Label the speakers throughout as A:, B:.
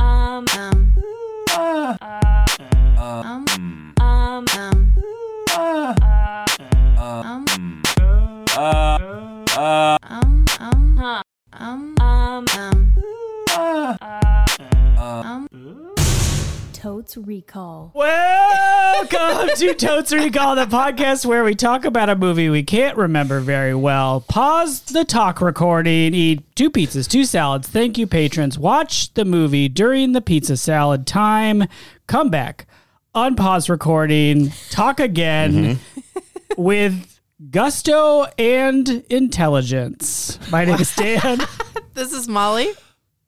A: Um. Um.
B: Ah.
A: Uh.
B: Uh.
A: Um.
B: Mm.
A: Um. Um.
B: Ah.
A: Uh.
B: Uh.
A: Um.
B: Mm. Ah. Ah.
A: Um. Um. Huh. Um. Um. Um.
B: Ah.
A: Uh.
B: Uh.
A: Um.
C: Totes Recall.
D: Welcome to Totes Recall, the podcast where we talk about a movie we can't remember very well. Pause the talk recording, eat two pizzas, two salads. Thank you, patrons. Watch the movie during the pizza salad time. Come back, unpause recording, talk again with gusto and intelligence. My name is Dan.
E: This is Molly.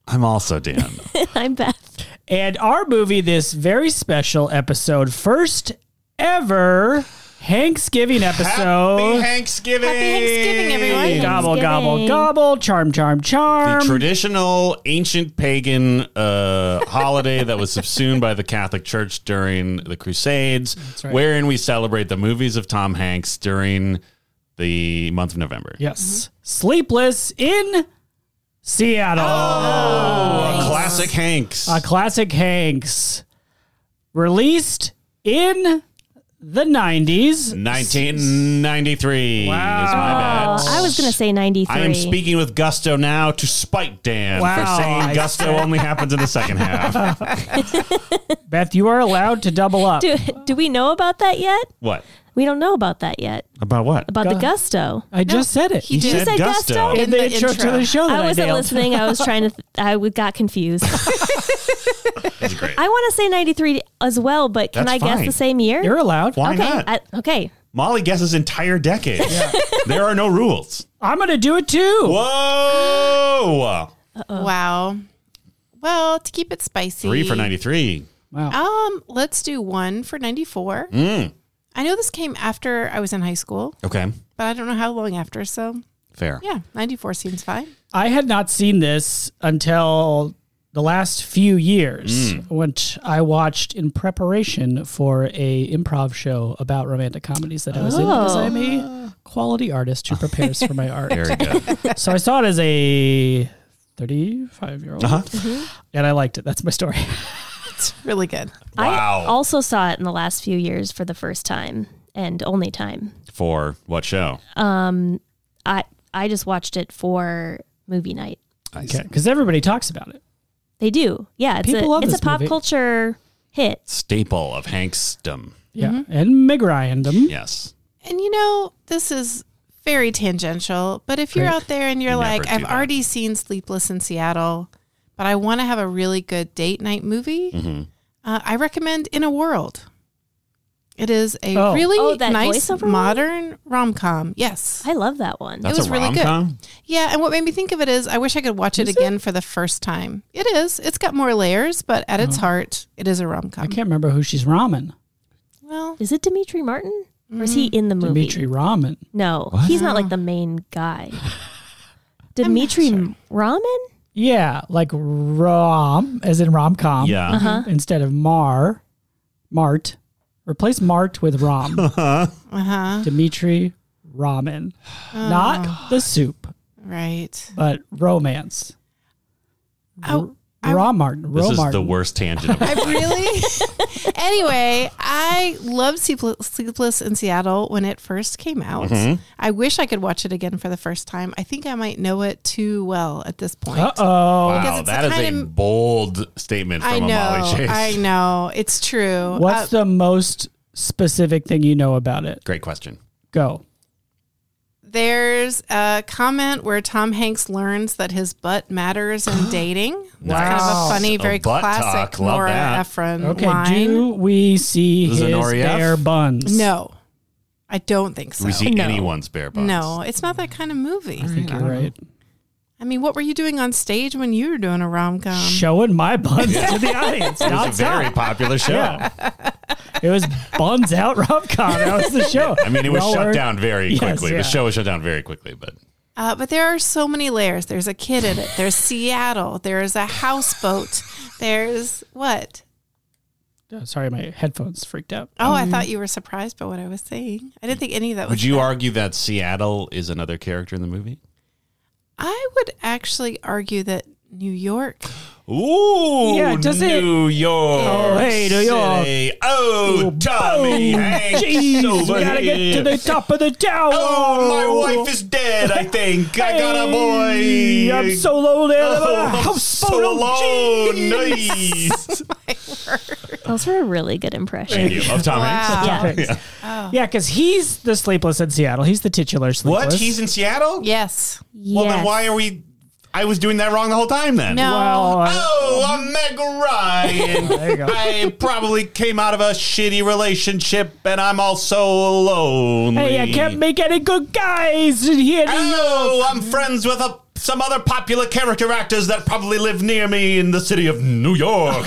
B: I'm also Dan.
C: I'm Beth.
D: And our movie, this very special episode, first ever Thanksgiving
B: Happy
D: episode.
B: Thanksgiving.
E: Happy Thanksgiving, everyone.
D: Gobble, gobble,
C: Thanksgiving.
D: gobble, charm, charm,
B: The
D: charm.
B: traditional ancient pagan uh, holiday that was subsumed by the Catholic Church during the Crusades,
D: right.
B: wherein we celebrate the movies of Tom Hanks during the month of November.
D: yes. Sleepless in Seattle.
B: Oh, classic Hanks.
D: A Uh, classic Hanks. Released in the 90s.
B: 1993 is my bet.
C: I was going to say 93.
B: I am speaking with gusto now to spite Dan
D: Wow.
B: for saying gusto only happens in the second half.
D: Beth, you are allowed to double up.
C: Do, do we know about that yet?
B: What?
C: We don't know about that yet.
B: About what?
C: About the gusto.
D: I just said it.
B: he
C: You said gusto?
D: in the, intro, to the show that
C: I
D: I,
C: wasn't
D: nailed.
C: listening. I was trying to, th- I w- got confused.
B: That's great.
C: I want to say 93 as well, but can
B: That's
C: I guess
B: fine.
C: the same year?
D: You're allowed.
B: Why
C: okay.
B: not?
C: I, okay.
B: Molly guesses entire decades. there are no rules.
D: I'm going to do it too.
B: Whoa!
E: Wow. Well, to keep it spicy,
B: Three for 93.
E: Um, let's do one for ninety-four.
B: Mm.
E: I know this came after I was in high school,
B: Okay,
E: but I don't know how long after. So
B: fair.
E: yeah, ninety-four seems fine.
D: I had not seen this until the last few years,
B: Mm.
D: which I watched in preparation for a improv show about romantic comedies that I was in because
C: Oh.
D: I'm a quality artist who prepares for my art.
B: Very good.
D: so I saw it as a 35 year old,
B: Uh-huh.
D: and I liked it. That's my story.
E: It's really good.
B: Wow.
C: I also saw it in the last few years for the first time and only time.
B: For what show?
C: I I just watched it for movie night.
B: I see.
D: Okay, because everybody talks about it.
C: They do. Yeah, it's
D: People
C: a
D: love
C: it's a
D: this
C: pop
D: movie.
C: culture hit.
B: Staple of Hanksdom.
D: Yeah, Mm-hmm. and Meg Ryandom.
B: Yes.
E: And you know, this is very tangential, but if you're
D: Great.
E: out there and you're
B: Never
E: like,
B: do
E: I've
B: that.
E: already seen Sleepless in Seattle, but I want to have a really good date night movie,
B: Mm-hmm.
E: uh, I recommend In a World. It is a
D: Oh.
E: really
C: Oh, that
E: nice
C: voiceover one?
E: modern rom com. Yes.
C: I love that one.
B: That's
E: was
B: a
E: really
B: rom
E: good.
B: com.
E: Yeah. And what made me think of it is I wish I could watch it again for the first time. It is. It's got more layers, but at its heart, it is a rom
D: I
E: com.
D: can't remember who she's ramen.
E: Well,
C: Is it Dimitri Martin? Or is he in the movie?
D: Dimitri Ramen.
C: No, he's not like the main guy. Dimitri Ramen?
D: Yeah, like rom, as in rom
E: Um,
D: com.
B: Yeah.
E: uh-huh.
D: instead of Mar, Mart. Replace Mart with Rom.
E: uh huh.
D: Dimitri Ramen.
E: Oh.
D: Not the soup,
E: Right.
D: but romance.
E: Oh, I-
D: Romart.
B: This is
D: Romart.
B: the worst tangent. Of-
E: I really. anyway, I loved Sleepl- Sleepless in Seattle when it first came out.
B: Mm-hmm.
E: I wish I could watch it again for the first time. I think I might know it too well at this point.
D: Uh oh.
E: Because
B: wow,
E: it's
B: that
E: the
B: is a
E: kind of-
B: bold statement from
E: I know.
B: a Molly Chase.
E: I know. It's true. Uh,
D: What's the most specific thing you know about it?
B: Great question.
D: Go.
E: there's a comment where Tom Hanks learns that his butt matters in dating. It's kind of
D: Wow.
E: a funny,
B: A
E: very
B: butt
E: classic
B: talk. Love
E: Nora
B: that.
E: Ephron
D: Okay.
E: line.
D: Do we see
B: This is
D: his
B: an E REF?
D: bare buns?
E: no, I don't think
B: Do
E: so.
B: we see
C: No.
B: anyone's bare bones?
E: No, it's not that kind of movie.
D: I think you're right.
E: I mean, what were you doing on stage when you were doing a rom com?
D: Showing my buns to the audience.
B: It was a very
D: nonstop.
B: popular show.
D: It was buns out rom com. That was the show.
B: I mean, it was
D: Well
B: shut
D: earned.
B: down very
D: Yes,
B: quickly.
D: yeah.
B: The show was shut down very quickly, but
E: Uh, but there are so many layers. There's a kid in it. There's Seattle. There's a houseboat. There's what?
D: Oh, Sorry, my headphones freaked out.
E: Oh, I thought you were surprised by what I was saying. I didn't think any of that was.
B: Would you argue that Seattle is another character in the movie?
E: I would actually argue that New York
B: Ooh,
D: Yeah, does it-
B: New York.
D: Oh, hey, New York.
B: City. Oh, Tommy.
D: Oh,
B: Hanks
D: Jeez, we
B: over
D: gotta get to
B: here.
D: the top of the tower.
B: Oh, my wife is dead, I think. I got a
D: Hey,
B: boy.
D: I'm so low there.
B: Oh,
D: I'm on a
B: I'm
D: houseboat.
B: so
D: Oh,
B: alone.
D: jeez.
B: Nice.
C: Those were a really good impression.
B: Thank you. Of Tom Hanks.
E: Wow.
D: Thanks. Yeah, because he's the sleepless in Seattle. He's the titular
B: What?
D: sleepless.
B: He's in Seattle?
E: Yes.
B: Well, then
C: Yes.
B: why are we? I was doing that wrong the whole time then.
E: No.
D: Well, uh,
B: Oh, I'm Meg Ryan.
D: there you go.
B: I probably came out of a shitty relationship and I'm also lonely.
D: Hey, I can't make any good guys in here. New York.
B: Oh, I'm friends with a, some other popular character actors that probably live near me in the city of New York.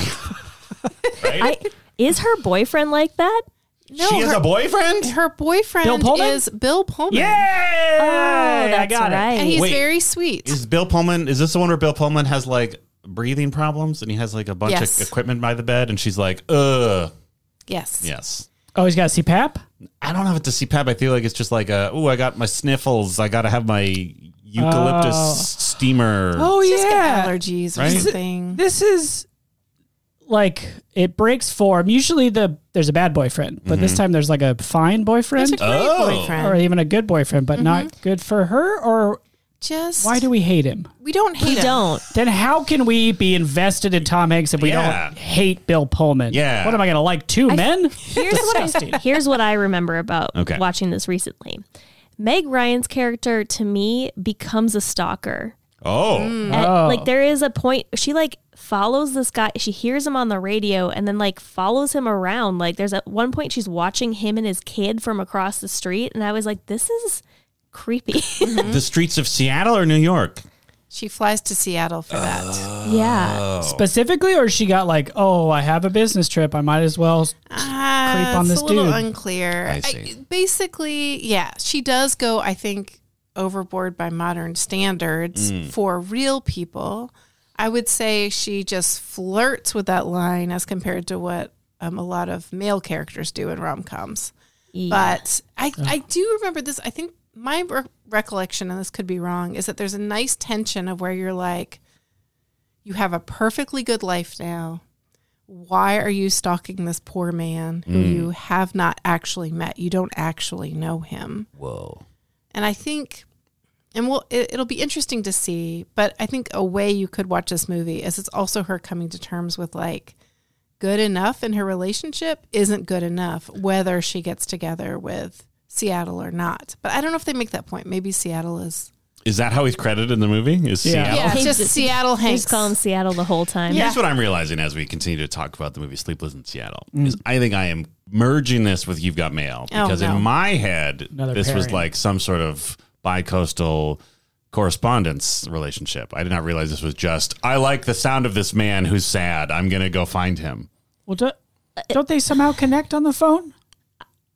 C: I,
B: right?
C: is her boyfriend like that?
E: No,
B: she has
E: her,
B: a boyfriend?
E: her boyfriend
D: Bill Pullman?
E: is Bill Pullman.
D: Yeah,
C: Oh, that's
D: I got it.
C: right.
E: And he's
B: Wait.
E: very sweet.
B: Is Bill Pullman, is this the one where Bill Pullman has like breathing problems and he has like a bunch
E: Yes.
B: of equipment by the bed and she's like, ugh.
E: yes.
B: Yes.
D: Oh, he's got a CPAP.
B: I don't have it to CPAP. I feel like it's just like, uh, oh, I got my sniffles. I got to have my eucalyptus
D: Oh.
B: steamer.
D: Oh
E: She's got
D: yeah.
E: allergies or
B: Right?
E: something.
D: this is like it breaks form. Usually the there's a bad boyfriend, but
B: Mm-hmm.
D: this time there's like a
E: There's
D: fine
E: a
D: boyfriend
E: great
B: Oh.
E: boyfriend.
D: or even a good boyfriend, but
C: Mm-hmm.
D: not good for her. Or
E: Just
D: why do we hate him?
E: we don't hate
C: We
E: him.
C: don't.
D: Then how can we be invested in Tom Hanks if we
B: Yeah.
D: don't hate Bill Pullman?
B: Yeah.
D: What am I gonna like? Two men?
C: Here's what, I, here's what I remember about
B: Okay.
C: watching this recently. Meg Ryan's character to me becomes a stalker.
B: Oh.
C: And,
D: Oh.
C: like there is a point she like follows this guy. She hears him on the radio and then like follows him around. Like there's at one point she's watching him and his kid from across the street, and I was like, this is creepy.
B: The streets of Seattle or New York?
E: She flies to Seattle
B: Uh,
E: for that.
C: yeah,
D: Specifically, or she got like, oh, I have a business trip. I might as well.
E: Ah,
D: Creep on
E: it's
D: this
E: a little
D: dude.
E: unclear.
B: I see.
E: basically, yeah, she does go. I think overboard by modern standards
B: Hmm.
E: for real people. I would say she just flirts with that line as compared to what um, a lot of male characters do in rom coms. But I, I do remember this. I think my re- recollection, and this could be wrong, is that there's a nice tension of where you're like, you have a perfectly good life now. Why are you stalking this poor man who you have not actually met? You don't actually know him.
B: Whoa.
E: And I think, and we'll, it, it'll be interesting to see, but I think a way you could watch this movie is it's also her coming to terms with like, good enough in her relationship isn't good enough, whether she gets together with Seattle or not. But I don't know if they make that point. Maybe Seattle is.
B: Is that how he's credited in the movie? Is
D: Yeah.
B: Seattle?
E: Yeah, it's
C: Hanks
E: just
C: is-
E: Seattle
C: I
E: Hanks.
C: just call him Seattle the whole time.
E: Yeah.
B: Here's what I'm realizing as we continue to talk about the movie Sleepless in Seattle
D: Mm.
B: is I think I am merging this with You've Got Mail
E: Oh,
B: because
E: no.
B: in my head
D: Another
B: this was
D: pairing.
B: like some sort of bi-coastal correspondence relationship. I did not realize this was just I like the sound of this man who's sad. I'm going to go find him.
D: Well, do, don't they somehow connect on the phone?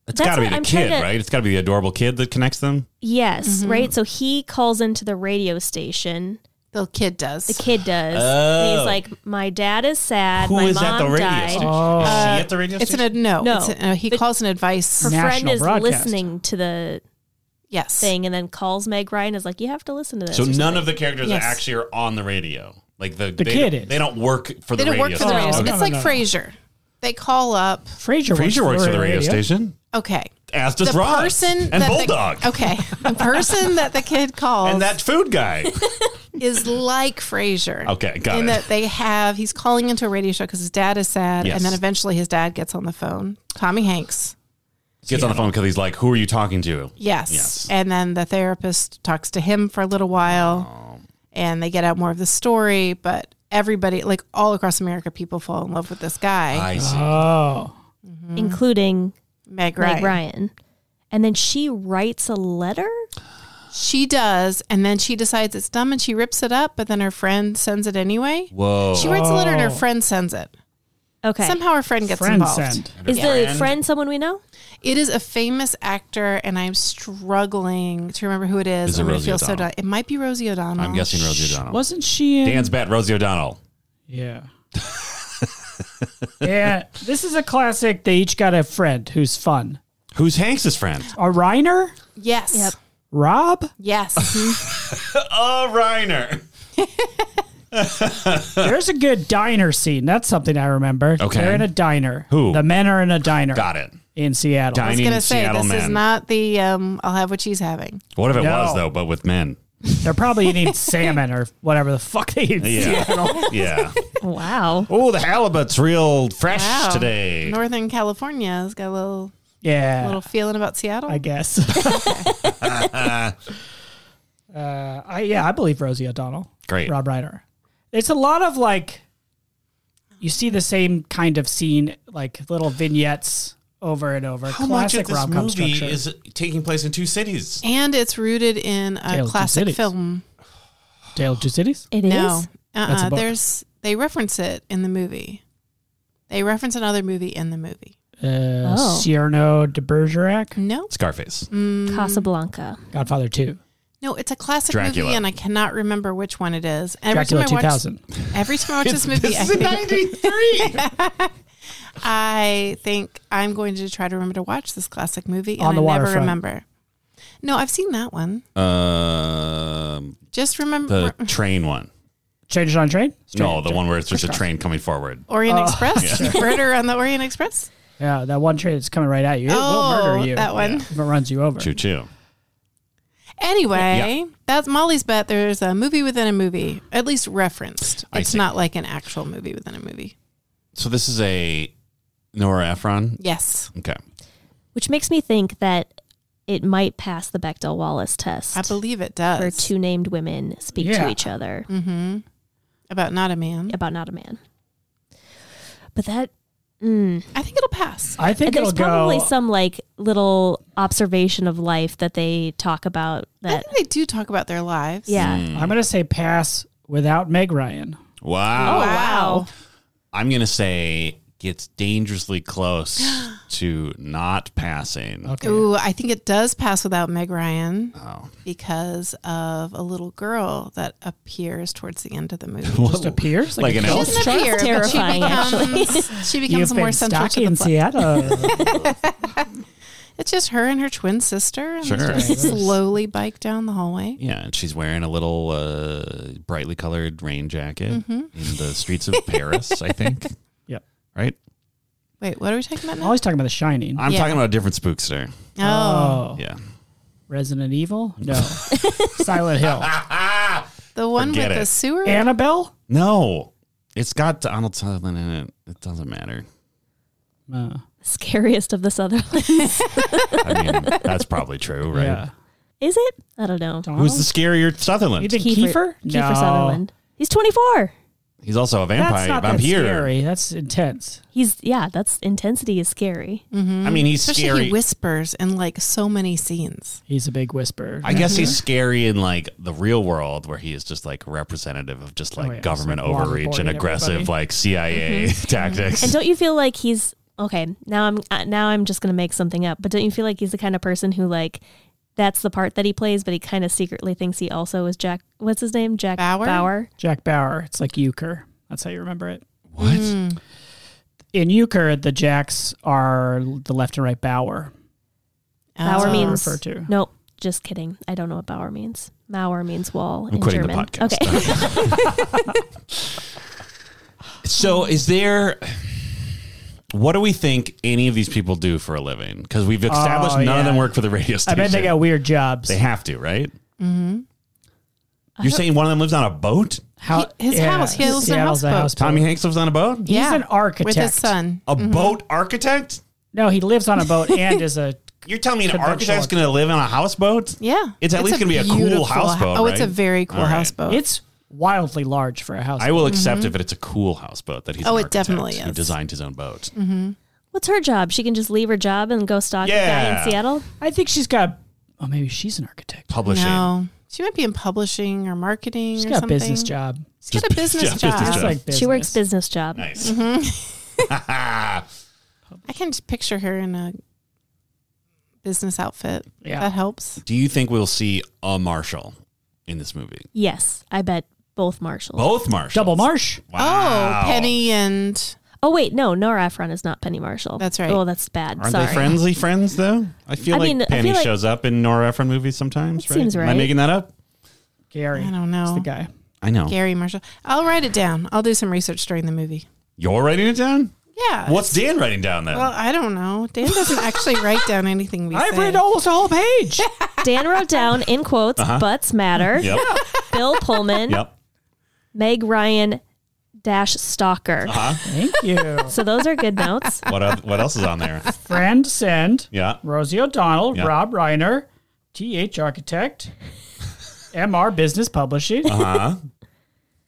B: It's
C: That's
B: got to be
C: what
B: the
C: I'm trying
B: kid,
C: to-
B: right? It's got to be the adorable kid that connects them.
C: Yes, right. So he calls into the radio station.
E: The kid does.
C: The kid does. And
B: Oh.
C: he's like, my dad is sad.
B: Who
C: my
B: is
C: mom
B: at the radio
C: died.
B: station?
D: Oh.
B: is she at the radio
E: it's
B: station?
E: an ad- no.
C: No.
E: it's a- no, he
C: But-
E: calls an advice.
C: her
D: National
C: friend is
D: broadcast.
C: listening to the
E: yes.
C: thing and then calls Meg Ryan is like, you have to listen to this.
B: So
C: or something.
B: none of the characters
E: Yes.
B: that actually are on the radio. Like the,
D: The
B: they,
D: kid is.
B: they don't work for
E: They
B: the
E: don't
B: radio.
E: work for the radio.
B: station.
E: station. It's
D: no, Oh, no,
E: like
D: no.
E: Frasier. They call up.
D: Frasier,
B: Frasier works for the radio, station.
E: Okay.
B: As does
E: the
B: Ross
E: person
B: and
E: that Oh,
B: Bulldog
E: The, okay. The person that the kid calls
B: and that food guy.
E: is like Frasier.
B: Okay, got
E: in
B: it.
E: that they have he's calling into a radio show because his dad is sad,
B: Yes.
E: and then eventually his dad gets on the phone. Tommy Hanks.
B: Gets on the phone because he's like, "Who are you talking to?"
E: Yes.
B: Yes.
E: And then the therapist talks to him for a little while
B: Oh.
E: and they get out more of the story, but everybody like all across America people fall in love with this guy,
B: I see.
D: Oh,
E: Mm-hmm.
C: including
E: Meg Ryan.
C: Meg Ryan. And then she writes a letter.
E: She does, and then she decides it's dumb and she rips it up, but then her friend sends it anyway.
B: Whoa.
E: She writes a letter and her
D: Oh.
E: friend sends it.
C: Okay.
E: Somehow her friend gets
D: friend
E: involved.
D: send.
C: is the
B: Friend.
C: friend someone we know?
E: It is a famous actor, and I'm struggling to remember who it is.
B: Is it
E: I'm gonna
B: Rosie
E: feel so
B: O'Donnell?
E: dumb. It might be Rosie O'Donnell.
B: I'm guessing Rosie O'Donnell.
D: Wasn't she in?
B: Dan's bet Rosie O'Donnell.
D: Yeah. yeah. This is a classic. They each got a friend who's fun.
B: Who's Hanks's friend?
D: A Reiner?
E: Yes.
C: Yep.
D: Rob?
E: Yes.
B: Oh, Reiner.
D: There's a good diner scene. That's something I remember.
B: Okay.
D: They're in a diner.
B: Who?
D: The men are in a diner.
B: Got it.
D: In Seattle.
E: I was
B: Dining
E: going to say,
B: Seattle
E: this
B: man.
E: is not the um, I'll have what she's having.
B: what if it
D: No.
B: was though, but with men?
D: They're probably eating salmon or whatever the fuck they eat. in
B: Yeah.
D: Seattle.
B: Yeah.
C: Wow.
B: oh, the halibut's real fresh
E: Wow.
B: today.
E: Northern California has got a little
D: Yeah.
E: little feeling about Seattle.
D: I guess. uh, I yeah, I believe Rosie O'Donnell.
B: Great.
D: Rob Reiner. It's a lot of like you see the same kind of scene, like little vignettes over and over.
F: How much
D: Classic
F: of this
D: rom-com
F: movie
D: structure.
F: is taking place in two cities?
E: and it's rooted in a
D: Tale of Two
E: classic
D: Cities.
E: film.
D: Dale of Two Cities?
C: It is.
E: No,
D: That's a
E: uh-uh.
D: book.
E: there's they reference it in the movie. They reference another movie in the movie.
D: Uh,
C: Oh.
D: Cyrano de Bergerac,
E: No,
B: Scarface.
E: Mm,
C: Casablanca.
D: Godfather Two,
E: no, it's a classic
B: Dracula.
E: movie, and I cannot remember which one it is. Every
D: Dracula
E: time I
D: Two
E: watch,
D: Thousand.
E: every time I watch this movie, I
B: This is
E: think,
B: 93.
E: I think I'm going to try to remember to watch this classic movie, and
D: On the
E: I never
D: Waterfront.
E: remember. No, I've seen that one.
B: um,
E: Just remember
B: the train one.
D: Changes on Mm. train.
B: No, the one where it's just a train coming forward.
D: Oh.
E: Orient Express, murder on the Orient Express.
D: Yeah, that one train that's coming right at you. It will
E: Oh,
D: murder you.
E: that one.
D: If it runs you over.
B: Choo choo.
E: Anyway, that's Molly's bet. There's a movie within a movie, at least referenced.
B: I
E: It's
B: see.
E: not like an actual movie within a movie.
B: So this is a Nora Ephron.
E: Yes,
B: Okay.
C: Which makes me think that it might pass the Bechdel Wallace test.
E: I believe it
C: where
E: does.
C: two named women speak
D: Yeah.
C: to each other
E: Mm-hmm. About not a man.
C: about not a man. But that mm.
E: I think it'll pass.
D: I think
C: there's
D: it'll
C: probably
D: go.
C: some like little observation of life that they talk about
E: I
C: that
E: think they do talk about their lives.
C: yeah.
D: I'm gonna say pass without Meg Ryan.
B: Wow.
C: Oh, wow.
B: I'm gonna say gets dangerously close to not passing.
D: Okay.
E: Ooh, I think it does pass without Meg Ryan
B: Oh.
E: because of a little girl that appears towards the end of the movie.
D: Just appears
B: Like an
E: She
B: elf?
E: doesn't appear. but
C: terrifying,
E: she becomes, she becomes
D: You've
E: more
D: been
E: central
D: stuck
E: to the
D: in
E: plot.
D: Seattle.
E: It's just her and her twin sister, and they
B: Sure.
E: just slowly bike down the hallway.
B: Yeah, and she's wearing a little uh, brightly colored rain jacket in the streets of Paris, I think.
D: Mm-hmm. Yep.
B: Right?
E: Wait, what are we talking about now?
D: Always talking about The Shining.
B: I'm
E: Yeah.
B: talking about a different spookster.
D: Uh,
E: Oh,
B: Yeah.
D: Resident Evil? No. Silent Hill.
E: the one
B: Forget
E: with
B: it.
E: the sewer.
D: Annabelle?
B: No. It's got Donald Sutherland in it. It doesn't matter.
D: Uh,
C: scariest of the Sutherland.
B: I mean, that's probably true, right?
D: Yeah.
C: Is it? I don't know.
B: Who's the scarier
D: You
B: Sutherland?
D: think Kiefer?
C: Kiefer Sutherland. He's 24.
B: He's also a vampire.
D: That's not that
B: vampire.
D: scary. That's intense.
C: He's yeah. That's intensity is scary.
B: I mean, he's
E: Especially
B: scary.
E: he whispers in like so many scenes.
D: He's a big whisperer.
B: I guess he's scary in like the real world where he is just like representative of just like
D: Oh, yeah, just,
B: government
D: like,
B: overreach and
D: waterboarding
B: aggressive
D: everybody. Mm-hmm.
B: like CIA tactics.
C: And don't you feel like he's okay? Now I'm uh, now I'm just gonna make something up. But don't you feel like he's the kind of person who like that's the part that he plays, but he kind of secretly thinks he also is Jack. What's his name? Jack
E: Bauer?
D: Jack Bauer. It's like Euchre. That's how you remember it.
B: what?
E: Mm.
D: In Euchre, the Jacks are the left and right Bauer.
C: Bauer
E: Oh.
D: That's what I
C: means
D: refer to.
C: Nope. Just kidding. I don't know what Bauer means. Mauer means wall
B: I'm
C: in
B: quitting
C: German.
B: the podcast.
C: Okay.
B: so, is there. What do we think any of these people do for a living? Because we've established
D: Oh,
B: none of them
D: yeah.
B: work for the radio
D: I
B: station.
D: bet they got weird jobs.
B: They have to, right? Mm-hmm. You're saying one of them lives on a boat?
D: How-
E: He- his house. He lives in a
D: Seattle's
E: houseboat.
B: Tommy Hanks lives on a boat?
D: He's
E: yeah, Mm-hmm.
D: an architect.
E: with his son.
B: A boat architect?
D: No, he lives on a boat and is a.
B: You're telling me an
D: Conventional
B: architect's going to live on a houseboat?
E: Yeah,
B: It's at least
E: a
B: gonna be a cool
E: beautiful
B: houseboat,
E: hou- Oh, it's a
B: right?
E: very cool
B: All right.
E: houseboat.
D: It's wildly large for a house.
B: I will accept if it's a cool houseboat that he's
E: Mm-hmm. Oh,
B: an
E: it
B: architect
E: definitely
B: who
E: is. Mm-hmm.
B: designed his own boat.
C: What's her job? She can just leave her job and go stalk a guy
B: Yeah.
C: in Seattle.
D: I think she's got. Oh, maybe she's an architect.
B: Publishing.
E: no, she might be in publishing or marketing
D: She's
E: or
D: got a
E: something.
D: business job.
E: She's got a
B: Just-
E: business
B: yeah,
E: job.
B: business
D: It's
B: job.
D: like
C: She
D: business.
C: works business job.
B: Nice.
E: Mm-hmm. I can just picture her in a business outfit.
D: Yeah.
E: That helps.
B: Do you think we'll see a Marshall in this movie?
C: Yes, I bet both Marshalls.
B: Both Marshalls.
D: Double Marsh.
B: Wow.
E: Oh, Penny and
C: Oh wait, no, Nora Ephron is not Penny Marshall.
E: That's right.
C: Oh, that's bad.
B: Aren't
C: Sorry.
B: they friendly friends though? I feel
C: I
B: like
C: mean, I
B: Penny
C: feel like-
B: shows up in Nora Ephron movies sometimes.
C: It
B: right?
C: seems
B: Am I
C: right.
B: making that up?
D: Gary.
E: I don't
D: It's
E: know.
D: the guy.
B: I know.
E: Gary Marshall. I'll write it down. I'll do some research during the movie.
B: You're writing it down?
E: Yeah.
B: What's Dan writing down then?
E: Well, I don't know. Dan doesn't actually write down anything we
D: I've
E: say.
D: read almost a whole page.
C: Dan wrote down in quotes, butts matter.
B: yep.
C: Bill Pullman,
B: Uh-huh. Yep.
C: Meg Ryan dash stalker.
B: Uh-huh.
D: Thank you.
C: So those are good notes.
B: What oth- what else is on there?
D: Friend send.
B: Yeah.
D: Rosie O'Donnell,
B: Yeah.
D: Rob Reiner, TH Architect, MR Business Publishing,
B: Uh-huh.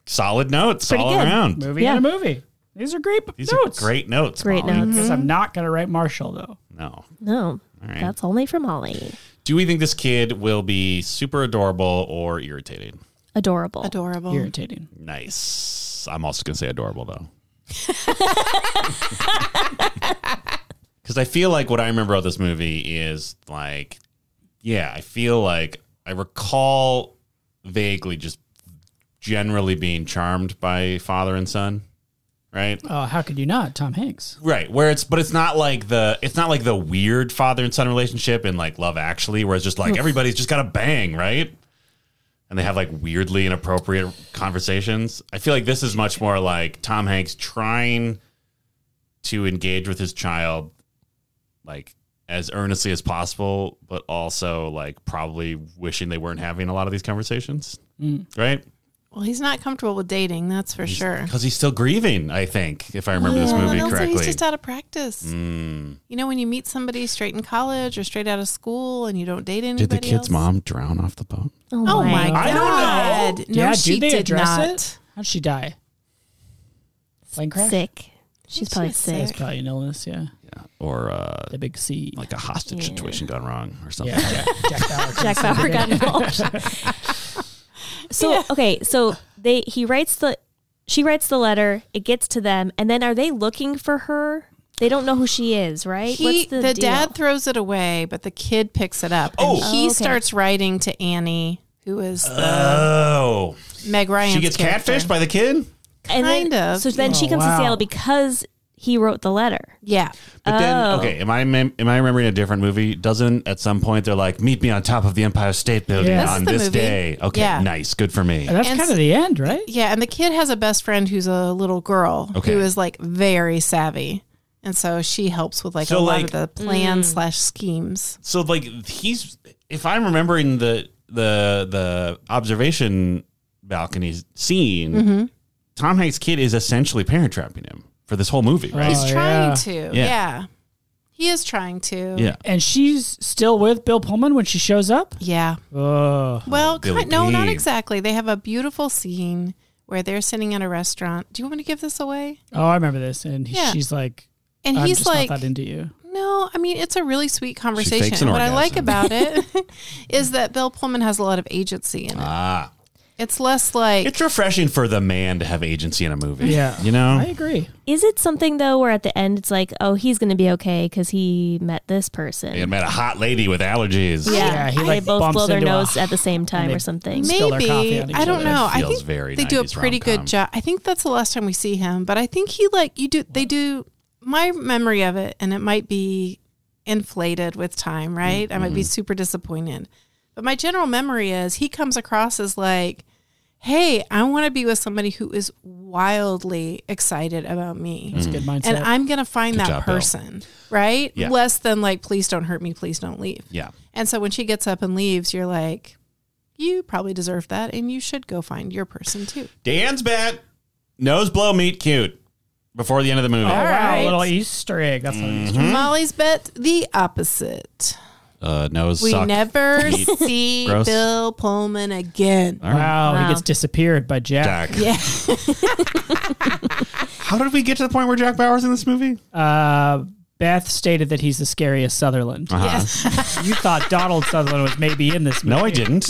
B: Solid notes all
C: good.
B: around.
D: movie
C: Yeah.
D: and a movie. These are great
B: These
D: notes.
B: are great notes.
C: Great
B: Molly.
C: notes.
D: Because
E: Mm-hmm.
D: I'm not going to write Marshall though.
B: No.
C: No,
B: right.
C: that's only from Molly.
B: Do we think this kid will be super adorable or irritating?
C: Adorable.
E: Adorable.
D: Irritating.
B: Nice. I'm also going to say adorable, though. Because I feel like what I remember of this movie is like, yeah, I feel like I recall vaguely just generally being charmed by father and son, right?
D: Oh, how could you not? Tom Hanks.
B: Right, where it's but it's not like the it's not like the weird father and son relationship in like Love Actually, where it's just
E: Hmm.
B: like everybody's just got a bang, right? And they have like weirdly inappropriate conversations. I feel like this is much more like Tom Hanks trying to engage with his child like as earnestly as possible, but also like probably wishing they weren't having a lot of these conversations,
E: Hmm.
B: right?
E: Well, he's not comfortable with dating, that's for sure.
B: Because he's still grieving, I think, if I remember this
E: Yeah.
B: movie
E: And also
B: correctly.
E: he's just out of practice.
B: Mm.
E: You know, when you meet somebody straight in college or straight out of school and you don't date anybody.
B: Did the kid's
E: else-
B: mom drown off the boat?
C: Oh,
E: Oh
C: my.
E: my god!
B: I don't
E: No,
D: yeah,
E: she
D: did they
E: did
D: address
E: not.
D: it? How'd she die? Plane crash?
C: Sick. She's probably
E: was
C: sick.
E: sick.
D: Probably an illness, yeah.
B: Or uh,
D: The big C.
B: like a hostage situation gone wrong or something?
D: Yeah, Jack, Jack Bauer.
C: Jack Bauer got involved. so okay, so they he writes the she writes the letter. It gets to them, and then are they looking for her? They don't know who she is, right?
E: He, the
C: deal?
E: dad throws it away, but the kid picks it up.
B: Oh.
E: and he
C: Oh, okay.
E: starts writing to Annie, who is the
B: Oh,
E: Meg Ryan.
B: she gets catfished by the kid.
C: and then,
E: kind of.
C: So then she
D: Oh,
C: comes to
D: wow.
C: Seattle because he wrote the letter.
E: yeah.
B: But then,
C: Oh.
B: okay, am I mem- am I remembering a different movie? Doesn't at some point they're like, meet me on top of the Empire State Building
D: Yeah. This
E: is
B: on
E: the
B: this
E: movie.
B: day. Okay,
E: Yeah.
B: nice, good for me.
D: And that's
E: And
D: kind
E: s-
D: of the end, right?
E: Yeah, and the kid has a best friend who's a little girl
B: Okay.
E: who is like very savvy. And so she helps with like
B: So,
E: a
B: like-
E: lot of the plans slash schemes.
B: So like he's, if I'm remembering the the the observation balcony scene, Tom Hanks' kid is essentially parent trapping him for this whole movie, right?
D: Oh,
E: He's trying
D: yeah.
E: to. Yeah.
B: Yeah.
E: He is trying to.
B: yeah.
D: And she's still with Bill Pullman when she shows up?
E: Yeah.
D: Oh.
E: Well,
B: Billy
E: kind, no, not
B: Dee.
E: exactly. They have a beautiful scene where they're sitting at a restaurant. Do you want me to give this away?
D: Oh, I remember this. And he,
E: Yeah.
D: she's like,
E: And
D: I'm
E: he's
D: just
E: like,
D: not that into you.
E: no, I mean, it's a really sweet conversation.
B: an
E: And What I like
B: orgasm.
E: about it is that Bill Pullman has a lot of agency in it.
B: Ah,
E: It's less like,
B: it's refreshing for the man to have agency in a movie.
D: Yeah.
B: you know,
D: I agree.
C: Is it something though where at the end it's like, oh, he's going to be okay because he met this person?
B: He met a hot lady with allergies.
D: Yeah, he,
C: they
D: like,
C: both
D: bumps
C: blow their
D: into a-
C: nose at the same time
D: they-
C: or something.
D: Spill their coffee
E: maybe
D: on each
E: I don't
D: other.
E: know. I
B: Feels
E: think
B: very
E: they do a
B: 90s
E: pretty
B: rom-com.
E: good job. I think that's the last time we see him, but I think he like you do. They do my memory of it, and it might be inflated with time, right? I
B: Mm-hmm.
E: might be super disappointed, but my general memory is he comes across as like, "Hey, I want to be with somebody who is wildly excited about me."
D: It's a good mindset.
E: And I'm gonna find that
B: job, Bill.
E: person, right?
B: Yeah.
E: Less than like, please don't hurt me, please don't leave.
B: Yeah.
E: And so when she gets up and leaves, you're like, you probably deserve that and you should go find your person too.
B: Dan's bet. Nose blow meet cute before the end of the movie.
D: Oh, wow,
E: Alright.
D: a little Easter egg. That's not an
B: Mm-hmm.
D: Easter
E: Molly's bet the opposite.
B: Uh, nose
E: We
B: suck.
E: never
B: Meat.
E: see
B: Gross.
E: Bill Pullman again.
B: All right.
D: Wow,
C: Wow.
D: he gets disappeared by Jack.
B: Jack.
E: Yeah.
B: How did we get to the point where Jack Bauer's in this movie?
D: Uh, Beth stated that he's the scariest Sutherland.
E: Yes.
D: you thought Donald Sutherland was maybe in this movie.
B: Uh-huh. No, I didn't.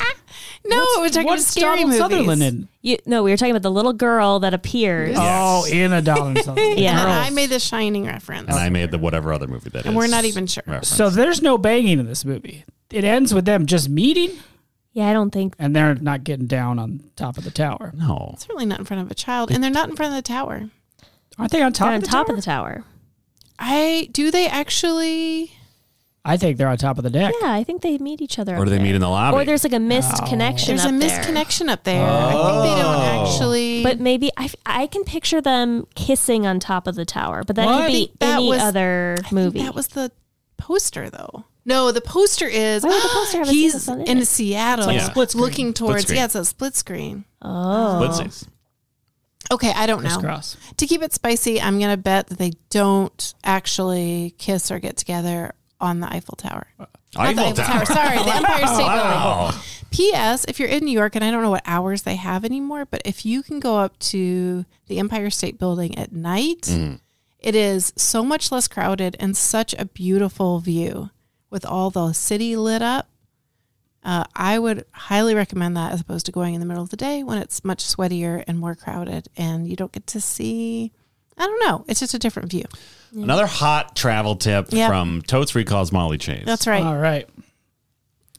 E: No, it was talking about
D: What's
E: scary
D: Donald
E: movies.
D: Sutherland in?
C: You, no, we were talking about the little girl that appears.
B: Yeah.
D: Oh,
B: Yes.
D: in a Donald Sutherland.
C: Yeah.
E: And
D: Girls.
E: I made the Shining reference.
B: And I made the whatever other movie that is.
E: And we're not even sure.
B: reference.
D: so there's no banging in this movie. It ends with them just meeting,
C: Yeah, I don't think.
D: and they're not getting down on top of the tower.
B: no.
E: Certainly not in front of a child. And they're not in front of the tower.
D: Aren't they on top?
C: they're on
D: of the
C: top
D: tower?
C: of the tower.
E: I do they actually
D: I think they're on top of the deck.
C: Yeah, I think they meet each other.
B: Or
C: up
B: do they
C: there.
B: meet in the lobby?
C: Or there's like a missed connection.
E: there's a
C: up there.
E: misconnection up there. I think they don't maybe.
C: But maybe I, f- I can picture them kissing on top of the tower, but that
D: What? I
C: could be
E: think that
C: any
E: was-
C: other movie.
E: That was the poster, though. No, the poster is
C: Why would Oh, the poster have a
E: he's
C: sequence on it?
E: in Seattle.
B: like Yeah.
D: split screen.
E: looking towards.
B: screen.
E: yeah, it's a split screen.
C: Oh.
E: Oh.
B: Split six.
E: Okay, I don't know.
D: Crisscross.
E: To keep it spicy, I'm gonna bet that they don't actually kiss or get together on the Eiffel Tower. Not the
B: Eiffel Tower. Oh,
E: Sorry, the Empire State Building.
B: Wow.
E: P.S. If you're in New York, and I don't know what hours they have anymore, but if you can go up to the Empire State Building at night, it is so much less crowded and such a beautiful view with all the city lit up. Uh, I would highly recommend that as opposed to going in the middle of the day when it's much sweatier and more crowded and you don't get to see. I don't know. It's just a different view.
B: Another hot travel tip
E: Yeah.
B: from Totes Recalls Molly Chase.
E: That's right.
D: All right.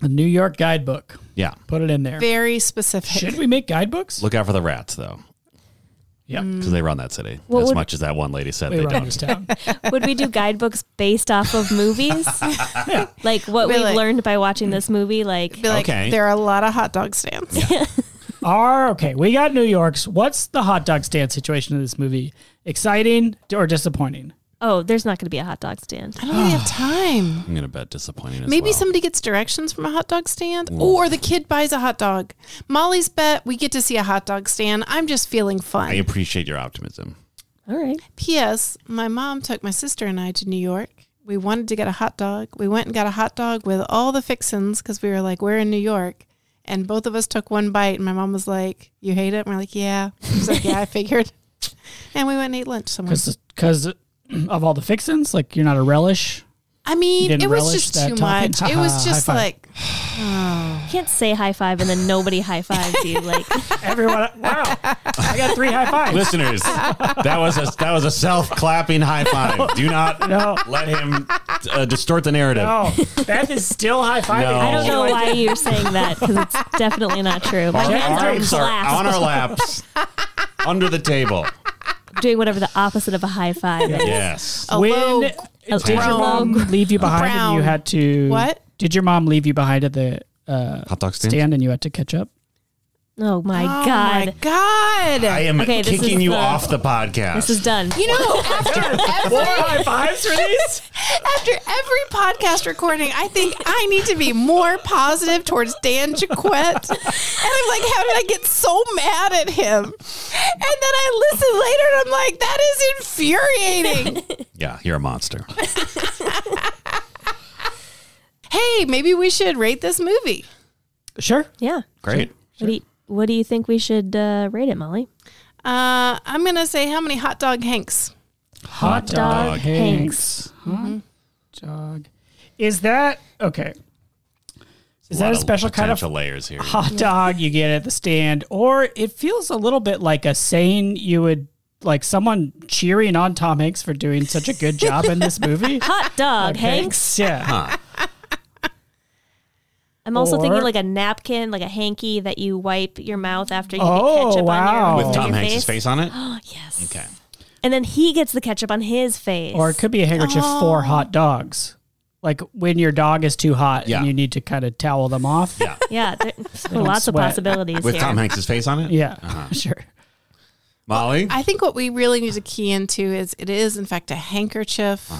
D: The New York guidebook.
B: yeah.
D: Put it in there.
E: Very specific.
D: Should we make guidebooks?
B: Look out for the rats, though,
D: Yep.
B: because they run that city
C: What
B: as
C: would-
B: much as that one lady said
D: We
B: they
D: run
B: don't.
D: this town.
C: Would we do guidebooks based off of movies? Like what
E: Be
C: we
E: like-
C: learned by watching this movie? Like
E: Be like,
B: Okay.
E: there are a lot of hot dog stands.
D: Are okay. We got New York's. What's the hot dog stand situation in this movie? Exciting or disappointing?
C: oh, there's not going to be a hot dog stand.
E: I don't really have time.
B: I'm gonna bet disappointing. As
E: Maybe
B: well.
E: somebody gets directions from a hot dog stand, or the kid buys a hot dog. Molly's bet we get to see a hot dog stand. I'm just feeling
B: I
E: fun.
B: appreciate your optimism.
C: All right.
E: P.S. My mom took my sister and I to New York. We wanted to get a hot dog. We went and got a hot dog with all the fixins because we were like, we're in New York. And both of us took one bite, and my mom was like, "You hate it?" And we're like, "Yeah." She's like, "Yeah, I figured." And we went and ate lunch somewhere.
D: Because because of all the fixins, like you're not a relish.
E: I
D: You
E: mean,
D: didn't
E: it was
D: relish
E: just
D: that
E: too
D: topping?
E: much. It was
D: Haha,
E: just
D: high five.
E: like
C: You can't say high five and then nobody high fives you. Like
D: Everyone, wow! I got three high fives.
B: Listeners, that was a that was a self clapping high five. Do not
D: No.
B: let him uh, distort the narrative.
D: Oh, Beth is still high fiving.
B: No.
C: I don't know
B: Oh.
C: why you're saying that because it's definitely not true. My
B: Our
C: hands are
B: arms are
C: clasped,
B: on our laps, under the table.
C: doing whatever the opposite of a high five. is.
B: Yes.
E: a low
D: When did your
E: brown-
D: mom leave you behind and you
E: brown-
D: had to
E: What?
D: Did your mom leave you behind at the uh,
B: Hot dog stand.
D: stand and you had to catch up?
C: Oh my
E: oh
C: god.
E: my god.
B: I am
C: Okay, this
B: kicking
C: is
B: you
C: the-
B: off the podcast.
C: This is done.
E: You know, after every,
D: fives for these?
E: after every podcast recording, I think I need to be more positive towards Dan Jaquette. And I'm like, how did I get so mad at him? And then I listen later and I'm like, that is infuriating.
B: yeah, you're a monster.
E: hey, maybe we should rate this movie.
D: Sure.
C: yeah.
B: Great.
C: What, do you, what do you think we should uh, rate it, Molly?
E: Uh, I'm going to say how many hot dog hanks?
D: Hot dog,
B: dog
D: Hanks. Hmm. Hot dog. Is that okay? Is that
B: lot
D: a special kind of
B: potential layers here?
D: hot dog you get at the stand, or it feels a little bit like a saying you would like someone cheering on Tom Hanks for doing such a good job in this movie?
C: Hot dog, Hanks.
D: yeah.
C: I'm also thinking
D: Or-
C: like a napkin, like a hanky that you wipe your mouth after you
D: Oh,
C: get ketchup
D: wow.
C: on your,
D: With
B: With
C: on
B: Tom
C: your
B: Hanks' face on it.
C: Oh, yes.
B: Okay.
C: And then he gets the ketchup on his face.
D: Or it could be a handkerchief for hot dogs. Like when your dog is too hot
B: Yeah.
D: and you need to kind of towel them off.
B: Yeah.
C: yeah, there, lots of
D: sweat.
C: possibilities
B: With
C: here.
B: Tom Hanks' face on it.
D: Yeah, sure.
B: Molly.
E: I think what we really need to key into is it is, in fact, a handkerchief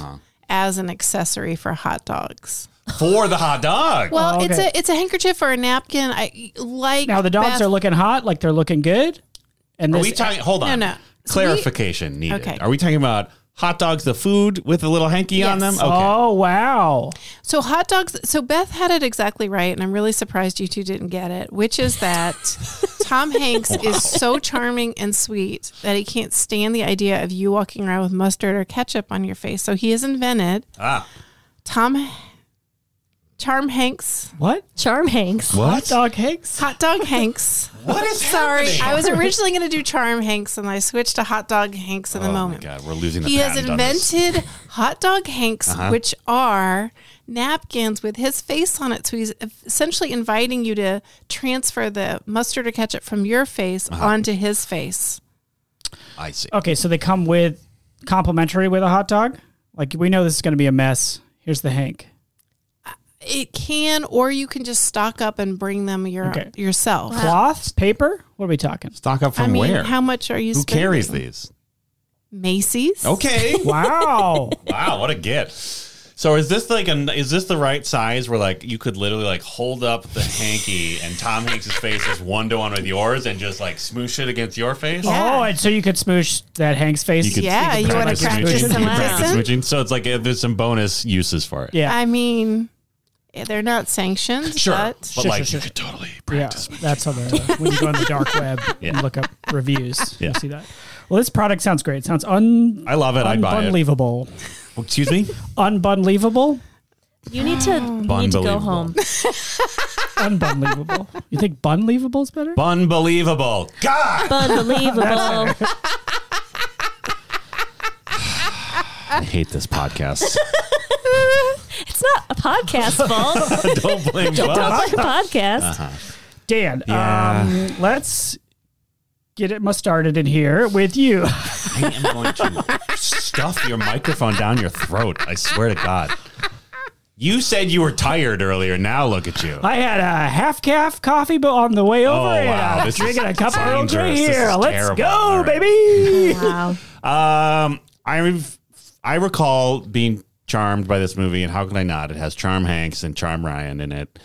E: as an accessory for hot dogs.
B: for the hot dog.
E: Well,
D: Oh,
E: it's
D: okay.
E: a it's a handkerchief or a napkin. I like
D: Now the dogs
E: Beth-
D: are looking hot, like they're looking good. And
B: Are
D: this,
B: we talking? Hold on.
E: No, no. So
B: Clarification needed.
E: Okay.
B: Are we talking about hot dogs, the food with a little hanky on them?
E: Yes.
B: Okay.
D: oh wow,
E: So hot dogs. So Beth had it exactly right, and I'm really surprised you two didn't get it. Which is that Tom Hanks is so charming and sweet that he can't stand the idea of you walking around with mustard or ketchup on your face. So he has invented
B: Ah.
E: Tom Charm Hanks,
D: what
C: Charm Hanks.
D: hot dog hanks?
E: hot dog Hanks.
B: What is
E: Sorry,
B: happening?
E: I was originally going to do Charm Hanks, and I switched to hot dog Hanks in the
B: Oh my
E: moment.
B: god, we're losing the
E: He has
B: patent on this. Uh-huh.
E: invented hot dog hanks, which are napkins with his face on it. So he's essentially inviting you to transfer the mustard or ketchup from your face
B: Uh-huh.
E: onto his face.
B: I see.
D: Okay, so they come with complimentary with a hot dog. Like we know this is going to be a mess. Here's the hank.
E: It can, or you can just stock up and bring them your
D: Okay.
E: yourself.
D: Cloth, paper? What are we talking?
B: Stock up from
E: I mean,
B: where?
E: how much are you?
B: Who
E: spending?
B: carries these?
E: Macy's.
B: Okay.
D: Wow. Oh,
B: wow, what a get. So is this like an is this the right size where like you could literally like hold up the hanky and Tom Hanks's face is one to one with yours and just like smoosh it against your face?
E: Yeah.
D: Oh, and so you could smoosh that Hank's face.
B: could-
E: Yeah, you want
B: practice
E: to practice
B: smooching.
E: some
B: You practice
E: lessons?
B: smooching. So it's like uh, there's some bonus uses for it.
D: yeah.
E: I mean, eh, they're not sanctioned.
B: Sure. But
E: But
D: Sure,
B: like
D: sure,
B: you
D: sure.
B: could totally
D: Yeah,
B: practice.
D: that's how they when you go on the dark web
B: Yeah.
D: and look up reviews,
B: Yeah.
D: you see that. Well, this product sounds great. It sounds un
B: I love it. I'd buy it.
D: unbelievable.
B: Excuse me?
D: Unbelievable.
C: You need to you need to go
B: Unbelievable.
C: home.
D: Unbelievable. You think bunbelievable is better?
B: Unbelievable. God.
C: Unbelievable.
B: I hate this podcast.
C: it's not a podcast fault.
B: Don't blame
C: Don't
B: us.
C: like a podcast.
D: Dan,
B: Yeah.
D: um, let's get it must started in here with you.
B: I am going to stuff your microphone down your throat. I swear to God. You said you were tired earlier. Now look at you.
D: I had a half calf coffee but on the way over
B: Oh,
D: and
B: wow.
D: I'm
B: This is
D: drinking a cup of Earl
B: dangerous.
D: Grey
B: This is
D: here. Let's
B: terrible.
D: go,
B: All right.
D: baby.
E: wow.
B: Um, I rev- I recall being charmed by this movie, and how could I not? It has Charm Hanks and Charm Ryan in it,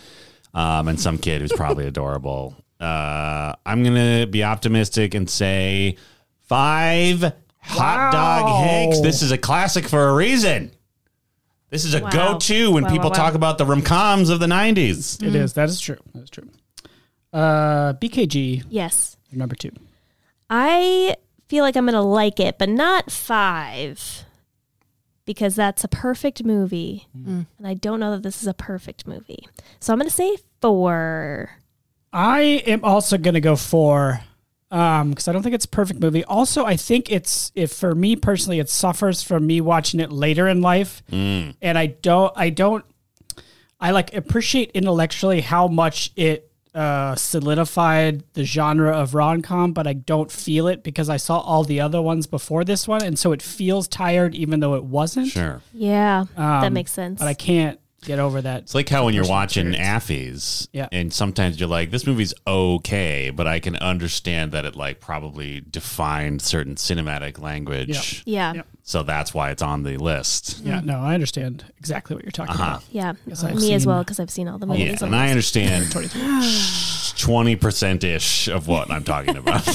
B: um, and some kid who's probably adorable. Uh, I'm gonna be optimistic and say five hot
D: Wow.
B: dog Hanks. This is a classic for a reason. This is a
C: Wow.
B: go-to when
C: Wow,
B: people
C: wow, wow. Mm-hmm.
B: talk about the rom coms of the '90s.
D: It is. That is true. That is true. Uh, BKG
C: Yes.
D: number two.
C: I feel like I'm going to like it, but not five because that's a perfect movie. And I don't know that this is a perfect movie. So I'm going to say four.
D: I am also gonna go four, um, because I don't think it's a perfect movie. Also, I think it's if for me personally, it suffers from me watching it later in life, and I don't, I don't, I like appreciate intellectually how much it uh solidified the genre of rom-com but i don't feel it because i saw all the other ones before this one and so it feels tired even though it wasn't
B: Sure.
C: Yeah, that
D: Um,
C: makes sense.
D: but i can't get over that
B: It's like how when you're
D: personal
B: watching Affies,
D: Yeah.
B: and sometimes you're like, this movie's okay, but I can understand that it like probably defined certain cinematic language.
C: yeah, yeah.
D: Yeah.
B: So that's why it's on the list.
D: yeah no i understand exactly what you're talking about Yes, I've
C: Me as
D: seen-
C: well because I've seen all the movies.
B: Yeah, and I understand 20% ish of what I'm talking about,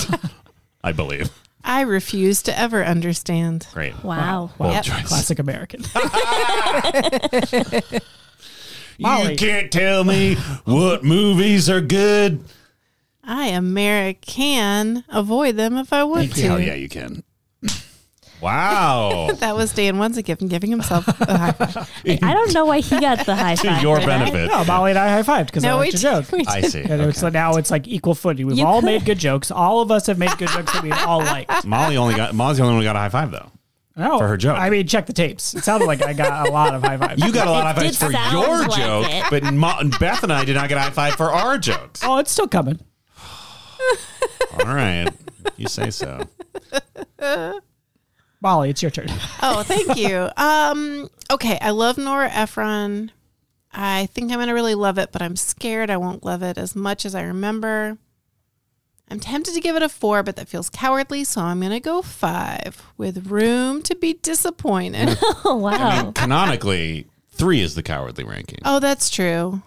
B: I believe.
E: I refuse to ever understand.
B: Great.
C: wow.
B: Bold
E: Yep.
B: choice.
D: classic american
B: You
D: Molly.
B: can't tell me what movies are good.
E: I American avoid them if I want to.
B: Hell yeah, you can. Wow.
E: That was Dan once again giving himself a high five.
C: I don't know why he got the high
B: to
C: five.
B: your
C: for that.
B: benefit.
D: No, Molly and I high fived because I
E: No, we
D: liked a joke.
E: did. We
B: I
E: did.
B: see.
D: And it's
B: Okay.
D: like now it's like equal footing. We've
C: You
D: all
C: could-
D: made good jokes. All of us have made good jokes that we all like.
B: Molly only got Molly's the only one who got a high five though.
D: Oh,
B: For her joke.
D: I mean, check the tapes. It sounded like I got a lot of high fives.
B: You got a lot of high
C: It
B: fives
C: did
B: for
C: sound
B: your
C: like
B: joke,
C: it.
B: but Ma- Beth and I did not get a high five for our jokes.
D: Oh, it's still coming.
B: All right, you say so.
D: Molly, it's your turn.
E: Oh, thank you. Um, okay, I love Nora Ephron. I think I'm gonna really love it, but I'm scared I won't love it as much as I remember. I'm tempted to give it a four, but that feels cowardly, so I'm gonna go five with room to be disappointed.
C: Oh wow.
B: Canonically, three is the cowardly ranking.
E: oh, that's true.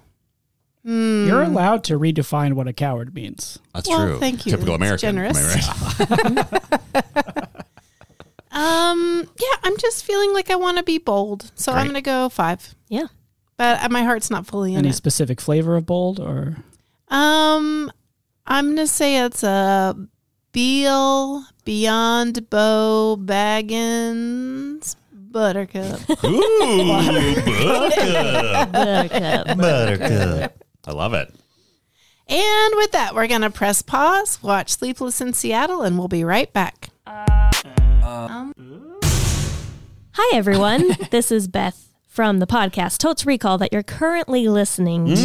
D: You're allowed to redefine what a coward means.
B: That's
E: Well,
B: true.
E: thank you.
B: Typical
E: It's
B: American.
E: generous.
B: Am I right?
E: Um, yeah, I'm just feeling like I want to be bold, so I'm gonna
B: Great.
E: go five.
C: Yeah.
E: But uh, my heart's not fully in
D: Any
E: it.
D: specific flavor of bold or
E: Um, I'm gonna say it's a Beal Beyond Bow Baggins Buttercup.
B: Ooh,
C: Buttercup.
B: buttercup, buttercup. I love it.
E: and with that, we're gonna press pause, watch Sleepless in Seattle, and we'll be right back.
C: Hi everyone. This is Beth from the podcast Totes Recall that you're currently listening
B: Mm.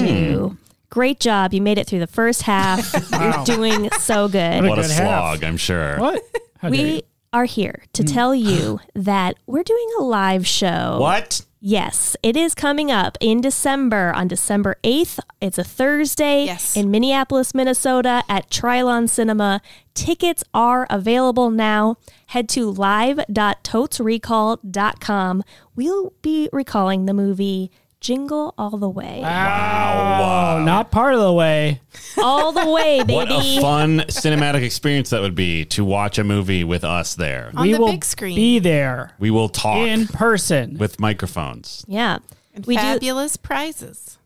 C: to. Great job. You made it through the first half. You're doing so good.
B: What a
D: good half.
B: slog, I'm sure.
D: what? How dare you.
B: Mm.
C: We are here to tell you that we're doing a live show
B: What?
C: Yes, it is coming up in December on December 8th. It's a Thursday
E: Yes.
C: in Minneapolis, Minnesota at Trilon Cinema. Tickets are available now. Head to live.totesrecall.com. We'll be recalling the movie Jingle All the Way.
D: Wow. Oh,
B: Oh.
D: Not part of the way.
C: All the way, baby.
B: What a fun cinematic experience that would be to watch a movie with us there.
E: On
D: we
E: the
D: will
E: big screen.
D: be there
B: We will talk
D: in person.
B: with microphones.
C: yeah.
E: and
C: We do
E: fabulous prizes.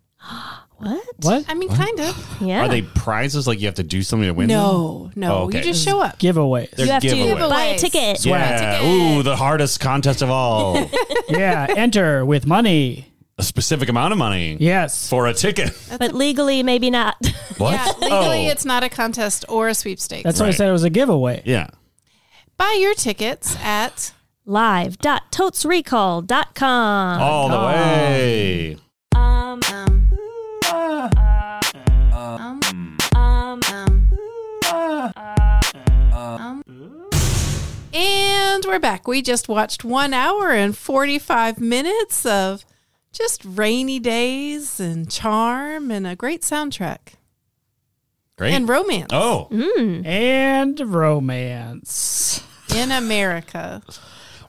C: what?
D: what?
E: I mean, kind of.
C: Yeah.
B: Are they prizes like you have to do something to win?
E: No, no.
B: Oh, okay.
E: You just show up.
D: Giveaways.
B: They're
C: you have to
B: giveaways.
C: buy a
E: Giveaways.
C: ticket.
B: Yeah. Ooh, the hardest contest of all.
D: yeah. Enter with money.
B: a specific amount of money
D: Yes.
B: for a ticket.
C: But legally maybe not.
B: What?
E: Yeah, legally,
B: Oh.
E: it's not a contest or a sweepstakes.
D: That's why I
B: Right.
D: said it was a giveaway.
B: yeah.
E: Buy your tickets at
C: live.totesrecall.com.
B: All the way.
A: Um, um, uh, um, um,
E: And we're back. We just watched one hour and 45 minutes of just rainy days and charm and a great soundtrack
B: Great.
E: and romance
B: oh,
D: And romance.
B: Oh.
E: in America.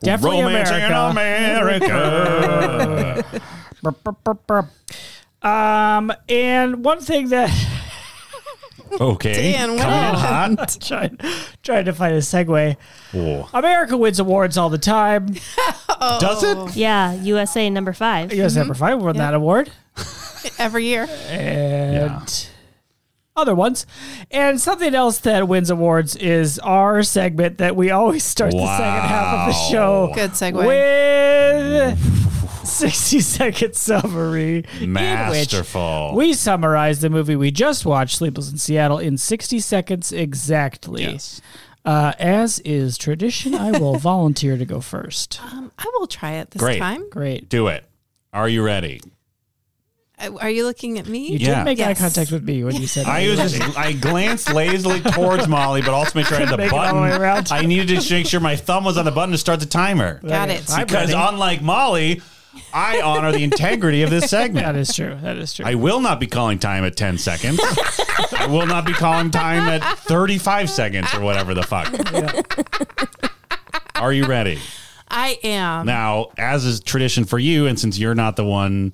D: Definitely
B: romancing in America.
D: Burp, burp, burp, burp. Um, and one thing that
B: okay.
E: Dan, what
B: Coming in
E: happened?
B: hot.
D: trying, trying to find a segue.
B: Oh.
D: America wins awards all the time.
B: Does it?
C: Yeah, USA number five.
D: U.S. number five won that award.
E: Every year.
D: and other ones. And something else that wins awards is our segment that we always start the second half of the
B: Wow.
D: show
E: Good segue.
D: with 60 second summary. in which
B: Masterful.
D: We summarize the movie we just watched, Sleepless in Seattle, in 60 seconds exactly.
B: Yes.
D: Uh, as is tradition, I will volunteer to go first.
E: Um, I will try it this
B: Great.
E: time.
D: Great.
B: Do it. Are you ready?
E: Uh, Are you looking at
D: You
E: me?
B: Yeah.
D: did make
E: Yes.
D: eye contact with me when you said
B: I was just I glanced lazily towards Molly, but also made sure I had the
D: Make it all the way
B: button.
D: around.
B: I needed to make sure my thumb was on the button to start the timer.
E: Got it.
D: I'm
B: Because
D: ready.
B: unlike Molly, I honor the integrity of this
D: that
B: segment.
D: is true. That is true.
B: I will not be calling time at 10 seconds. I will not be calling time at 35 seconds or whatever the fuck. Are you ready?
E: I am.
B: Now, as is tradition for you, and since you're not the one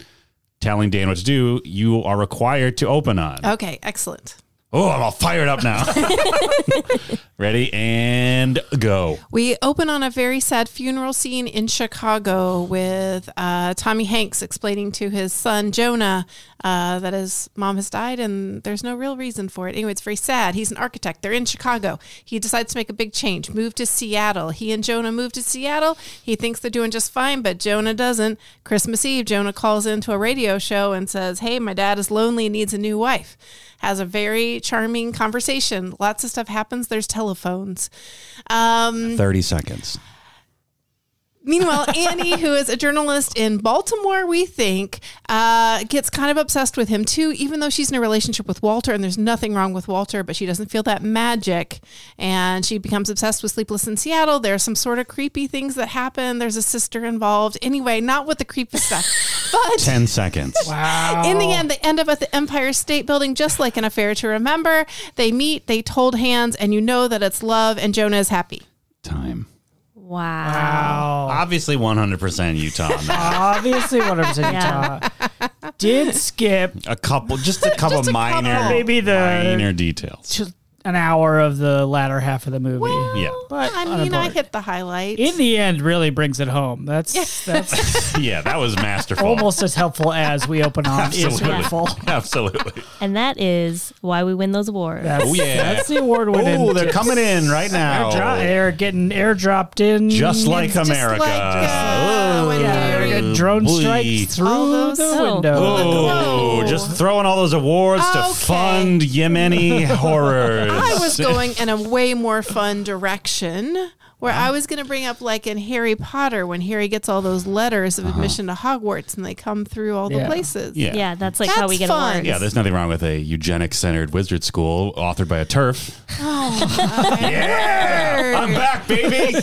B: telling Dan what to do, you are required to open on.
E: Okay, excellent.
B: Oh, I'm all fired up now. Ready and go.
E: We open on a very sad funeral scene in Chicago with uh, Tommy Hanks explaining to his son Jonah uh, that his mom has died and there's no real reason for it. Anyway, it's very sad. He's an architect. They're in Chicago. He decides to make a big change, move to Seattle. He and Jonah move to Seattle. He thinks they're doing just fine, but Jonah doesn't. Christmas Eve, Jonah calls into a radio show and says, Hey, my dad is lonely and needs a new wife. Has a very charming conversation. Lots of stuff happens. There's telephones. Um,
B: 30 seconds.
E: Meanwhile, Annie, who is a journalist in Baltimore, we think, uh, gets kind of obsessed with him too, even though she's in a relationship with Walter and there's nothing wrong with Walter, but she doesn't feel that magic. And she becomes obsessed with Sleepless in Seattle. There are some sort of creepy things that happen. There's a sister involved. Anyway, not with the creepy stuff. But
B: 10 seconds.
E: in the end, they end up at the Empire State Building, just like an affair to remember. They meet, they hold hands, and you know that it's love, and Jonah is happy.
B: Time.
C: Wow.
B: Obviously 100% Utah. on that.
D: Obviously, 100%
C: Yeah.
D: Utah. Did skip
B: a couple, just a couple minor,
D: Maybe the-
B: minor details.
D: just an hour of the latter half of the movie.
B: Yeah.
D: But
E: I mean, I
D: unimportant.
E: hit the highlights.
D: in the end, really brings it home. That's that's
B: Yeah, that was masterful.
D: almost as helpful as we open on is
B: Absolutely.
D: helpful.
B: Absolutely.
C: And that is why we win those awards.
D: That's,
B: Oh, yeah.
D: that's the award winning.
B: Oh, they're coming in right now.
D: They're getting airdropped in.
B: Just like
E: just
B: America.
E: like, uh, when
D: yeah, they're
E: you-
D: getting drone
B: Boy.
D: strikes through
E: All those-
D: the
C: Oh.
D: window.
B: Oh,
E: Whoa.
B: just throwing all those awards
E: Okay.
B: to fund Yemeni horrors.
E: I was going in a way more fun direction where
B: Uh-huh.
E: I was going to bring up like in Harry Potter when Harry gets all those letters of admission to Hogwarts and they come through all
D: Yeah.
E: the places.
B: Uh-huh. Yeah.
C: Yeah, that's like how
E: That's
C: we get
E: fun.
C: awards.
B: Yeah, there's nothing wrong with a eugenic centered wizard school authored by a turf.
E: Yeah.
B: I'm back, baby.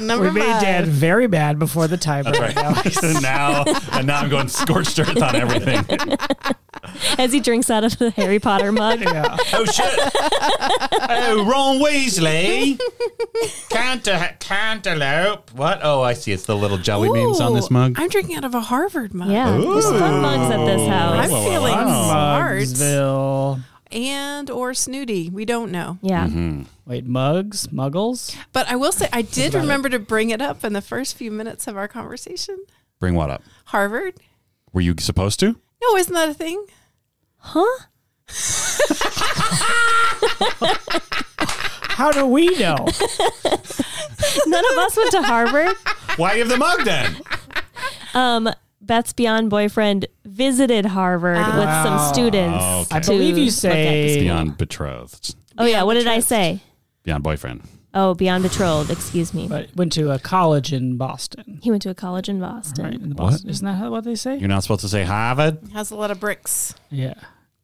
E: Number
D: We made
E: five.
D: Dad very bad before the tiebreak.
B: Oh. Right. So now, and now I'm going scorched earth on everything.
C: as he drinks out of the Harry Potter mug.
D: Yeah.
B: Oh shit! oh, Ron Weasley, Canter- cantaloupe. What? Oh, I see. It's the little jelly beans on this
E: Ooh,
B: mug.
E: I'm drinking out of a Harvard mug.
C: Yeah, there's fun mugs at this
B: Oh,
C: house.
E: I'm feeling smart
D: Mugsville.
E: and or snooty. We don't know.
C: Yeah,
B: Mm-hmm.
D: Wait, mugs? Muggles?
E: But I will say I did remember to bring it up in the first few minutes of our conversation.
B: Bring what up?
E: Harvard?
B: Were you supposed to?
E: No, isn't that a thing?
C: huh?
D: How do we know?
C: None of us went to Harvard.
B: Why give the mug then?
C: Um, Beth's Beyond boyfriend visited Harvard with some students.
B: Oh, okay.
D: Oh, I believe
C: to
D: you
C: look at this-
D: say
B: Beyond betrothed.
C: Oh yeah, what did I say?
B: Beyond boyfriend.
C: Oh, Beyond Betrothed. Excuse me.
D: but went to a college in Boston.
C: He went to a college in Boston.
D: Right? In the Boston. Isn't that how- what they say?
B: You're not supposed to say Harvard.
E: Has a lot of bricks.
D: Yeah.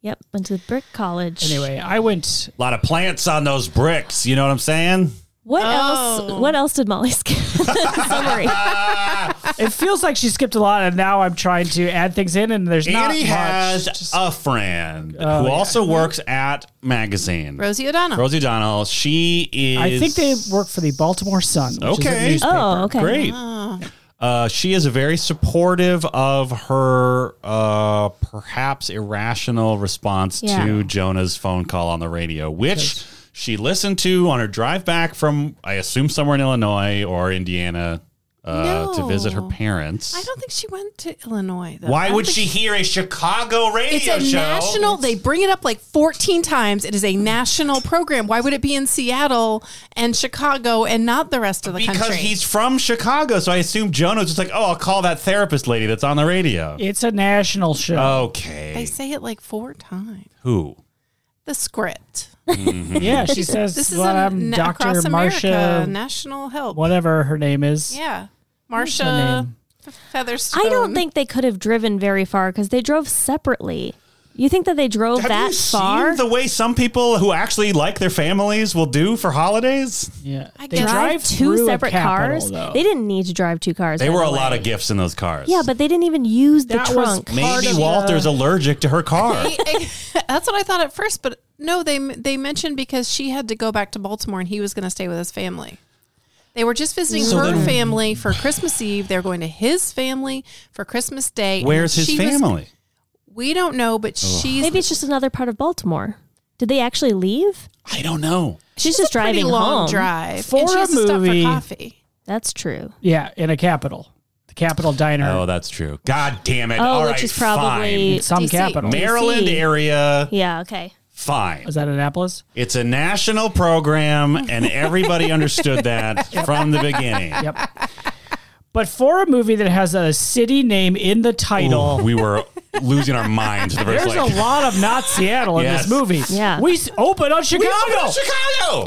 C: Yep, went to Brick College.
D: Anyway, I went
B: A lot of plants on those bricks. You know what I'm saying?
C: what
E: Oh.
C: else? What else did Molly skip? Summary.
D: It feels like she skipped a lot, and now I'm trying to add things in, and there's not
B: Annie
D: much.
B: has
D: Just-
B: a friend
D: Oh,
B: who
D: yeah.
B: also works at magazine.
E: Rosie O'Donnell.
B: Rosie O'Donnell. She is.
D: I think they work for the Baltimore Sun. Which
B: Okay.
D: Is a newspaper.
C: oh, okay.
B: Great. Uh, she is very supportive of her uh, perhaps irrational response
C: Yeah.
B: to Jonah's phone call on the radio, which she listened to on her drive back from, I assume, somewhere in Illinois or Indiana uh, to
E: No.
B: visit her parents.
E: I don't think she went to Illinois. Though. I
B: Why
E: don't
B: would
E: think
B: she hear a Chicago
E: It's
B: radio
E: a
B: show?
E: national. They bring it up like 14 times. It is a national program. Why would it be in Seattle and Chicago and not the rest of the
B: because
E: country?
B: he's from Chicago, so I assume Jonah's just like, oh, I'll call that therapist lady that's on the radio.
D: It's a national show.
B: Okay.
E: they say it like four times.
B: Who?
E: The script.
D: Yeah, she says,
E: This is um,
D: well,
E: a
D: I'm
E: na-
D: Dr.
E: across America
D: Marsha,
E: national help.
D: whatever her name is.
E: Yeah,
D: her
E: Marsha
D: name?
E: F- Featherstone.
C: I don't think they could have driven very far because they drove separately. You think that they drove
B: Have
C: that
B: you
C: far?
B: seen the way some people who actually like their families will do for holidays?
D: Yeah.
E: I
D: They
E: guess-
D: drive
C: two
D: through a
C: separate
D: capital,
C: cars.
D: though.
C: They didn't need to drive two cars.
B: They
C: by
B: were
C: the
B: a lot
C: way.
B: of gifts in those cars.
C: Yeah, but they didn't even use the
D: That was
C: trunk.
D: ma- part
B: maybe
D: of
B: Walter's
D: the-
B: allergic to her car.
E: That's what I thought at first, but no, they they mentioned because she had to go back to Baltimore and he was going to stay with his family. They were just visiting
B: So
E: her
B: then-
E: family for Christmas Eve. They're going to his family for Christmas Day. and
B: Where's his
E: she was-
B: family?
E: we don't know, but she's
C: Maybe it's just another part of Baltimore. Did they actually leave?
B: I don't know.
C: She's,
E: it's
C: just
E: a pretty
C: driving
E: long
C: home.
E: drive
D: For
E: and she
D: a
E: has to stop
D: movie.
E: for coffee.
C: That's true.
D: yeah, in a capital. The capital diner.
B: Oh, that's true. God damn it.
C: Oh,
B: All
C: which
B: right,
C: is probably
D: in some
E: DC.
D: capital.
B: fine. Maryland
C: DC.
B: area,
C: Yeah. Okay.
B: fine.
D: Is that Annapolis?
B: It's a national program, and everybody understood that from the beginning.
D: Yep. But for a movie that has a city name in the title,
B: Ooh, we were losing our minds the first
D: There's
B: like,
D: a lot of not Seattle in
B: Yes.
D: this movie.
C: Yeah.
D: We s- open on Chicago.
B: Chicago.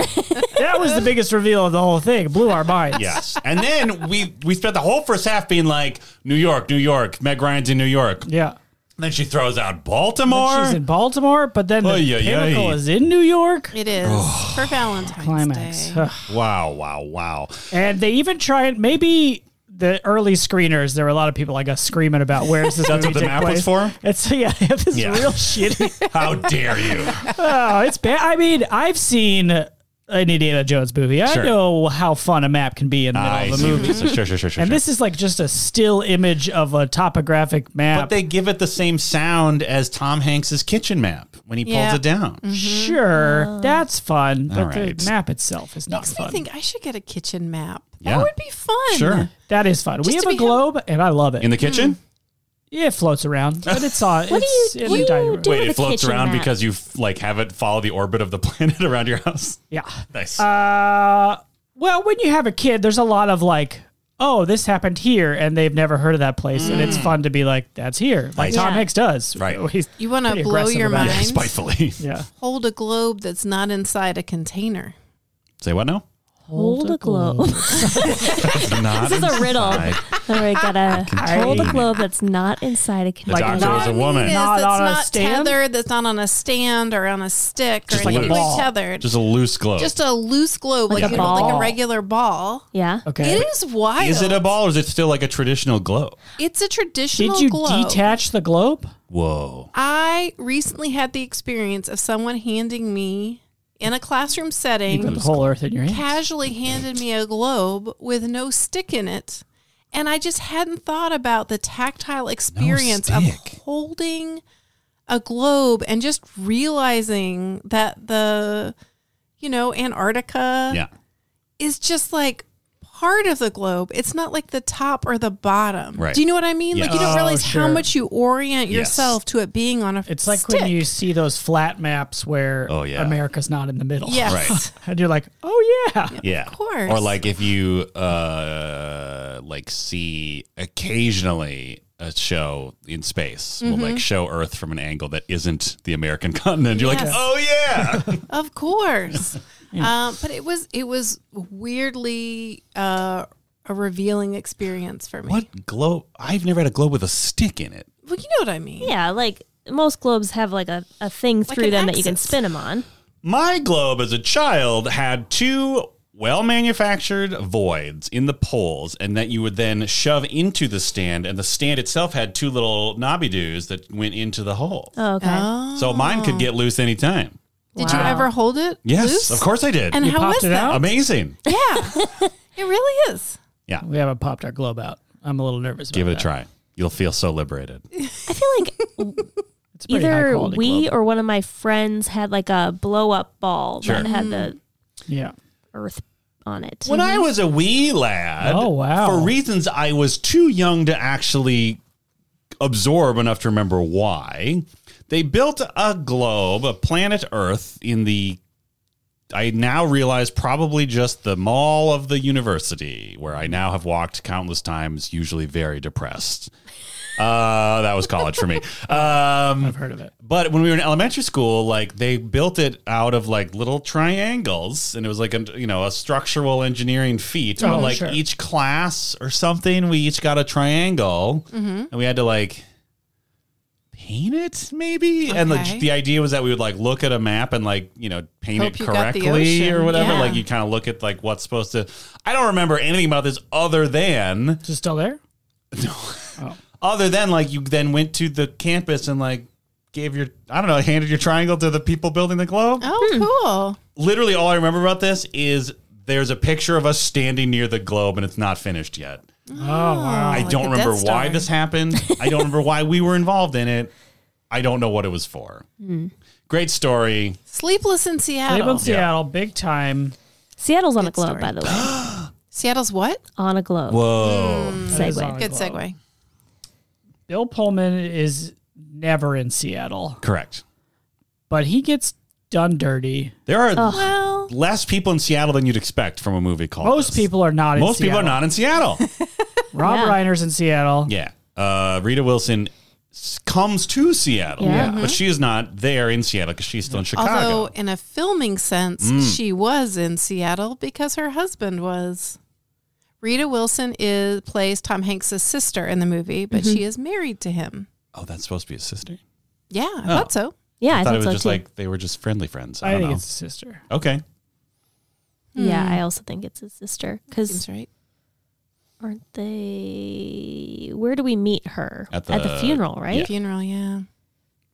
D: that was the biggest reveal of the whole thing. Blew our minds.
B: Yes. And then we we spent the whole first half being like New York, New York, Meg Ryan's in New York.
D: Yeah.
B: Then she throws out
D: She's in
B: Baltimore.
D: Baltimore, but then the
B: Oy, oy, oy.
D: pinnacle is in New York.
E: It is for Valentine's
D: Climax.
E: Day.
D: Ugh.
B: Wow, wow, wow.
D: and they even try and maybe the early screeners, there were a lot of people like us screaming about where is this
B: That's
D: movie
B: what the
D: take
B: map
D: place.
B: was for?
D: It's yeah, this is
B: Yeah.
D: real shitty.
B: How dare you?
D: Oh, it's bad. I mean, I've seen an Indiana Jones movie. I
B: Sure.
D: know how fun a map can be in the middle
B: I
D: of a
B: see
D: movie.
B: what you're saying. Sure, sure, sure, sure.
D: And
B: sure.
D: this is like just a still image of a topographic map.
B: but they give it the same sound as Tom Hanks's kitchen map when he
E: Yeah.
B: pulls it down.
C: Mm-hmm.
D: Sure, that's fun, but
B: right.
D: the map itself is not
E: Makes
D: fun.
E: me think I should get a kitchen map.
B: Yeah.
E: That would be fun.
B: Sure.
D: that is fun.
E: Just
D: We have
E: to
D: a
E: be hel-
D: globe, and I love it.
B: In the kitchen?
C: Mm-hmm.
D: yeah, it floats around, but it's on.
C: What do
D: it's
C: you-
D: in
C: what
D: the
C: do
D: dining
C: you
D: room.
C: do?
B: Wait,
C: with
B: it
C: a
B: floats
C: kitchen
B: around
C: map.
B: because you like have it follow the orbit of the planet around your house.
D: Yeah.
B: Nice.
D: Uh, well, when you have a kid, there's a lot of like, oh, this happened here, and they've never heard of that place, and
E: Mm.
D: it's fun to be like, that's here, like
B: Nice.
D: Tom
C: Yeah.
D: Hanks does.
B: Right.
D: He's
E: You want to
D: pretty
E: blow
D: aggressive
E: your
D: about
E: mind?
D: it.
B: yeah, spitefully.
D: yeah.
E: Hold a globe that's not inside a container.
B: Say what now?
C: Hold a globe.
B: Hmm. Not
C: This is a riddle.
B: inside.
C: All right, gotta hold a
B: contain.
C: globe that's not inside a
B: The
C: container.
B: doctor was a woman.
D: Not
E: Not
D: on a
E: that's not
D: stand?
E: tethered. That's not on a stand or on a stick
B: Just
E: or
B: like a
E: anything
D: ball.
E: tethered. Just,
B: Just a loose globe.
E: a loose globe, like,
C: a
E: you know, like
C: ball.
E: a regular ball.
C: yeah.
D: Okay.
E: It is wild.
B: is it a ball or is it still like a traditional globe?
E: It's a traditional.
D: Did you
E: globe.
D: detach the globe?
B: Whoa.
E: I recently had the experience of someone handing me in a classroom
D: You put
E: setting
D: the whole earth in your hand.
E: casually handed me a globe with no stick in it. And I just hadn't thought about the tactile experience of
B: stick.
E: holding a globe and just realizing that the, you know, Antarctica
B: Yeah.
E: is just like part of the globe. It's not like the top or the bottom.
B: Right.
E: Do you know what I mean? Like you
D: Yes.
E: don't
D: Oh,
E: realize how
D: sure.
E: much you orient
B: Yes.
E: yourself to it being on a
D: It's like
E: stick.
D: when you see those flat maps where
B: Oh, yeah.
D: America's not in the middle.
E: Yes.
B: Right.
D: And you're like, oh, yeah.
B: Yeah. Of
E: course.
B: Or like if you uh like see occasionally a show in space will
E: Mm-hmm.
B: like show Earth from an angle that isn't the American continent. You're like,
E: Yes.
B: oh yeah.
E: Of course. Um, but it was it was weirdly uh, a revealing experience for me.
B: what globe? I've never had a globe with a stick in it.
E: Well, you know what I mean.
C: Yeah, like most globes have like a, a thing through
E: an
C: them that you can
E: axis.
C: spin them on.
B: My globe as a child had two well manufactured voids in the poles, and that you would then shove into the stand, and the stand itself had two little knobby doos that went into the hole.
C: Oh, okay.
E: Oh.
B: So mine could get loose anytime.
E: Did you ever hold it?
B: Yes,
E: loose?
B: of course I did.
E: And how
D: popped
E: was
D: it
E: that?
D: out?
B: Amazing.
E: Yeah, it really is.
D: We haven't popped our globe out. I'm a little nervous.
B: Give
D: about
B: it a
D: that.
B: try. You'll feel so liberated.
C: I feel like
D: It's a pretty
C: either
D: high-quality
C: we
D: globe.
C: or one of my friends had like a blow up ball
B: Sure.
C: that had the
D: yeah.
C: earth on it. Mhm.
B: When I was a wee lad,
D: Mm-hmm. Oh, wow.
B: for reasons I was too young to actually absorb enough to remember why, they built a globe, a planet Earth, in the I now realize probably just the mall of the university, where I now have walked countless times, usually very depressed. Uh, that was college for me. Um,
D: I've heard of it.
B: But when we were in elementary school, like they built it out of like little triangles, and it was like a you know a structural engineering feat.
D: Oh,
B: but like
D: sure.
B: each class or something, we each got a triangle,
E: Mm-hmm.
B: and we had to like paint it maybe. And
E: Okay.
B: like the idea was that we would like look at a map and like you know paint
E: Hope
B: it
E: you got the
B: correctly or
E: ocean.
B: whatever.
E: Yeah.
B: Like you kind of look at like what's supposed to. I don't remember anything about this other than
D: Is it still there?
B: other than like you then went to the campus and like gave your I don't know handed your triangle to the people building the globe.
E: Oh,
B: Literally all I remember about this is there's a picture of us standing near the globe and it's not finished yet.
D: Oh, wow.
B: I
E: like
B: don't
E: the
B: remember
E: Death
B: why
E: Star.
B: this happened. I don't remember why we were involved in it. I don't know what it was for.
D: Hmm.
B: Great story.
E: cool. Sleepless in
D: Sleep
E: Seattle.
D: in Seattle, big time.
C: Seattle's on a
E: Good
C: globe,
E: story.
C: by the way.
E: Seattle's what?
C: On a globe.
B: Whoa.
D: That is
C: Segue.
D: on a
E: Good
D: globe.
E: segue.
D: Bill Pullman is never in Seattle,
B: Correct.
D: but he gets done dirty.
B: There are
E: Well,
B: less people in Seattle than you'd expect from a movie called
D: Most
B: this.
D: people are not in
B: Most people
D: Seattle.
B: are not in Seattle.
D: Rob
C: Yeah.
D: Reiner's in Seattle.
B: Yeah. Uh, Rita Wilson s- comes to Seattle,
C: Yeah. Mm-hmm. Yeah.
B: but she is not there in Seattle because she's still in Chicago. Mm.
E: although in a filming sense, she was in Seattle because her husband was. Rita Wilson is plays Tom Hanks' sister in the movie, but
B: Mm-hmm.
E: she is married to him.
B: oh, that's supposed to be a sister?
E: Yeah,
B: Oh.
E: I thought so.
C: yeah, I,
B: I thought
C: think
B: it was
C: so
B: just
C: too.
B: like they were just friendly friends. I,
D: I
B: don't
D: think
B: know.
D: it's his sister.
B: Okay.
C: yeah, I also think it's his sister. Because
E: Seems right.
C: aren't they? Where do we meet her
B: At the-
C: funeral? Right?
E: Funeral, yeah.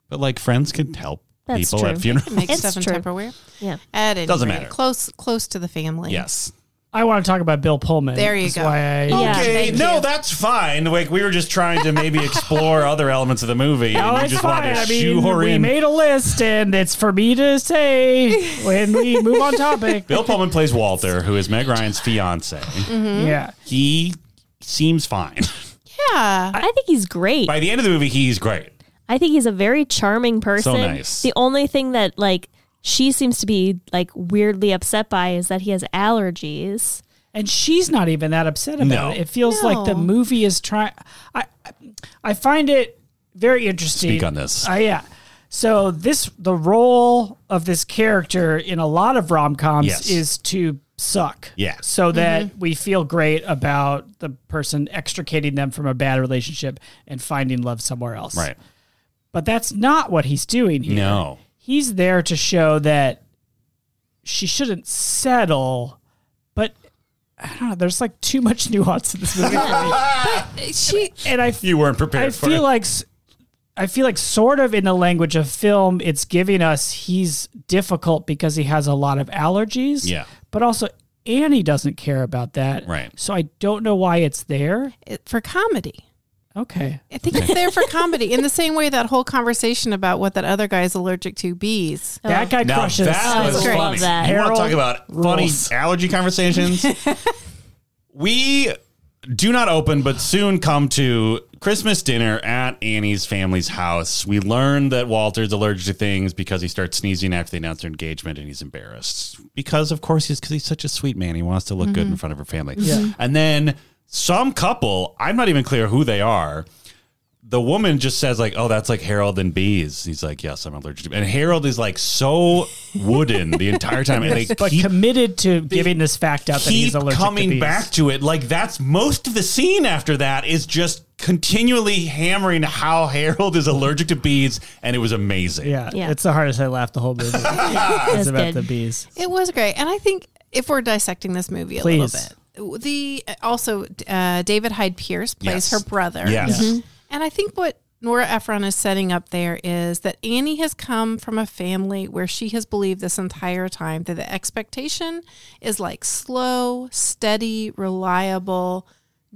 B: But like friends can help
C: That's
B: people
C: true.
B: at funerals.
E: Make
C: It's
E: stuff in
C: true.
E: Tupperware.
C: Yeah.
E: At any
B: Doesn't
E: rate,
B: matter.
E: Close, close to the family.
B: yes.
D: I want to talk about Bill Pullman.
E: There you
D: That's
E: go.
D: Why I,
C: Yeah,
B: okay.
E: thank
B: No,
E: you.
B: that's fine. Like we were just trying to maybe explore other elements of the movie.
D: No,
B: and you
D: it's
B: just
D: Oh, fine.
B: wanted to
D: I mean,
B: shoehorn
D: we
B: in.
D: made a list, and it's for me to say when we move on topic.
B: Bill Pullman plays Walter, who is Meg Ryan's fiance.
C: Mm-hmm.
D: Yeah,
B: He seems fine.
E: Yeah.
C: I think he's great.
B: By the end of the movie, he's great.
C: I think he's a very charming person.
B: nice.
C: The only thing that like she seems to be like weirdly upset by is that he has allergies.
D: and she's not even that upset about
B: No.
D: it. It feels like the
E: No.
D: movie is trying. I, I find it very interesting.
B: Speak on this.
D: Uh, yeah. So this the role of this character in a lot of rom coms
B: Yes.
D: is to suck.
B: Yeah.
D: So that we feel great about the person extricating them from a bad relationship and finding love somewhere else.
B: Right.
D: But that's not what he's doing here.
B: No.
D: He's there to show that she shouldn't settle, but I don't know. There's like too much nuance in this movie, for me.
C: uh,
E: She
D: and I
B: You weren't prepared
D: I
B: for
D: feel
B: it.
D: like s- I feel like sort of in the language of film, it's giving us he's difficult because he has a lot of allergies.
B: Yeah.
D: But also Annie doesn't care about that.
B: Right.
D: So I don't know why it's there.
E: for comedy.
D: Okay.
E: I think it's there for comedy. In the same way that whole conversation about what that other guy is allergic to, bees.
D: That guy
B: now
D: crushes.
B: that was
C: Oh. That's great.
B: funny.
C: Love that.
B: You want to
D: Harold
B: talk about funny
D: rules.
B: allergy conversations? we do not open, but soon come to Christmas dinner at Annie's family's house. We learn that Walter's allergic to things because he starts sneezing after they announce their engagement, and he's embarrassed because, of course, he's because he's such a sweet man. He wants to look good in front of her family.
D: Yeah.
B: And then some couple, I'm not even clear who they are the woman just says like, "Oh, that's like Harold and bees." He's like, "Yes, I'm allergic to." And Harold is like so wooden the entire time, and they
D: but
B: keep,
D: committed to giving this fact out that
B: keep
D: he's allergic
B: coming
D: to bees.
B: back to it. Like that's most of the scene after that is just continually hammering how Harold is allergic to bees, and it was amazing.
D: Yeah,
C: Yeah.
D: It's the hardest I laughed the whole movie. it's
C: That's
D: about
C: good.
D: the bees.
E: It was great, and I think if we're dissecting this movie a
D: Please.
E: little bit, the also uh, David Hyde Pierce plays
B: Yes.
E: her brother.
B: Yes.
E: And I think what Nora Ephron is setting up there is that Annie has come from a family where she has believed this entire time that the expectation is like slow, steady, reliable,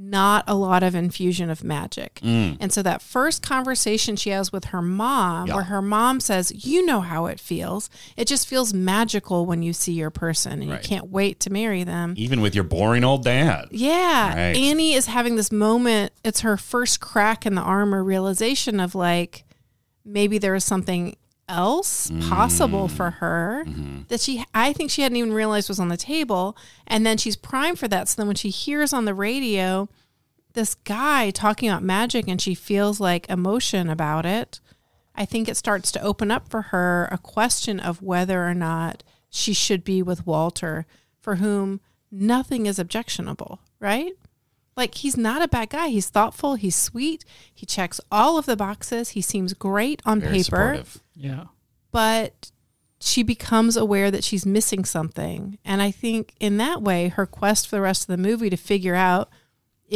E: not a lot of infusion of magic.
B: Mm.
E: And so that first conversation she has with her mom, where her mom says, You know how it feels. It just feels magical when you see your person and
B: Right.
E: you can't wait to marry them.
B: Even with your boring old dad.
E: Yeah.
B: Right.
E: Annie is having this moment. It's her first crack in the armor realization of like, maybe there is something else
B: Mm.
E: possible for her
B: Mm-hmm.
E: that she, I think she hadn't even realized was on the table. And then she's primed for that. So then when she hears on the radio this guy talking about magic and she feels like emotion about it, I think it starts to open up for her a question of whether or not she should be with Walter, for whom nothing is objectionable, right? Like, he's not a bad guy. He's thoughtful. He's sweet. He checks all of the boxes. He seems great on
B: Very
E: paper
B: supportive.
D: Yeah.
E: but she becomes aware that she's missing something. And I think in that way, her quest for the rest of the movie to figure out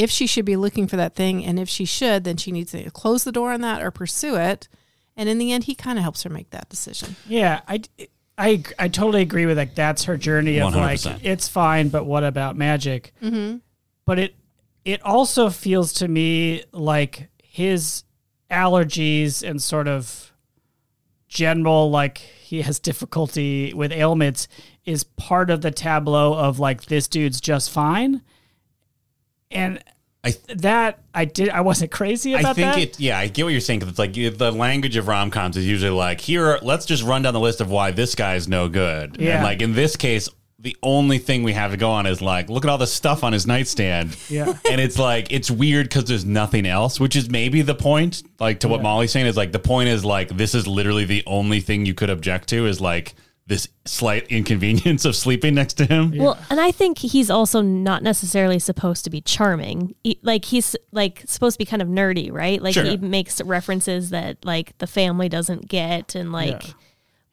E: if she should be looking for that thing and if she should, then she needs to close the door on that or pursue it. And in the end, he kind of helps her make that decision.
D: Yeah, I, I, I totally agree with like that's her journey of like
B: 100%.
D: it's fine, but what about magic? Mm-hmm. But it it also feels to me like his allergies and sort of general like he has difficulty with ailments is part of the tableau of like this dude's just fine, and
B: I th-
D: that I did I wasn't crazy about
B: I think
D: that.
B: it. Yeah, I get what you're saying. 'cause it's like you- the language of rom coms is usually like, here, let's just run down the list of why this guy's no good.
D: Yeah.
B: And like in this case, the only thing we have to go on is like, look at all the stuff on his nightstand.
D: Yeah.
B: and it's like it's weird because there's nothing else, which is maybe the point. Like to what Molly's saying is like the point is like this is literally the only thing you could object to is like this slight inconvenience of sleeping next to him.
C: Well, and I think he's also not necessarily supposed to be charming. He- like he's like supposed to be kind of nerdy, right? Like
B: Sure.
C: he makes references that like the family doesn't get, and like,
D: Yeah.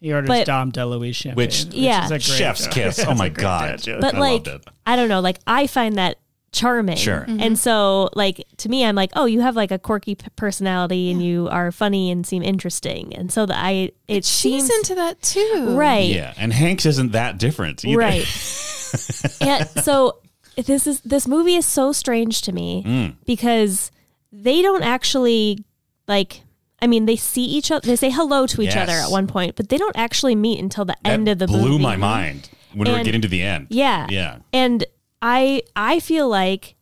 D: he orders
C: but-
D: Dom DeLuise champagne,
B: Which-
C: Yeah.
D: is a great
B: Chef's
D: joke.
B: kiss. Oh my god.
C: but
B: I
C: like
B: loved it.
C: I don't know, like I find that charming.
B: Sure. Mhm.
C: And so, like to me, I'm like, oh, you have like a quirky p- personality, and you are funny and seem interesting, and so the I it
E: She's
C: seems
E: into that too.
C: right.
B: Yeah, and Hanks isn't that different either.
C: Right. yeah. So this is this movie is so strange to me
B: Mm.
C: because they don't actually like. I mean, they see each other. They say hello to each other
B: Yes.
C: at one point, but they don't actually meet until the
B: that
C: end of the
B: blew
C: movie.
B: my mind when we were
C: And-
B: getting to the end.
C: Yeah.
B: Yeah.
C: And I I feel like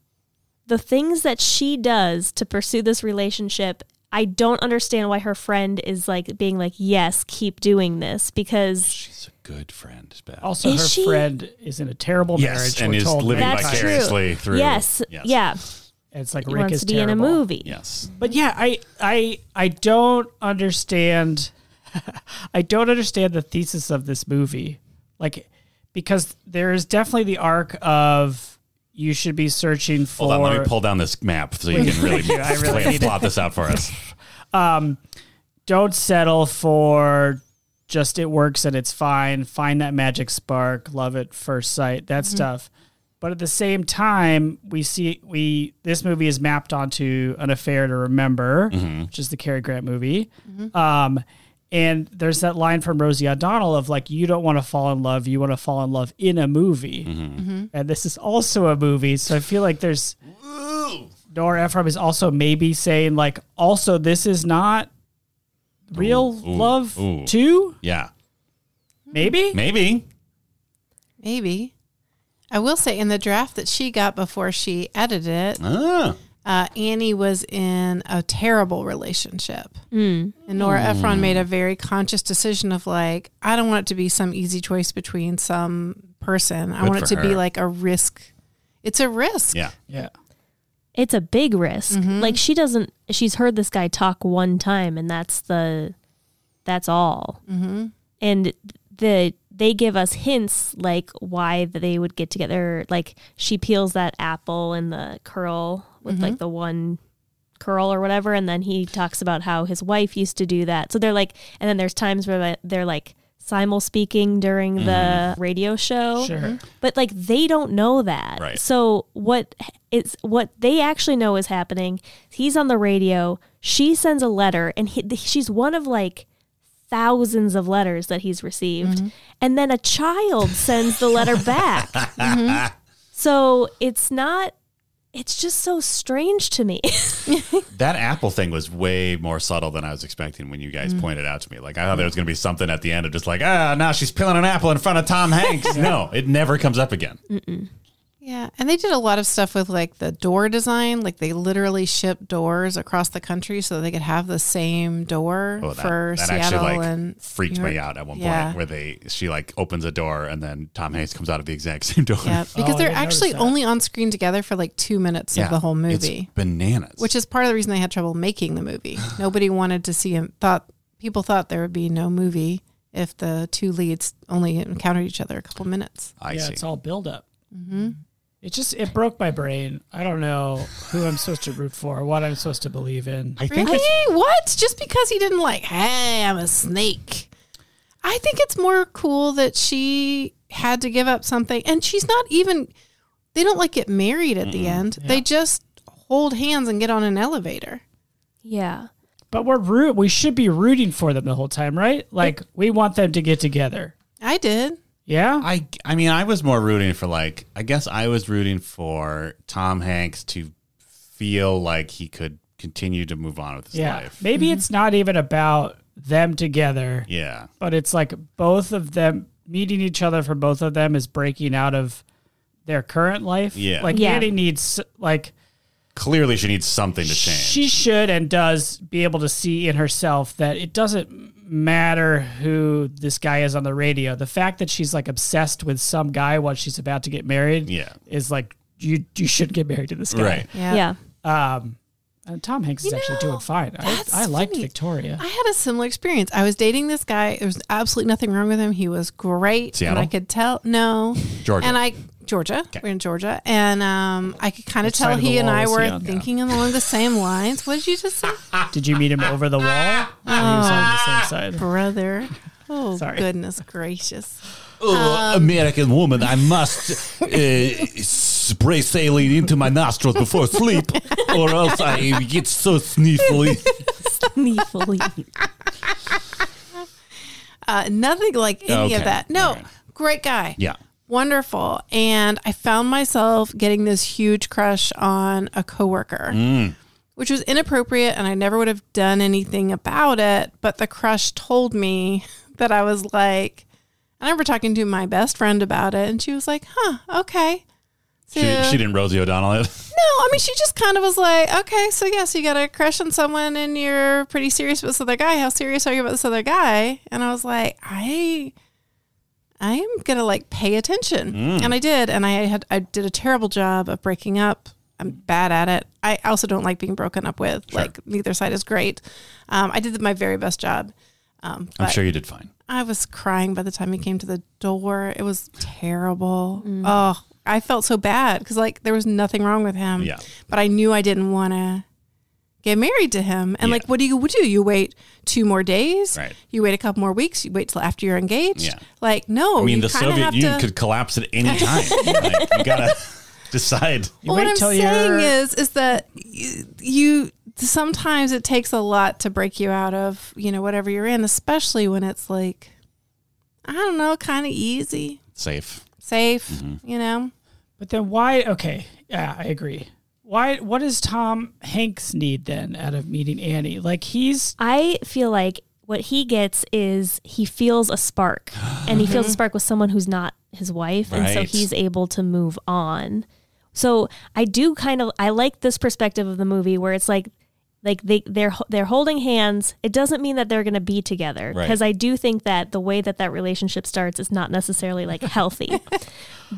C: the things that she does to pursue this relationship, I don't understand why her friend is like being like, "Yes, keep doing this," because
B: She's a good friend, Beth.
D: Also,
C: Is
D: her
C: she-
D: friend is in a terrible marriage.
B: yes, and
D: we're
B: is
D: told
B: living
D: many
C: That's
D: times.
C: true.
B: vicariously through.
C: yes, yeah,
D: And It's like
C: he
D: Rick
C: wants
D: is
C: to be
D: terrible.
C: in a movie.
B: Yes.
D: But yeah, I, I, I don't understand. I don't understand the thesis of this movie, like because there is definitely the arc of you should be searching for.
B: Hold on, let me pull down this map so you can really,
D: I really
B: play-
D: need it.
B: plot this out for us.
D: don't settle for just it works and it's fine. Find that magic spark, love at first sight, that stuff. But at the same time, we see we this movie is mapped onto an affair to remember,
B: Mm-hmm.
D: which is the Cary Grant movie. Um, and there's that line from Rosie O'Donnell of like, you don't want to fall in love, you want to fall in love in a movie.
B: Mm-hmm.
D: And this is also a movie, so I feel like there's Nora Ephron is also maybe saying like, also this is not real
B: ooh,
D: love
B: ooh.
D: too.
B: Yeah,
D: Maybe
B: maybe.
E: Maybe. I will say in the draft that she got before she edited it,
B: Ah,
E: uh, Annie was in a terrible relationship. And
B: Hmm.
E: Nora Ephron made a very conscious decision of like, I don't want it to be some easy choice between some person. I
B: Good
E: want it
B: for
E: to be
B: her.
E: like a risk. It's a risk.
B: yeah.
D: yeah.
C: It's a big risk. Like she doesn't. She's heard this guy talk one time, and that's the, that's all. Mm-hmm. And the they give us hints like why they would get together. Like she peels that apple and the curl with like the one curl or whatever, and then he talks about how his wife used to do that. So they're like, and then there's times where they- they're like simul speaking during the radio show
D: Sure.
C: but like they don't know that
B: Right.
C: so what it's what they actually know is happening he's on the radio she sends a letter and he, she's one of like thousands of letters that he's received and then a child sends the letter back so it's not it's just so strange to me
B: That Apple thing was way more subtle than I was expecting when you guys
E: Mm.
B: pointed out to me. Like I thought there was going to be something at the end of just like, ah, now she's peeling an apple in front of Tom Hanks. no, it never comes up again.
E: Mm, Yeah, and they did a lot of stuff with like the door design. Like they literally shipped doors across the country so they could have the same door
B: Oh, that,
E: for
B: that
E: Seattle
B: actually like
E: and
B: freaked
E: New
B: me
E: York.
B: out at one
E: Yeah.
B: point where they she like opens a door and then Tom Hanks comes out of the exact same door.
E: Yeah, because
D: Oh, I
E: they're
D: didn't notice
E: actually
D: that.
E: only on screen together for like two minutes
B: Yeah,
E: of the whole
B: it's
E: movie,
B: bananas.
E: which is part of the reason they had trouble making the movie. Nobody wanted to see him. Thought people thought there would be no movie if the two leads only encountered each other a couple minutes.
B: I
D: yeah,
B: see.
D: it's all build up. It just it broke my brain. I don't know who I'm supposed to root for, what I'm supposed to believe in.
B: I think
E: Really?
B: it's
E: What? Just because he didn't like, hey, I'm a snake. I think it's more cool that she had to give up something. And she's not even, they don't like get married at the end. They just hold hands and get on an elevator.
C: yeah
D: But we're root. We should be rooting for them the whole time, right? Like we want them to get together.
E: I did.
D: Yeah.
B: I I mean I was more rooting for like I guess I was rooting for Tom Hanks to feel like he could continue to move on with his
D: Yeah.
B: life.
D: Maybe it's not even about them together.
B: Yeah.
D: but it's like both of them meeting each other for both of them is breaking out of their current life.
B: Yeah.
D: Like
C: Yeah.
D: Annie needs like
B: Clearly she needs something to change.
D: she should and does be able to see in herself that it doesn't matter who this guy is on the radio. The fact that she's like obsessed with some guy while she's about to get married
B: yeah.
D: is like you you shouldn't get married to this guy.
B: Right.
E: Yeah.
C: yeah,
D: Um and Tom Hanks is actually doing fine. I,
E: that's
D: I liked
E: funny.
D: Victoria.
E: I had a similar experience. I was dating this guy. There was absolutely nothing wrong with him. He was great.
B: Seattle?
E: And I could tell, no.
B: Georgia.
E: And I, Georgia, we're in Georgia. And um, I could kind of
D: side
E: tell
D: of the
E: he and
D: wall
E: I
D: is
E: were
D: Seattle?
E: thinking along the same lines. What did you just say?
D: Did you meet him over the wall? Or he was on the same side.
E: brother. Oh
D: Sorry.
E: goodness gracious!
B: Oh, American woman, I must uh, spray saline into my nostrils before sleep, or else I get so sneezily.
C: Gleefully.
E: Uh, nothing like any
B: Okay.
E: of that. No, great guy.
B: Yeah.
E: wonderful. And I found myself getting this huge crush on a coworker,
B: Mm.
E: which was inappropriate, and I never would have done anything about it. But the crush told me that I was like, I remember talking to my best friend about it, and she was like, "Huh, okay."
B: She,
E: So-
B: she didn't Rosie O'Donnell it.
E: No, I mean, she just kind of was like, okay, so yeah, so you got a crush on someone and you're pretty serious about this other guy. How serious are you about this other guy? And I was like, I, I am gonna like pay attention, and I did, and I had I did a terrible job of breaking up. I'm bad at it. I also don't like being broken up with. Like neither side is great. Um, I did my very best job. Um,
B: I'm
E: but
B: sure you did fine.
E: I was crying by the time he came to the door. It was terrible. Oh, I felt so bad because like there was nothing wrong with him.
B: Yeah.
E: But I knew I didn't want to get married to him. And
B: Yeah.
E: like, what do you do? You wait two more days.
B: Right.
E: You wait a couple more weeks. You wait till after you're engaged.
B: Yeah.
E: Like, no.
B: I mean,
E: you
B: the
E: kinda
B: Soviet
E: have
B: Union
E: to-
B: could collapse at any time. Like, you gotta decide.
D: You
E: Well,
D: wait
E: what
D: till
E: I'm
D: you're-
E: saying is, is that y- you sometimes it takes a lot to break you out of you know whatever you're in, especially when it's like I don't know, kind of easy,
B: Safe.
E: safe, you know.
D: But then why? Okay, yeah, I agree. Why? What does Tom Hanks need then out of meeting Annie? Like he's
C: I feel like what he gets is he feels a spark, and he feels a spark with someone who's not his wife, and so
B: Right.
C: he's able to move on. So I do kind of I like this perspective of the movie where it's like like they they're they're holding hands. It doesn't mean that they're going to be together
B: Right.
C: because I do think that the way that that relationship starts is not necessarily like healthy.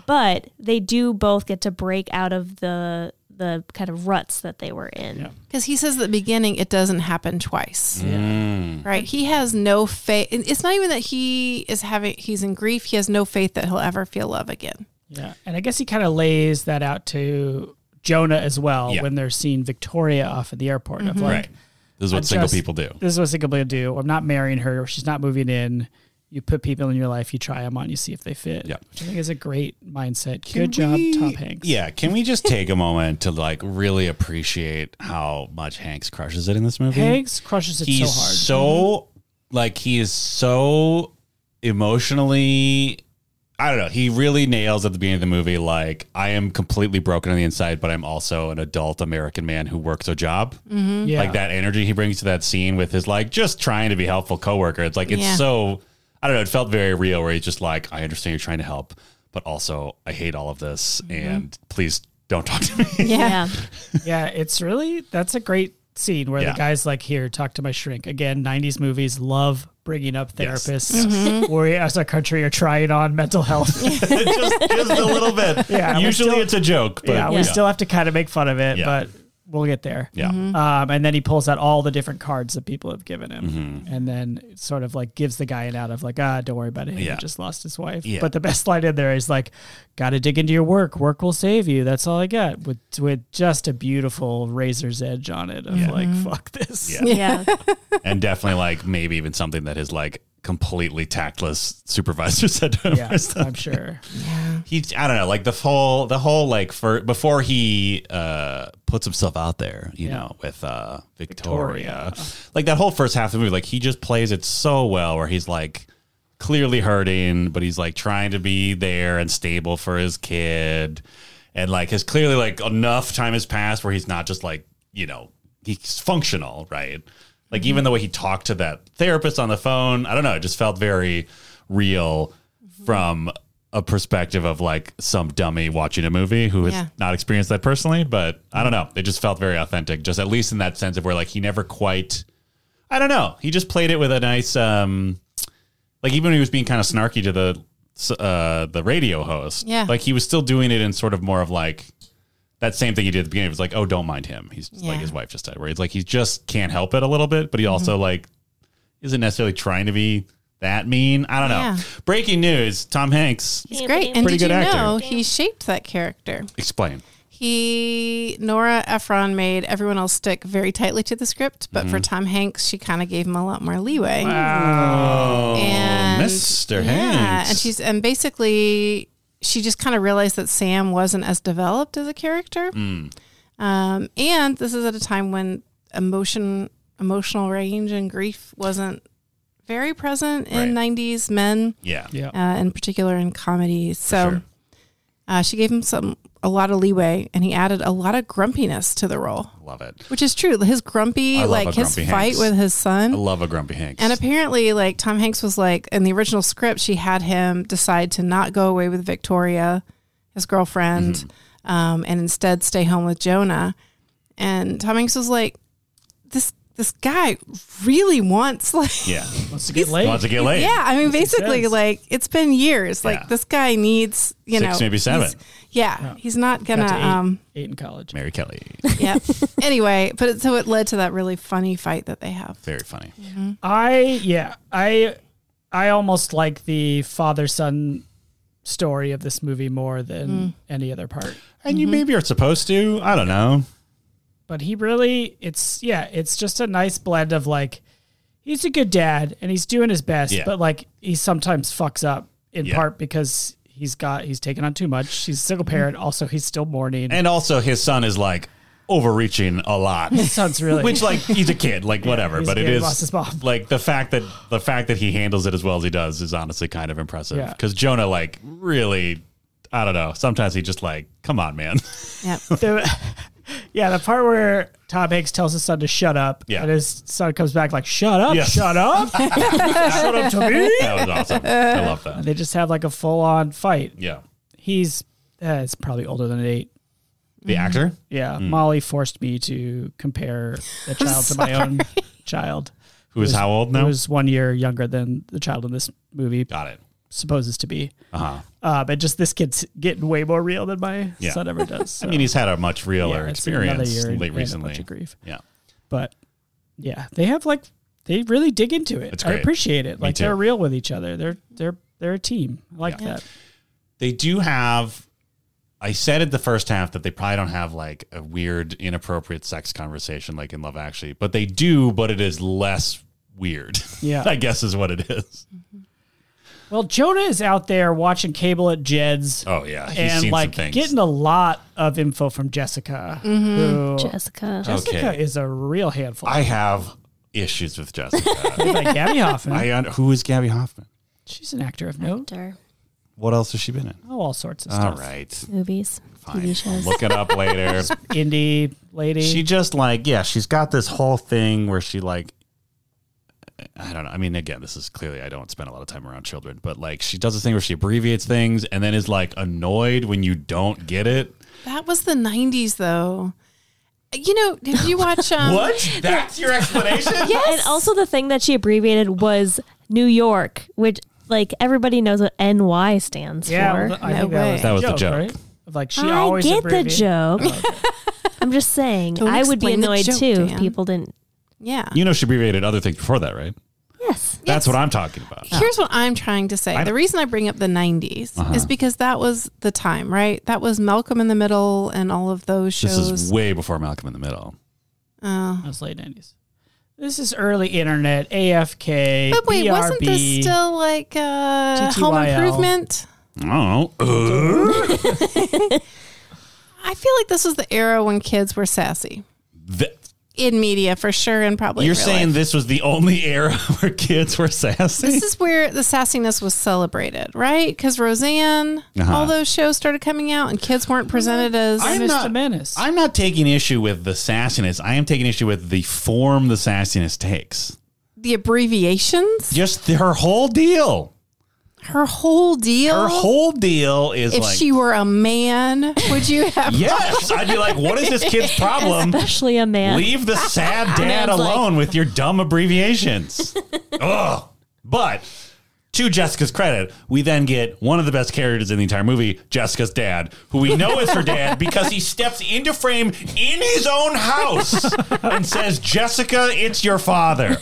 C: but they do both get to break out of the the kind of ruts that they were in.
E: Because he says at the beginning, it doesn't happen twice, right? He has no faith. It's not even that he is having he's in grief. He has no faith that he'll ever feel love again.
D: yeah, and I guess he kind of lays that out to Jonah as well
B: Yeah.
D: when they're seeing Victoria off at the airport of like
B: Right. This is what single
D: just-
B: people do.
D: this is what single people do. I'm not marrying her. She's not moving in. You put people in your life. You try them on. You see if they fit.
B: Yeah.
D: which I think is a great mindset.
B: Can
D: Good job,
B: we-
D: Tom Hanks.
B: Yeah, can we just take a moment to like really appreciate how much Hanks crushes it in this movie?
D: Hanks crushes it so
B: he's
D: hard.
B: so like he is so emotionally I don't know. He really nails at the beginning of the movie like I am completely broken on the inside, but I'm also an adult American man who works a job.
D: yeah.
B: Like that energy he brings to that scene with his like just trying to be helpful coworker. It's like it's
E: Yeah.
B: so I don't know, it felt very real where he's just like, I understand you're trying to help, but also I hate all of this
D: Mm-hmm.
B: and please don't talk to me.
C: yeah.
D: yeah, it's really that's a great scene where
B: Yeah.
D: the guy's like, "Here, talk to my shrink." Again, '90s movies love bringing up
B: Yes.
D: therapists.
B: Mm-hmm.
D: We as a country are trying on mental health. yeah,
B: just, just a little bit.
D: Yeah, we're
B: Usually
D: still-
B: it's a joke, but
D: we still have to kind of make fun of it,
B: Yeah.
D: but we'll get there.
B: Yeah.
E: Mm-hmm.
D: Um, and then he pulls out all the different cards that people have given him,
B: Mm-hmm.
D: and then sort of like gives the guy an out of like, ah, don't worry about it.
B: Yeah.
D: He just lost his wife.
B: Yeah.
D: But the best line in there is like, got to dig into your work. Work will save you. That's all I got. With with just a beautiful razor's edge on it of like,
E: Mm-hmm.
D: fuck this.
B: Yeah.
C: Yeah.
B: and definitely like maybe even something that his like completely tactless supervisor said to him.
D: Yeah,
B: or something.
D: I'm sure.
B: He, I don't know, like the whole, the whole like for before he uh puts himself out there, you
D: Yeah.
B: know, with uh Victoria. like that whole first half of the movie, like he just plays it so well, where he's like clearly hurting, but he's like trying to be there and stable for his kid, and like has clearly like enough time has passed where he's not just like you know he's functional, right? Like even the way he talked to that therapist on the phone, I don't know, it just felt very real from a perspective of like some dummy watching a movie who has
E: Yeah.
B: not experienced that personally, but I don't know. It just felt very authentic, just at least in that sense of where like he never quite I don't know. He just played it with a nice um like even when he was being kind of snarky to the uh the radio host.
E: Yeah.
B: Like he was still doing it in sort of more of like that same thing he did at the beginning. It was like, oh, don't mind him. He's just like
E: Yeah. Mm-hmm.
B: his wife just died. Where he's like he just can't help it a little bit, but he also like isn't necessarily trying to be that mean. I don't know.
E: Yeah.
B: Breaking news: Tom Hanks.
E: He's great. And
B: Pretty
E: did you
B: good actor.
E: know he shaped that character?
B: Explain.
E: He Nora Ephron made everyone else stick very tightly to the script, but for Tom Hanks, she kind of gave him a lot more leeway.
B: Oh,
E: And
B: Mr.
E: Yeah,
B: Hanks.
E: and she's and basically she just kind of realized that Sam wasn't as developed as a character.
B: Mm.
E: Um, and this is at a time when emotion, emotional range, and grief wasn't very present in '90s men,
B: yeah.
D: Yeah.
E: uh, in particular in comedies. So
B: sure.
E: uh, she gave him some a lot of leeway, and he added a lot of grumpiness to the role,
B: Love it.
E: which is true. His
B: I
E: grumpy,
B: love
E: like
B: a
E: his
B: grumpy
E: fight
B: Hanks.
E: with his son,
B: I love a grumpy Hanks.
E: and apparently, like Tom Hanks was like in the original script, she had him decide to not go away with Victoria, his girlfriend, um, and instead stay home with Jonah. And Tom Hanks was like, "This this guy really wants like
B: Yeah.
D: Wants to get laid.
B: Wants to get laid.
E: Yeah, I mean, basically,
D: says.
E: like it's been years.
B: Yeah.
E: Like this guy needs, you
B: Six,
E: know,
B: maybe seven.
E: he's- Yeah, he's not
D: Got
E: gonna.
D: to eight,
E: um
D: eight in college.
B: Mary Kelly.
E: Yeah. anyway, but it, so it led to that really funny fight that they have.
B: Very funny.
E: Mm-hmm.
D: I yeah, I I almost like the father son story of this movie more than any other part.
B: And
E: Mm-hmm.
B: you maybe are supposed to. I don't know.
D: But he really it's yeah, it's just a nice blend of like he's a good dad and he's doing his best,
B: Yeah.
D: but like he sometimes fucks up in
B: Yeah.
D: part because he's got he's taken on too much. He's a single parent, also he's still mourning.
B: And also, his son is like overreaching a lot.
D: Sounds really
B: Which like he's a kid, like whatever,
D: he's
B: but
D: a
B: it
D: kid,
B: is
D: lost his mom.
B: like the fact that the fact that he handles it as well as he does is honestly kind of impressive.
D: Yeah.
B: Because Jonah, like, really, I don't know. Sometimes he just like, come on, man.
E: Yeah.
D: the yeah, the part where Tom Hanks tells his son to shut up,
B: Yeah.
D: and his son comes back like, "Shut up,
B: Yes.
D: shut up, shut up to me."
B: that was awesome. I love that.
D: They just have like a full on fight.
B: Yeah,
D: He's uh, it's probably older than eight.
B: the
D: Mm-hmm.
B: actor.
D: Yeah, Molly forced me to compare the child to my own child.
B: Who is how old now?
D: Who is one year younger than the child in this movie
B: Got it.
D: supposes to be.
B: Uh huh.
D: Uh, but just this kid's getting way more real than my
B: Yeah.
D: son ever does. So,
B: I mean, he's had a much realer
D: yeah, it's been another
B: experience
D: year and-
B: late
D: and a
B: recently.
D: bunch of grief.
B: Yeah,
D: but yeah, they have like they really dig into it.
B: It's
D: I
B: great.
D: appreciate it.
B: Me
D: Like
B: too.
D: they're real with each other. They're they're they're a team. I like
B: Yeah.
D: that.
B: they do have. I said in the first half that they probably don't have like a weird, inappropriate sex conversation like in Love Actually, but they do. But it is less weird.
D: Yeah.
B: I guess is what it is.
D: Well, Jonah is out there watching cable at Jed's
B: Oh yeah, he's
D: and
B: seen
D: like
B: some things.
D: getting a lot of info from Jessica.
E: Mm-hmm.
D: Who
C: Jessica.
D: Jessica is a real handful.
B: I have issues with Jessica.
D: like Gabby Hoffman.
B: I un- who is Gabby Hoffman?
D: She's an actor of note.
C: Actor,
B: What else has she been in?
D: Oh, all sorts of
B: All
D: stuff.
B: right,
C: movies,
B: fine.
C: TV
B: I'll
C: shows.
B: look it up later.
D: Indie lady.
B: she just like yeah she's got this whole thing where she like i don't know i mean again this is clearly i don't spend a lot of time around children but like she does this thing where she abbreviates things and then is like annoyed when you don't get it
E: That was the 90s, though. You know, did you watch. Um,
B: that's your explanation
C: And also the thing that she abbreviated was New York, which like everybody knows what NY stands
D: yeah,
C: for.
D: well, I
E: No
D: think that
E: way.
D: was,
B: That was
D: the
B: the
D: joke,
B: joke.
D: right? Of like she
C: I
D: always
C: get the
D: abbreviates-
C: joke. I'm just saying,
E: Don't
C: I would be
E: explain the
C: annoyed
E: joke,
C: too if
E: Dan.
C: people didn't.
E: Yeah.
B: you know she abbreviated other things before that right
C: Yes.
B: that's what i'm talking about
E: Here's what I'm trying to say. The reason I bring up the 90s
B: Uh-huh.
E: is because that was the time, right? That was Malcolm in the Middle and all of those
B: this
E: shows.
B: is way before malcolm in the middle
E: oh.
D: That was late nineties. This is early internet, AFK,
E: But wait,
D: BRB.
E: wasn't this still like uh, Home
D: TTYL?
E: Improvement?
B: i don't know Uh,
E: I feel like this was the era when kids were sassy
B: th-
E: in media for sure, and probably
B: you're
E: in real
B: saying
E: life.
B: this was the only era where kids were sassy
E: This is where the sassiness was celebrated, right? Because Roseanne,
B: Uh-huh.
E: all those shows started coming out, and kids weren't presented as
B: I'm
D: Mr.
B: not-
D: Menace?
B: I'm not taking issue with the sassiness. I am taking issue with the form the sassiness takes.
E: the abbreviations.
B: Just the- her whole deal.
E: Her whole deal.
B: Her whole deal is
E: Oh. if
B: like,
E: she were a man, would you have?
B: yes, I'd be like, what is this kid's problem?
C: Especially a man.
B: Leave the sad dad
C: Man's like-
B: alone with your dumb abbreviations. Ugh. But to Jessica's credit, we then get one of the best characters in the entire movie, Jessica's dad, who we know is her dad because he steps into frame in his own house and says, Jessica, it's your father.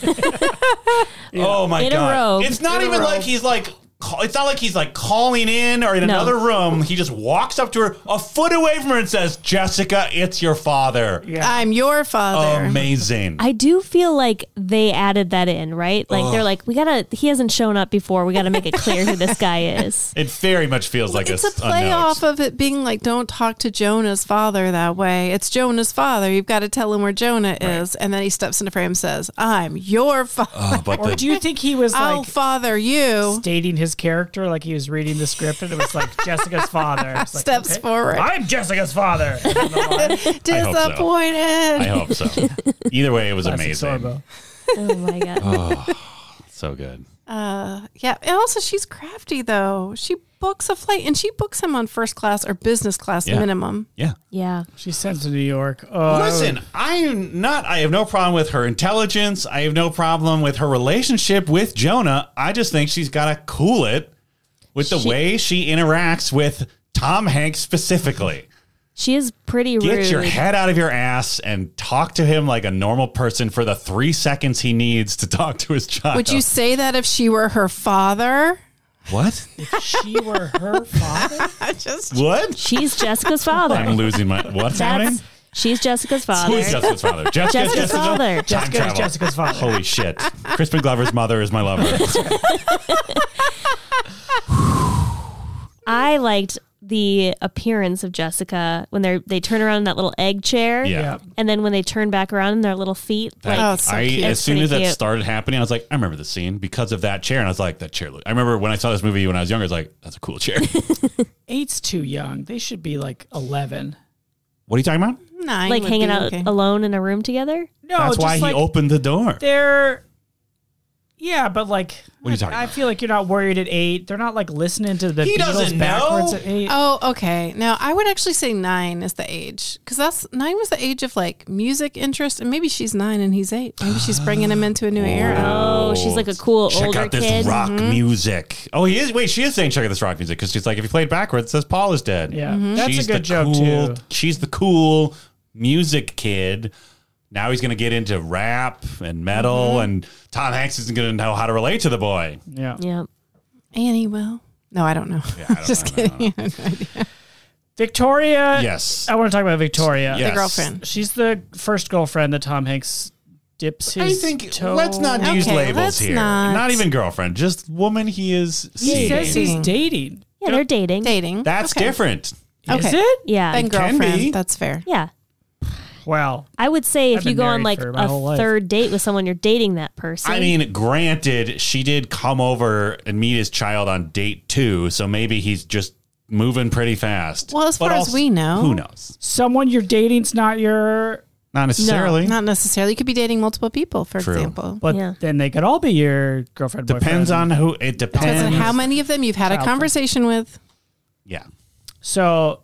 B: Oh my
C: In a
B: god.
C: robe.
B: It's not
E: In a
B: even like
E: robe.
B: he's like ca- it's not like he's like calling in or in
C: No.
B: another room. He just walks up to her a foot away from her and says, Jessica, it's your father.
E: I'm your father.
B: Um, Amazing.
C: I do feel like they added that in, right? Like they're like, we gotta. He hasn't shown up before. We gotta make it clear who this guy is.
B: it very much feels like
E: it's a play off of it being like, don't talk to Jonah's father that way. It's Jonah's father. You've got to tell him where Jonah is. And then he steps into frame and says, I'm your father.
B: Oh, but
D: or do you think he was
E: I'll
D: like
E: father you.
D: stating his character, like he was reading the script, and it was like Jessica's father It's like,
E: Steps
D: okay,
E: forward.
D: I'm Jessica's father. And then the line,
B: hope so. I
E: Disappointed.
B: hope so. Either way, it was
D: classic
B: amazing.
D: Sorbo.
C: Oh my god.
B: So good.
E: Uh, yeah. And also, she's crafty, though. She books a flight, and she books him on first class or business class
B: Yeah.
E: minimum.
B: Yeah.
C: Yeah.
D: She sent to New York.
E: Uh,
D: Oh,
B: Listen, I am not. I have no problem with her intelligence. I have no problem with her relationship with Jonah. I just think she's got to cool it with the
C: She-
B: way she interacts with Tom Hanks specifically.
C: She is pretty
B: Get
C: rude.
B: your head out of your ass and talk to him like a normal person for the three seconds he needs to talk to his child.
E: Would you say that if she were her father?
B: What?
D: if she were her father.
E: I just
B: What?
C: She's Jessica's father.
B: I'm losing my. What's happening?
C: That's she's Jessica's father.
B: Who is Jessica's father? Jessica's,
C: Jessica's father.
B: Time
D: Jessica is
B: travel.
D: Jessica's father.
B: Holy shit. Crispin Glover's mother is my lover.
C: I liked the appearance of Jessica when they they turn around in that little egg chair.
B: Yeah.
C: And then when they turn back around in their little feet,
B: That-
C: like
E: Oh, it's so
B: I,
E: cute.
B: as
C: It's
B: soon
C: pretty
B: as that
C: cute.
B: started happening, I was like, I remember the scene because of that chair, and I was like, that chair. Look. I remember when I saw this movie when I was younger. I was like, that's a cool chair. what
D: Eight's too young. They should be like eleven.
B: are you talking about?
E: nine,
C: like
E: would
C: hanging
E: be
C: out
E: okay.
C: alone in a room together.
D: No,
B: that's why he
D: like,
B: opened the door.
D: They're yeah, but like
B: What are you talking
D: I
B: about?
D: feel like you're not worried at eight. They're not like listening to the
F: He
D: Beatles
F: doesn't know.
D: backwards at eight.
E: Oh, okay. No, I would actually say nine is the age because that's nine was the age of like music interest, and maybe she's nine and he's eight. Maybe she's bringing him into a new era.
C: Oh, she's like a cool
B: Check
C: older
B: out this
C: kid.
B: rock music. Oh, he is. Wait, she is saying check out this rock music because she's like, if you play it backwards, it says Paul is dead.
D: Yeah. That's a good joke,
B: cool,
D: too.
B: She's the cool music kid. Now he's going to get into rap and metal, and Tom Hanks isn't going to know how to relate to the boy.
D: Yeah.
C: Yeah.
E: Annie will. No, I don't know.
B: I don't-
E: just
B: I don't know.
E: kidding.
D: Victoria.
B: Yes.
D: I want to talk about Victoria.
B: Yes.
E: girlfriend.
D: She's the first girlfriend that Tom Hanks dips
B: I
D: his
B: think
D: toe.
B: let's not use
E: Okay,
B: labels
E: let's
B: here. Not.
E: not.
B: even girlfriend, just woman he is
D: He
B: seeing.
D: says he's dating.
C: Yeah, they're dating.
E: Dating.
B: That's
E: Okay.
B: different.
D: Is
E: Okay.
D: it?
C: yeah.
E: Then
B: can be.
E: girlfriend. That's fair.
C: yeah.
D: Wow.
C: I would say if
D: I've
C: you
D: been
C: go on
D: married
C: like
D: for my
C: a
D: whole life.
C: third date with someone, you're dating that person.
B: I mean, granted, she did come over and meet his child on date two, so maybe he's just moving pretty fast.
E: Well, as
B: But
E: far as we know.
B: who knows?
D: Someone you're dating's not your
B: Not necessarily.
E: Not necessarily. You could be dating multiple people, for
B: True.
E: example.
D: but
C: Yeah.
D: then they could all be your girlfriend.
B: depends
D: boyfriend.
B: on who. It depends.
E: Depends on how many of them you've had a
D: Childhood.
E: conversation with.
B: yeah,
D: so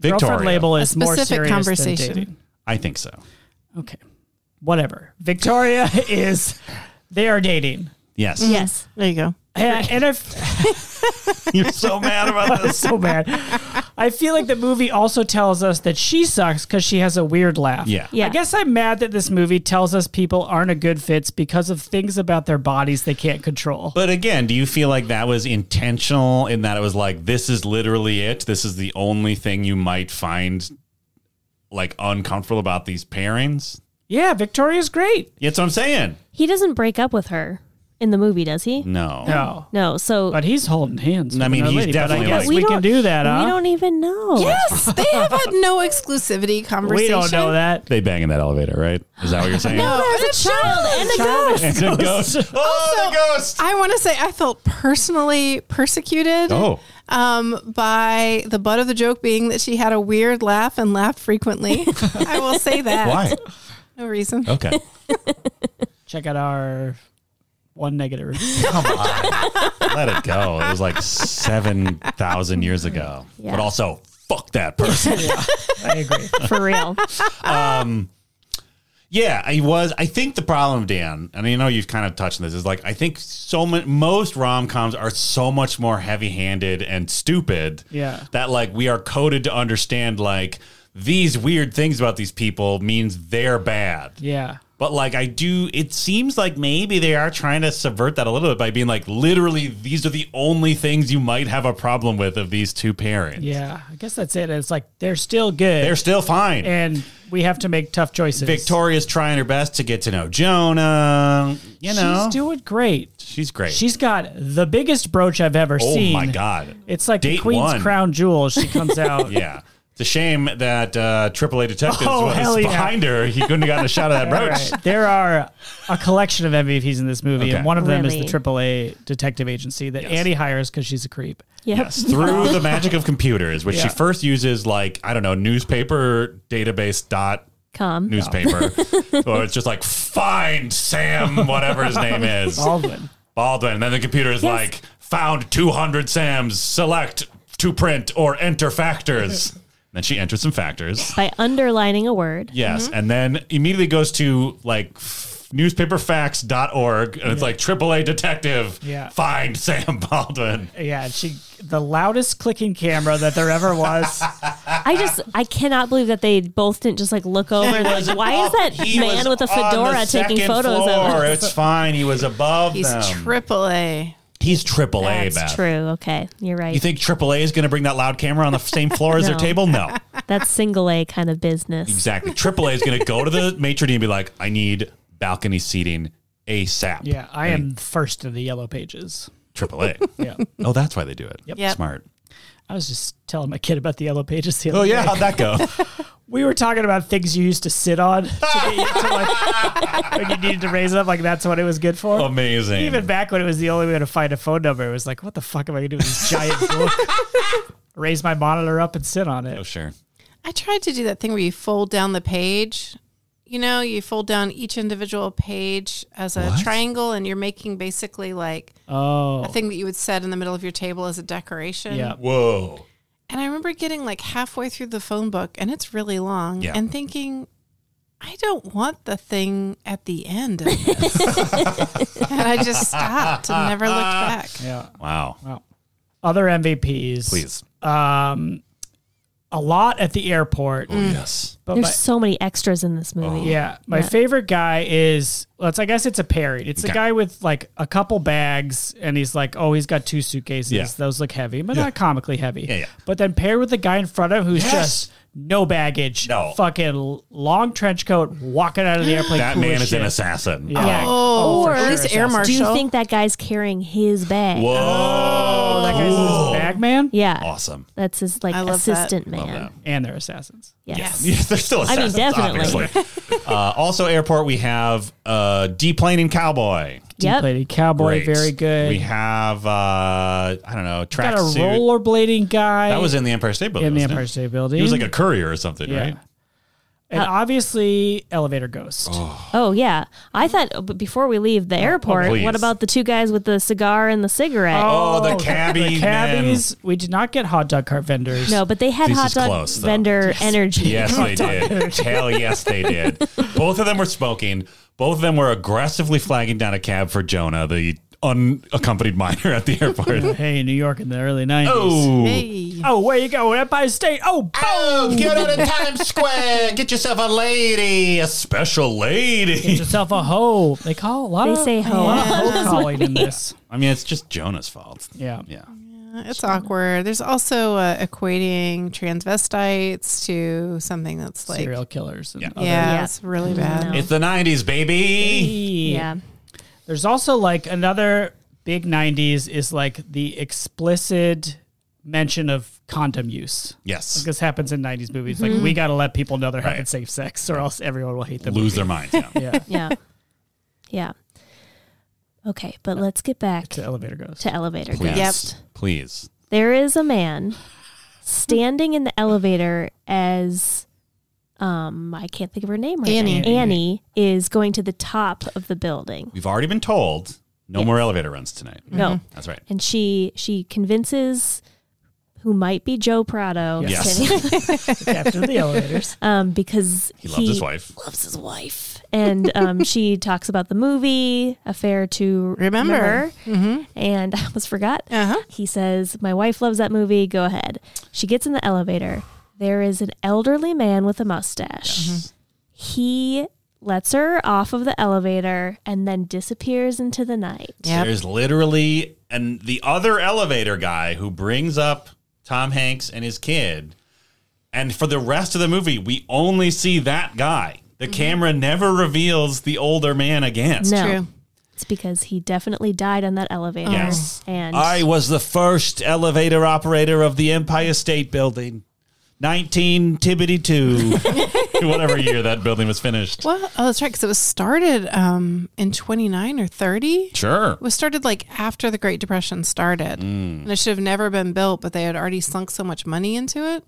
D: girlfriend
B: Victoria.
D: label is more
E: specific
D: serious
E: conversation.
D: than dating.
B: I think so.
D: Okay. Whatever. Victoria is they are dating.
B: Yes.
C: yes.
E: There you go.
D: And, and if
B: You're so mad about this.
D: so bad. I feel like the movie also tells us that she sucks because she has a weird laugh.
B: Yeah.
C: Yeah.
D: I guess I'm mad that this movie tells us people aren't a good fits because of things about their bodies they can't control.
B: But again, do you feel like that was intentional in that it was like this is literally it? This is the only thing you might find like uncomfortable about these pairings?
D: yeah, Victoria's great.
B: That's what I'm saying.
C: He doesn't break up with her in the movie, does he?
B: No.
D: No.
C: No. So
D: Mm. But he's holding hands.
B: I
D: with
B: mean,
D: another
B: he's
D: lady, but
B: definitely
D: I guess
B: like-
D: we, can
C: don't-
D: do that, huh?
C: We don't even know.
E: Yes, they have had no exclusivity conversation.
D: We don't know that.
B: They bang in that elevator, right? Is that what you're saying?
E: No,
C: There's a
E: it's
C: child
E: not.
C: and a ghost.
B: It's a ghost. Oh, the ghost.
E: I want to say I felt personally persecuted
B: Oh.
E: um, by the butt of the joke being that she had a weird laugh and laughed frequently. I will say that.
B: Why? Oh.
E: No reason.
B: Okay.
D: Check out our one negative review.
B: Come on. Let it go. It was like 7,000 years ago.
C: Yeah.
B: But also, fuck that person.
D: I agree.
C: For real.
B: Yeah, I was. I think the problem, Dan, and I know you've kind of touched on this, is like I think so much. Most rom coms are so much more heavy handed and stupid.
D: Yeah.
B: that like we are coded to understand like these weird things about these people means they're bad.
D: Yeah.
B: But like I do, it seems like maybe they are trying to subvert that a little bit by being like, literally, these are the only things you might have a problem with of these two pairings.
D: Yeah. I guess that's it. It's like they're still good.
B: they're still fine.
D: and we have to make tough choices.
B: Victoria's trying her best to get to know Jonah. You know,
D: She's doing great.
B: She's great.
D: She's got the biggest brooch I've ever
B: oh
D: seen.
B: my god.
D: It's like the
B: Date
D: Queen's
B: one.
D: crown jewel. She comes out.
B: Yeah. It's a shame that uh, AAA Detectives
D: Oh, hell
B: was
D: yeah.
B: behind her. He couldn't have gotten a shot of that
D: All
B: brooch.
D: right. There are a collection of MVPs in this movie,
B: Okay.
D: and one of them
C: Really?
D: is the AAA detective agency that
B: Yes.
D: Annie hires because she's a creep.
C: Yep.
B: Yes, through the magic of computers, which she
D: Yeah.
B: first uses like I don't know newspaper database dot
C: Come.
B: newspaper, so it's just like find Sam whatever his name is
D: Baldwin.
B: Baldwin, and then the computer is
C: Yes.
B: like found 200 Sams, select to print or enter factors. then she entered some factors.
C: by underlining a word.
B: Yes. And then immediately goes to like f- newspaperfacts.org and it's like AAA detective,
D: Yeah.
B: find Sam Baldwin.
D: Yeah, she the loudest clicking camera that there ever was.
C: I just I cannot believe that they both didn't just like look over. and Like, why is that
B: He was
C: man with a
B: on the
C: fedora taking
B: second
C: photos of
B: floor.
C: us?
B: It's fine. He was above
E: He's
D: Um,
B: them.
E: triple A.
B: He's AAA,
C: That's
B: Beth.
C: true. Okay, you're right.
B: You think AAA is going to bring that loud camera on the same floor as their
C: No.
B: table? No.
C: That's single A kind of business.
B: Exactly. AAA is going to go to the maitre d' and be like, I need balcony seating ASAP.
D: Yeah, I am first in the yellow pages.
B: AAA.
D: Yeah.
B: oh, that's why they do it.
E: Yep.
B: Smart.
D: I was just telling my kid about the yellow pages the other
B: Oh, yeah.
D: day.
B: How'd that go?
D: We were talking about things you used to sit on to get you to like when you needed to raise up, like that's what it was good
B: Oh,
D: for.
B: Amazing.
D: Even back when it was the only way to find a phone number, it was like, what the fuck am I gonna do with this giant book? raise my monitor up and sit on it.
B: oh, sure.
E: I tried to do that thing where you fold down the page. You know, you fold down each individual page as a triangle, and you're making basically like
D: Oh,
E: a thing that you would set in the middle of your table as a decoration.
D: yeah.
B: Whoa.
E: And I remember getting like halfway through the phone book, and it's really long,
B: Yeah.
E: and thinking, I don't want the thing at the end of this. and I just stopped and never looked back.
D: Yeah.
B: Wow.
D: Other MVPs.
B: Please.
D: A lot at the airport.
B: Mm. Yes.
D: But
C: There's
D: my-
C: so many extras in this
B: Oh.
C: movie.
D: Yeah, my favorite guy is well, it's I guess it's a parry. It's the
B: Okay.
D: guy with like a couple bags, and he's like, oh, he's got two suitcases.
B: Yeah.
D: Those look heavy, but not comically heavy.
B: Yeah, yeah.
D: But then paired with the guy in front of him who's
B: Yes.
D: just no baggage,
B: No.
D: fucking l- long trench coat, walking out of the airplane.
B: That
D: cool
B: man
D: as
B: is
D: shit.
B: an assassin.
D: Yeah.
B: Oh.
E: Oh,
C: Or-
E: or this air
C: Do
E: marshal.
C: you think that guy's carrying his bag?
B: Whoa.
D: Oh, That guy's his bag man,
C: Yeah.
B: Awesome.
C: That's his like
E: I love
C: assistant
B: Love
C: man.
B: that.
D: and they're assassins.
C: Yes.
B: Yeah, they're still
C: I mean,
B: assassins,
C: definitely.
B: obviously. uh, also, airport, we have uh, deplaning cowboy.
C: Yep.
D: Deep-plated cowboy,
B: Great.
D: very good.
B: We have, uh, I don't know,
D: Got a
B: tracksuit.
D: rollerblading guy.
B: That was in the Empire State Building.
D: in the
B: wasn't it?
D: Empire State Building.
B: He was like a courier or something,
D: Yeah.
B: right?
D: and
C: Uh,
D: obviously elevator ghost.
C: Oh yeah. I thought oh, but before we leave the airport,
B: please.
C: what about the two guys with the cigar and the cigarette?
B: Oh, the cabbie
D: The cabbies. We did not get hot dog cart vendors.
C: No, but they had
B: This
C: hot
B: is
C: dog
B: close, though.
C: vendor energy.
B: Yes, they did. Hell yes, they did. Both of them were smoking. Both of them were aggressively flagging down a cab for Jonah, the unaccompanied minor at the airport.
D: Hey, New York in the early nineties.
B: oh.
E: Hey.
D: Oh, where you going? Empire State. Oh,
B: Oh, get out of Times Square. Get yourself a lady, a special
D: get
B: lady.
D: yourself a hoe. They call a lot
C: They
D: of
C: say
D: a
C: hoe.
D: lot of hoe calling in this.
B: I mean, it's just Jonah's fault.
D: Yeah.
B: Yeah.
E: It's awkward. There's also uh, equating transvestites to something that's like,
D: Serial killers. And
B: Yeah.
D: other-
E: yeah,
C: Yeah. Mm-hmm.
E: it's really bad.
C: No.
B: It's the 90s, baby.
C: Yeah.
D: There's also like another big '90s is like the explicit mention of condom use.
B: Yes.
D: This happens in '90s movies. Like we got to let people know they're having safe sex, or else everyone will hate them.
B: Lose their minds. Yeah.
D: Yeah.
C: Yeah. yeah. Okay, but let's get back
D: To elevator goes.
C: to elevator
B: Please.
C: guest.
B: Please.
C: There is a man standing in the elevator as um I can't think of her name right
E: Annie.
C: now. Annie is going to the top of the building.
B: We've already been told no more elevator runs tonight.
C: No.
B: That's right.
C: And she she convinces who might be Joe Prado
B: Yes.
D: After the elevators.
C: um because
B: He loves his wife.
C: loves his wife. And um, she talks about the movie, Affair to
E: Remember.
C: And I almost forgot.
E: Uh-huh.
C: He says, My wife loves that movie. Go ahead. She gets in the elevator. There is an elderly man with a mustache. He lets her off of the elevator and then disappears into the night.
E: Yep.
B: There's literally and the other elevator guy who brings up Tom Hanks and his kid. And for the rest of the movie, we only see that guy. The camera never reveals the older man again.
C: no.
E: True.
C: It's because he definitely died on that elevator.
B: Yes.
C: And
B: I was the first elevator operator of the Empire State Building. 19 Tibbity 2. Whatever year that building was finished.
E: Well, oh, that's right, because it was started um, in 29 or 30.
B: Sure.
E: It was started like after the Great Depression started. And it should have never been built, but they had already sunk so much money into it.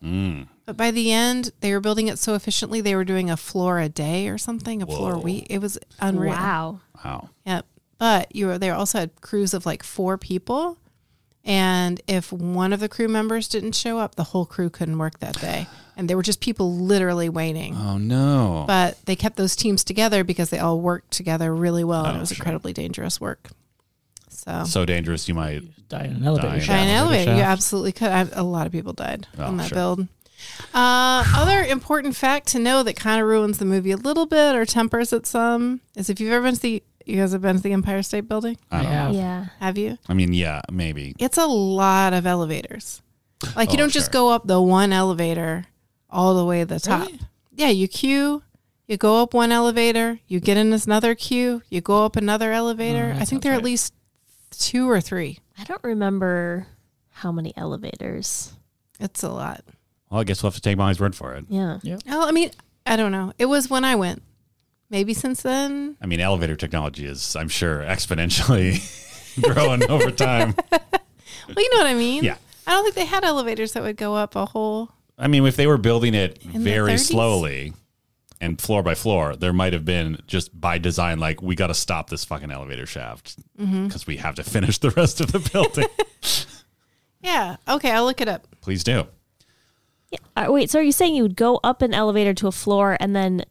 E: But by the end, they were building it so efficiently, they were doing a floor a day or something, a floor a week. It was unreal.
C: wow.
B: Wow.
E: Yep. But you were they also had crews of like four people. And if one of the crew members didn't show up, the whole crew couldn't work that day. And there were just people literally waiting.
B: Oh no.
E: But they kept those teams together because they all worked together really well. and it was incredibly dangerous work. So,
B: so dangerous you might
D: Die in an elevator.
B: Die in
D: shaft.
E: By an elevator, you
D: shaft.
E: absolutely could. I, a lot of people died on that
B: Oh, sure.
E: build. Uh, other important fact to know that kind of ruins the movie a little bit or tempers it some is if you've ever been to the you guys have been to the Empire State Building,
B: I don't know.
D: Yeah.
C: Yeah.
E: have you?
B: I mean, yeah, maybe.
E: It's a lot of elevators. Like you
B: Oh,
E: don't just
B: sure.
E: go up the one elevator all the way to the top. Yeah, you queue. You go up one elevator, you get in this another queue, you go up another elevator.
B: Mm,
E: I think there are at least two or three.
C: I don't remember how many elevators.
E: It's a lot.
B: Well, I guess we'll have to take Molly's word for it.
C: Yeah.
E: Well, I mean, I don't know. It was when I went. Maybe since then.
B: I mean, elevator technology is, I'm sure, exponentially growing over time.
E: Well, you know what I mean.
B: Yeah.
E: I don't think they had elevators that would go up a whole.
B: I mean, if they were building it
E: the
B: very
E: 30s?
B: slowly and floor by floor, there might have been just by design, like, we got to stop this fucking elevator shaft because
E: Mm-hmm.
B: we have to finish the rest of the building.
E: Yeah. Okay, I'll look it up.
B: Please do.
C: Uh, wait, so are you saying you would go up an elevator to a floor and then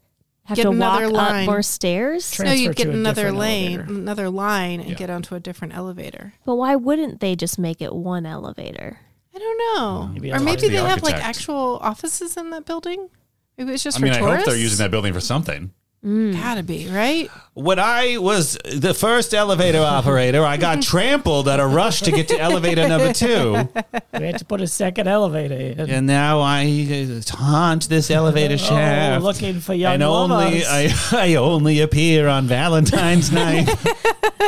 C: have
E: Get
C: to walk
E: another line.
C: up more stairs?
D: Tra-
E: No,
D: Transfer
E: you'd get
D: to a
E: another
D: different
E: lane,
D: elevator.
E: another line, and
B: Yeah.
E: get onto a different elevator.
C: but why wouldn't they just make it one elevator?
E: I don't know.
D: Maybe
E: or
D: I'll
E: maybe
D: talk to
E: they
B: the
E: have like
B: architect.
E: actual offices in that building. Maybe it's just
B: I
E: for
B: mean, I
E: tourists.
B: hope they're using that building for something.
E: Gotta be right.
F: When I was the first elevator operator, I got trampled at a rush to get to elevator number two,
D: We had to put a second elevator in.
F: and now I uh, haunt this elevator shaft.
D: Oh, looking for young
F: and only
D: lovers.
F: I, I only appear on Valentine's night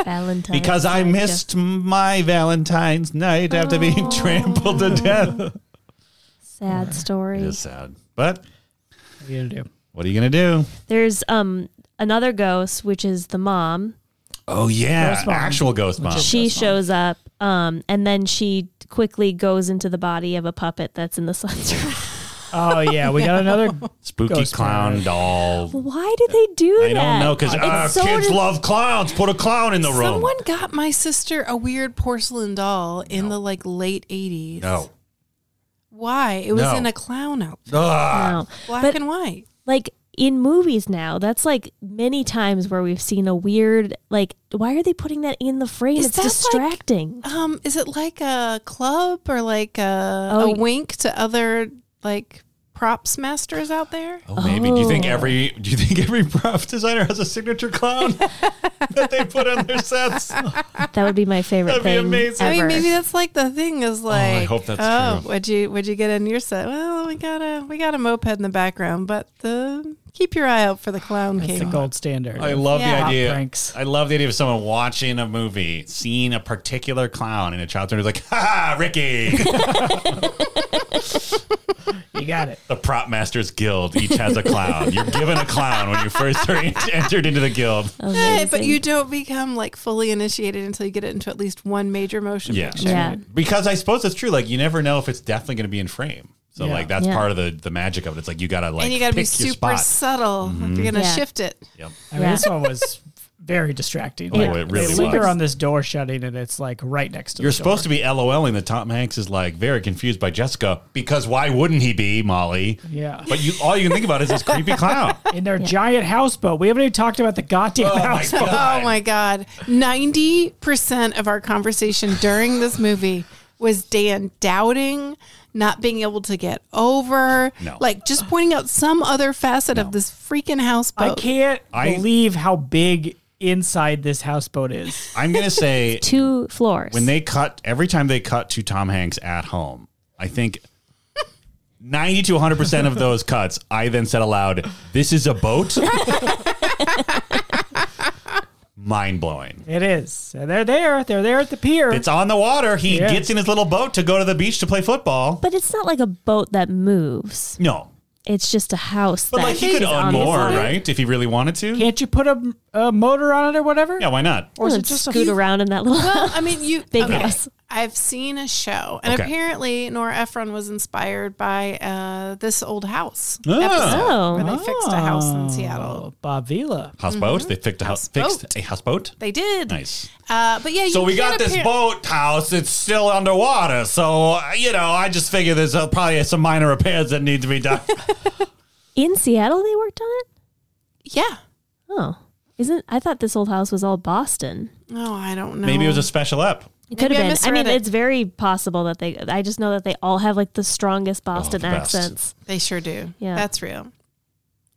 C: Valentine.
F: because I missed my Valentine's night after
D: Oh.
F: being trampled to death.
C: Sad
B: It
C: story.
B: is sad. But
D: What are you gonna do?
B: what are you going to do?
C: There's um another ghost, which is the mom.
B: Oh, yeah.
D: Ghost mom.
B: Actual ghost mom.
C: she shows up, um, and then she quickly goes into the body of a puppet that's in the sun's room.
D: Oh yeah, we got another.
B: Spooky
D: Ghost
B: clown
D: mom.
B: doll.
C: Why do they do
B: I
C: that?
B: don't know because
C: It's
F: ah,
B: uh,
C: so
B: kids
C: dis-
B: love clowns. Put a clown in the room.
E: Someone got my sister a weird porcelain doll in the like late eighties.
B: no.
E: Why? It was
B: No.
E: in a clown outfit,
F: Ah.
B: Ugh.
C: No.
E: black
C: But
E: and white.
C: like in movies now, that's like many times where we've seen a weird like. Why are they putting that in the frame?
E: Is
C: it's
E: that, like-
C: distracting.
E: Um, is it like a club or like a,
C: Oh,
E: a
C: y-
E: wink to other like props masters out there?
B: Oh, maybe. Do you think
C: Oh.
B: every do you think every prop designer has a signature clown that they put on their sets?
C: That would be my favorite
B: That'd be
C: thing.
B: amazing.
E: I mean,
C: ever.
E: maybe that's like the thing is like.
B: hope that's
E: oh,
B: true."
E: Would you would you get in your set? Well, we got a we got a moped in the background, but the, keep your eye out for the clown
D: It's the
E: king.
D: gold standard.
B: I love
E: Yeah.
B: the
E: Pop
B: idea.
D: pranks.
B: I love the idea of someone watching a movie, seeing a particular clown in a child turn, is like, "Ha, ha, Ricky!"
D: You got it.
B: the prop masters guild each has a clown. You're given a clown when you first are en- entered into the guild.
E: Eh,
C: Amazing.
E: but you don't become like fully initiated until you get it into at least one major motion
B: Yeah.
E: picture.
C: Yeah.
B: Because I suppose it's true. Like you never know if it's definitely going to be in frame. So
D: Yeah.
B: like that's
C: Yeah.
B: part of the the magic of it. It's like you got to like
E: and you got to be
B: pick your
E: super
B: spot.
E: subtle. if You're gonna
C: Yeah.
E: shift it.
B: Yep.
D: I mean,
C: Yeah.
D: this one was very distracting.
B: Oh, it really
D: they linger
B: was.
D: on this door shutting, and it's like right next to.
B: You're supposed to be LOLing that Tom Hanks is like very confused by Jessica because why wouldn't he be, Molly?
D: Yeah. Oh
B: But you all you can think about is this creepy clown.
D: to in their giant houseboat. We haven't even talked about the goddamn houseboat.
E: Oh my God. 90% of our conversation during this movie was Dan doubting, not being able to get over,
B: No.
E: like just pointing out some other facet of this freaking
D: I
E: houseboat.
D: can't
B: I-
D: believe how big inside this houseboat is.
B: I'm gonna say
C: two floors.
B: when they cut every time they cut to Tom Hanks at home, I think ninety to hundred percent of those cuts, I then said aloud, This is a boat. Mind blowing.
D: It is. And they're there. They're there at the pier.
B: It's on the water. He
D: Yeah.
B: gets in his little boat to go to the beach to play football.
C: but it's not like a boat that moves.
B: No.
C: It's just a house.
B: But
C: that
B: like he could
C: is on the
B: unmoor,
C: side.
B: right? If he really wanted to.
D: Can't you put a, a motor on it or whatever?
B: Yeah, why not?
D: Or is
C: Well,
D: it just a
C: oh, scoot
D: few-
C: around in that little
E: Well, I mean, you
C: big
E: okay.
C: house?
E: I've seen a show, and
B: Okay.
E: apparently Nora Ephron was inspired by uh, this old house
B: Oh.
E: episode
C: Oh.
E: where they fixed a house in Seattle.
D: Oh, Bob Vila.
B: Houseboat. They fixed a house.
E: Mm-hmm. Houseboat.
B: Fixed a houseboat.
E: They did.
B: Nice.
E: Uh, but yeah, you
B: So we
E: can
B: got this
E: appar-
B: boathouse. It's still underwater. So uh, you know, I just figure there's uh, probably some minor repairs that need to be done.
C: In Seattle, they worked on it.
E: Yeah.
C: Oh, isn't? I thought this old house was all Boston.
E: Oh, I don't know.
B: Maybe it was a special up.
C: It could
E: Maybe I
C: have been. I
E: misread
C: mean,
E: it.
C: it's very possible that they. I just know that they all have like the strongest Boston
B: the best.
C: accents.
E: They sure do.
C: Yeah.
E: That's real.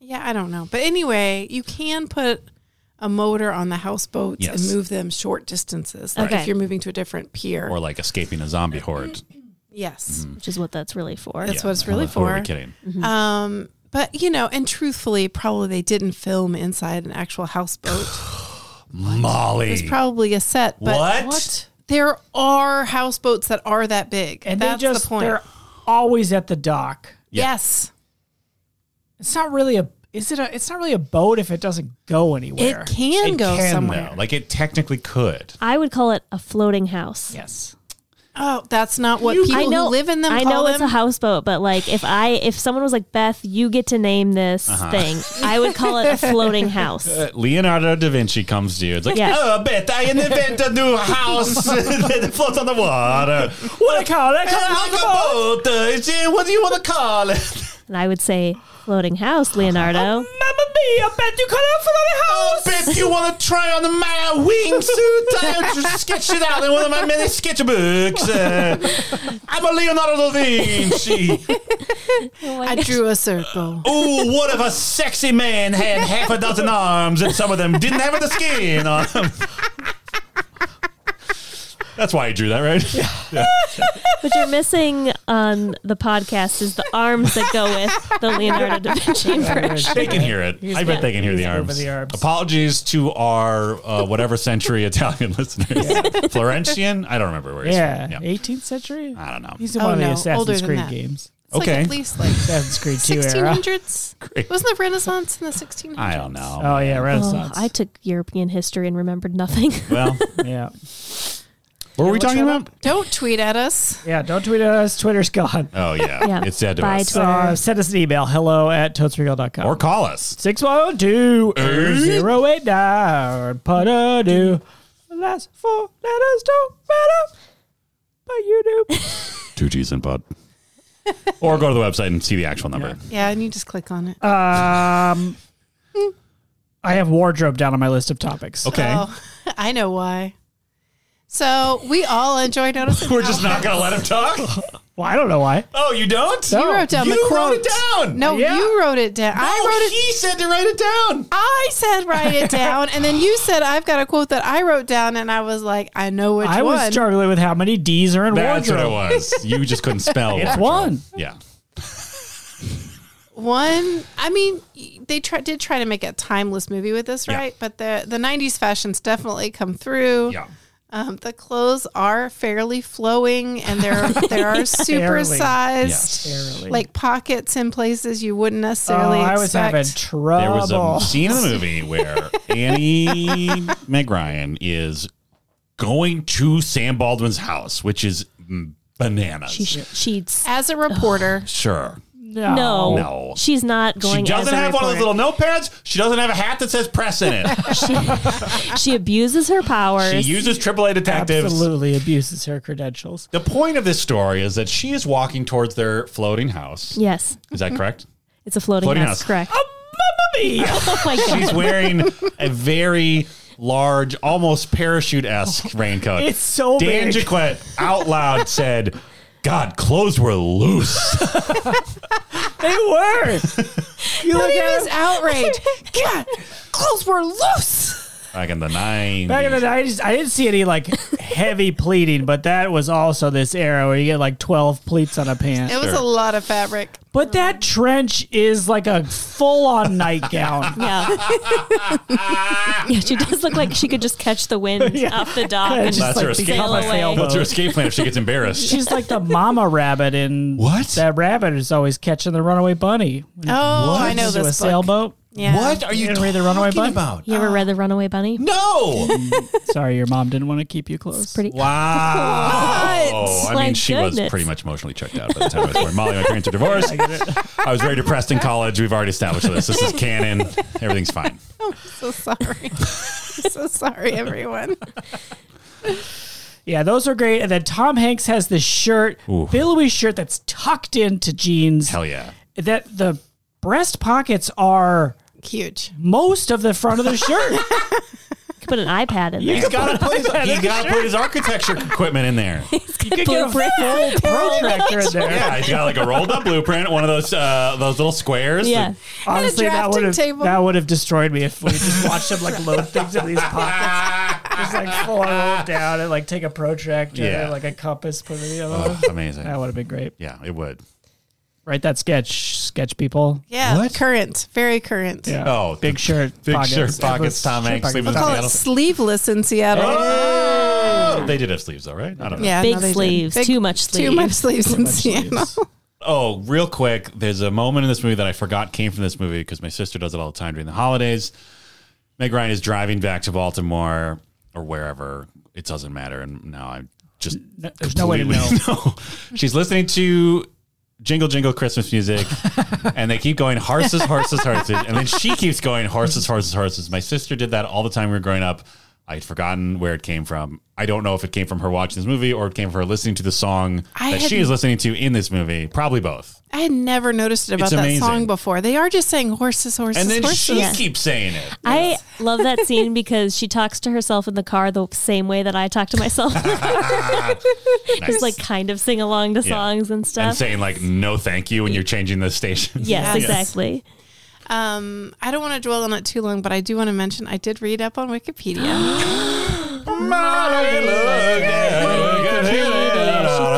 E: Yeah, I don't know. But anyway, you can put a motor on the houseboats
B: Yes.
E: and move them short distances. Like
C: Okay.
E: if you're moving to a different pier.
B: Or like escaping a zombie horde.
E: yes.
B: Mm-hmm.
C: which is what that's really for.
E: That's what it's really
B: Who are
E: for.
B: we kidding?
E: Um, but you know, and truthfully, probably they didn't film inside an actual houseboat.
B: Molly.
E: It's probably a set. But
B: What?
E: There are houseboats that are that big.
D: And
E: That's
D: they just
E: the point.
D: they're always at the dock.
E: Yes.
D: It's not really a is it a it's not really a boat if it doesn't go anywhere.
E: It can
B: It
E: go
B: can,
E: somewhere.
B: though. Like it technically could.
C: I would call it a floating house.
D: yes.
E: Oh, that's not what people
C: I know
E: who live in them
C: I
E: call
C: know it's
E: them.
C: a houseboat, but like if I if someone was like Beth, you get to name this
B: Uh-huh.
C: thing, I would call it a floating house.
B: Leonardo da Vinci comes to you. It's like,
C: Yeah.
B: oh, bet I invent a new house that floats on the water.
D: What do I call it? I call it
B: Like
D: a
B: a
D: houseboat.
B: boat. Uh, it's- uh, What do you want to call it?
C: And I would say floating house, Leonardo.
B: Uh-huh.
D: Mamma mia, I bet you call it a floating house.
B: Bet you want to try on the my wingsuit? I'll just sketch it out in one of my many sketchbooks. Uh, I'm a Leonardo da Vinci.
E: I drew a
B: Oh,
E: circle.
B: Ooh, what if a sexy man had half a dozen arms and some of them didn't have the skin on them? That's why he drew that, right?
C: What you're missing on the podcast is the arms that go with the Leonardo da Vinci version.
B: They can hear it. I bet they can hear the
D: over
B: arms.
D: the arms.
B: Apologies to our uh, whatever century Italian listeners. Florentian? I don't remember where he's
D: Yeah,
B: from.
D: 18th century.
B: I don't know.
D: He's in
E: Oh,
D: one of
E: no,
D: the
E: older
D: Assassin's
E: than
D: Creed
E: that.
D: games.
E: It's like
B: Okay.
E: at least like
D: Assassin's Creed 2 era.
E: 1600s.
B: Great.
E: Wasn't the Renaissance in the 1600s?
B: I don't know.
D: Oh yeah,
C: Oh,
D: Renaissance.
C: I took European history and remembered nothing.
B: Well,
D: yeah,
B: what were we talking about?
E: Don't tweet at us.
D: yeah. Don't tweet at us. Twitter's gone.
B: Oh, yeah.
C: Yeah.
B: It's dead to
C: Bye,
B: us.
C: Twitter.
D: Uh, send us an email. Hello at totesregal.com.
B: Or call us.
D: 612 089 Putadoo. Last four letters don't matter, but you do.
B: Two G's in pod. or go to the website and see the actual number.
E: Yeah, and you just click on it.
D: Um, I have wardrobe down on my list of topics.
B: Okay.
E: Oh, I know why. So we all enjoy noticing.
B: We're just not going to let him talk.
D: Well, I don't know why.
B: Oh, you don't?
E: You wrote down
B: You
E: the quote.
B: wrote it down.
E: No,
D: Yeah.
E: you wrote it down. I
B: Oh,
E: wrote it.
B: he said to write it down.
E: I said write it down, and then you said I've got a quote that I wrote down, and I was like, I know which
D: I
E: one.
D: was struggling with how many D's are in
B: That's what it
D: wardrobe.
B: was. You just couldn't spell.
D: It's one.
B: wardrobe. Yeah.
E: one i mean they try, did try to make a timeless movie with this
B: Yeah.
E: right but the the 90s fashions definitely come through
B: Yeah.
E: um, the clothes are fairly flowing and they're they are supersized
B: Yes.
D: Barely.
E: like pockets in places you wouldn't
D: oh,
E: necessarily
D: I was
E: expect
D: having
B: There was
D: trouble.
B: a scene in the movie where Annie Meg Ryan is going to Sam Baldwin's house, which is mm, bananas.
C: She she's
E: as a reporter
B: sure.
C: no,
B: No.
C: she's not
B: She
C: going. as
B: doesn't
C: a
B: have one of those
C: reporter.
B: little notepads. She doesn't have a hat that says press in it.
C: She abuses her powers.
B: she uses AAA detectives.
D: Absolutely abuses her credentials.
B: The point of this story is that she is walking towards their floating house.
C: yes,
B: Is that correct?
C: it's a floating,
B: Floating
C: house,
B: house.
C: Correct. Oh my
B: She's
C: god.
B: wearing a very large, almost parachute esque raincoat.
D: It's so
B: Dan
D: big.
B: Jaquette out loud said, God, clothes were loose.
D: They were. you look
E: he
D: at
E: was
D: him.
E: outraged god clothes were loose
B: Back in the nine.
D: Back in the nineties, I didn't see any like heavy pleating, but that was also this era where you get like twelve pleats on a
E: it
D: pant.
E: was
B: Sure.
E: a lot of fabric
D: But that trench is like a full-on nightgown.
C: Yeah. yeah, she does look like she could just catch the wind off the dock and
D: Just
C: just
B: That's her
C: like
B: escape
C: sail
B: plan.
C: away.
B: That's her escape plan if she gets embarrassed.
D: She's like the mama rabbit in
B: What?
D: That rabbit is always catching the runaway bunny.
E: oh i know
D: Turns into
E: this
D: a
E: book.
D: sailboat.
E: Yeah.
F: What are you,
D: You didn't
F: talking
D: read The Runaway Bunny?
F: about?
C: You ever read The Runaway Bunny?
F: No.
D: Sorry, your mom didn't want to keep you close.
C: It's pretty.
F: Wow.
B: Oh, I
C: My
B: mean, she was
C: goodness.
B: pretty much emotionally checked out by the time I was born. Molly, my parents are divorced. I was very depressed in college. We've already established this. This is canon. Everything's fine.
E: so sorry. so sorry, everyone.
D: Yeah, those are great. And then Tom Hanks has this shirt,
B: Ooh.
D: billowy shirt that's tucked into jeans.
B: Hell yeah.
D: That the breast pockets are
E: Huge.
D: most of the front of the shirt.
C: You could put an iPad in
B: He's
C: there.
B: got to put his, he got to put his architecture equipment in there.
D: you could get a full protractor in there.
B: Yeah, he's got like a rolled up blueprint, one of those uh, those little squares.
C: Yeah.
D: Honestly, that
E: drafting
D: would have
E: table.
D: that would have destroyed me if we just watched him like load things in these pockets, just like full roll down and like take a protractor,
B: Yeah.
D: like a compass, put it in the other.
B: Oh,
D: one.
B: amazing.
D: That would have been great.
B: Yeah, it would.
D: Write that sketch, sketch people.
E: Yeah.
F: What?
E: Current. Very current.
D: Yeah.
B: Oh,
D: big
B: the
D: shirt,
B: big
D: pockets.
B: shirt pockets, Tom Hanks,
D: Shirt
B: leave it
D: pockets.
E: Call
B: Seattle.
E: it sleeveless in Seattle.
B: Oh, they did have sleeves though, right? I don't know.
E: Yeah.
C: Big
E: no, they did.
C: sleeves,
E: Big-
C: too much
E: Too much
C: sleeves.
E: sleeves in Seattle.
B: Oh, real quick, there's a moment in this movie that I forgot came from this movie because my sister does it all the time during the holidays. Meg Ryan is driving back to Baltimore or wherever. It doesn't matter. And now I'm just
D: No- there's no way to
B: completely- no. She's listening to Jingle Jingle Christmas music, and they keep going horses, horses, horses, and then she keeps going horses, horses, horses. My sister did that all the time we were growing up. I had forgotten where it came from. I don't know if it came from her watching this movie or it came from her listening to the song
E: I
B: that she
E: had-
B: is listening to in this movie. Probably both.
E: I had never noticed it about
B: It's
E: that
B: amazing.
E: song before. They are just saying horses, horses,
B: And then
E: horses.
B: she
C: Yeah.
B: keeps saying it.
C: I love that scene because she talks to herself in the car the same way that I talk to myself. in the car.
B: Nice.
C: Just like kind of sing along to
B: Yeah.
C: songs and
B: and
C: stuff.
B: saying like no thank you when you're changing the station.
E: Yes.
C: yes, exactly.
E: Um, I don't want to dwell on it too long, but I do want to mention I did read up on Wikipedia.
C: She found some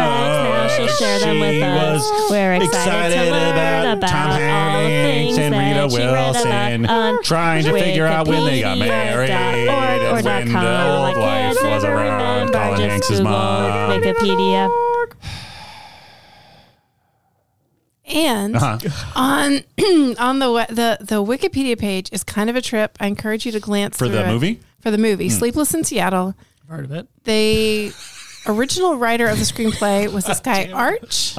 C: facts now. She'll share them with
B: She
C: us.
B: was
C: We're excited,
B: excited
C: to learn
B: about
C: about,
B: Tom
C: all the
B: Hanks
C: things
B: and
C: that
B: Rita
C: she read
B: Wilson
C: about on
B: trying to figure out when they got married
C: Wikipedia.org or
B: and when
C: dot
B: the
C: com.
B: old
C: I
B: wife
C: can't
B: was
C: ever
B: around
C: remember.
B: Colin
C: Just
B: Hanks'
C: Google
B: mom.
C: Wikipedia.
E: And
B: Uh-huh.
E: on on the we- the the Wikipedia page is kind of a trip. I encourage you to glance
B: For
E: through
B: the
E: it.
B: movie? Hmm.
E: For the movie, Sleepless in Seattle.
D: I've heard of it.
E: The original writer of the screenplay was this guy Arch.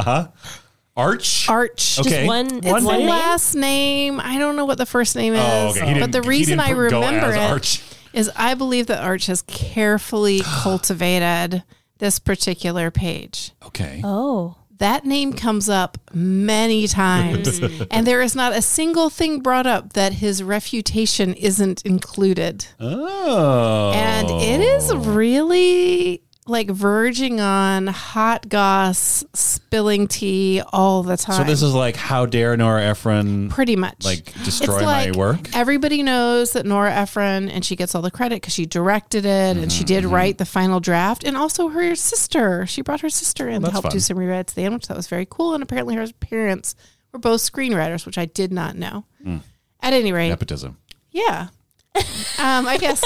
B: Arch?
E: Arch.
B: Uh-huh. Okay.
C: One,
E: It's
C: one
E: the
C: name?
E: last name. I don't know what the first name is,
B: Oh, okay. He
E: but
B: didn't-
E: the
B: he
E: reason
B: didn't
E: I
B: put- go
E: remember
B: as
E: it
B: Arch.
E: is I believe that Arch has carefully cultivated this particular page.
B: Okay.
C: Oh.
E: That name comes up many times, and there is not a single thing brought up that his refutation isn't included.
B: Oh.
E: And it is really like verging on hot goss, spilling tea all the time.
B: So this is like how dare Nora Ephron
E: pretty much
B: like
E: It's
B: destroy my
E: like
B: work?
E: Everybody knows that Nora Ephron, and she gets all the credit because she directed it and she
B: Mm-hmm.
E: did write the final draft, and also her sister. She brought her sister in to
B: that's
E: help
B: fun.
E: do some rewrites at the end, which that was very cool. And apparently, her parents were both screenwriters, which I did not know.
B: Hmm.
E: At any rate,
B: Nepotism.
E: yeah. um, I guess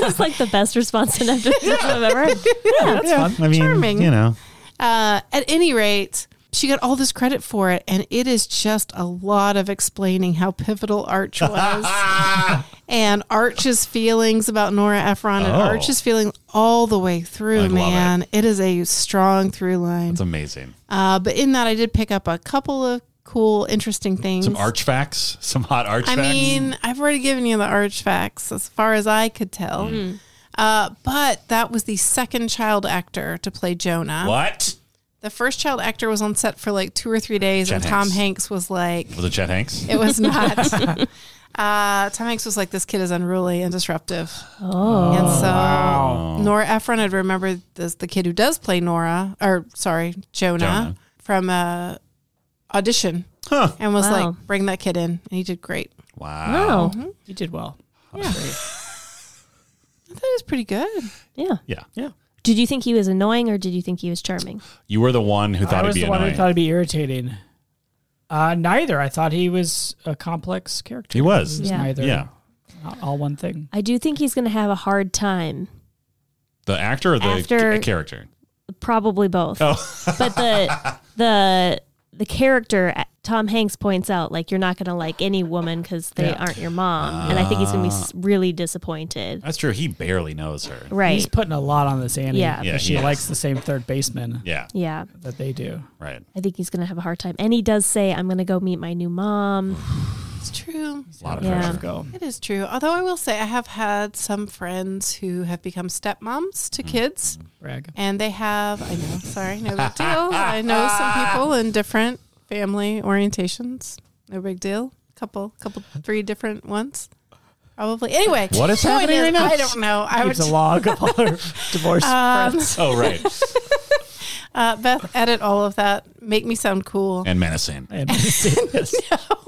C: That's like the best response to nepotism I've ever heard. Yeah.
B: Yeah, I mean,
E: Charming.
B: you know.
E: uh, at any rate, she got all this credit for it, and it is just a lot of explaining how pivotal Arch was. and Arch's feelings about Nora Ephron and
B: Oh.
E: Arch's feeling all the way
B: I
E: through,
B: love
E: man. it is a strong through line.
B: It's amazing.
E: Uh, but in that, I did pick up a couple of cool, interesting things.
B: Some arch facts, some hot arch
E: I
B: facts.
E: mean, I've already given you the Arch facts as far as I could tell. Uh, but that was the second child actor to play Jonah.
B: what?
E: The first child actor was on set for like two or three days,
B: Chet
E: and Tom
B: Hanks.
E: Hanks, was like,
B: Was it Chet Hanks?
E: it was not. uh, Tom Hanks was like, this kid is unruly and disruptive.
C: Oh.
E: And so Nora Ephron had remembered this, the kid who does play Nora, or sorry, Jonah,
B: Jonah.
E: from a audition
B: Huh.
E: and was
C: Wow.
E: like, bring that kid in. And he did great.
B: Wow.
C: Wow.
E: Hmm?
D: You did well.
E: I thought it was pretty good.
C: Yeah.
B: Yeah.
D: Yeah.
C: Did you think he was annoying or did you think he was charming?
B: You were the one who thought
D: I
B: it'd
D: was
B: be
D: the one
B: annoying.
D: who thought it'd be irritating. Uh, neither. I thought he was a complex character.
B: he was.
D: It was
C: Yeah.
D: Neither.
B: Yeah.
D: Not all one thing.
C: I do think he's going to have a hard time.
B: The actor or the
C: After-
B: ca- character?
C: Probably both.
B: Oh.
C: but the the the character Tom Hanks points out, like, you're not going to like any woman because they
D: Yeah. Ah.
C: aren't your mom. and I think he's going to be s- really disappointed.
B: That's true. He barely knows her.
C: Right.
D: He's putting a lot on this Annie.
C: Yeah.
B: Yeah,
D: but she
B: he is.
D: likes the same third baseman
B: Yeah.
C: Yeah.
D: that they do.
B: Right.
C: I think he's going to have a hard time. And he does say, I'm going to go meet my new mom.
E: It's true.
B: A lot of
C: Yeah.
B: pressure.
D: Go.
E: It is true. Although I will say, I have had some friends who have become stepmoms
B: Mm.
E: to kids,
D: Brag.
E: and they have, I know, sorry, no big deal. I know some people in different family orientations. No big deal. Couple, couple, three different ones. Probably. Anyway,
B: What is
E: point
B: happening
E: is,
B: right now?
E: I don't know. I
D: Keeps
E: was,
D: a log of all her divorce
C: Uh,
D: friends.
B: Oh, right.
E: uh, Beth, edit all of that. Make me sound cool.
B: and menacing.
D: And this.
E: Um,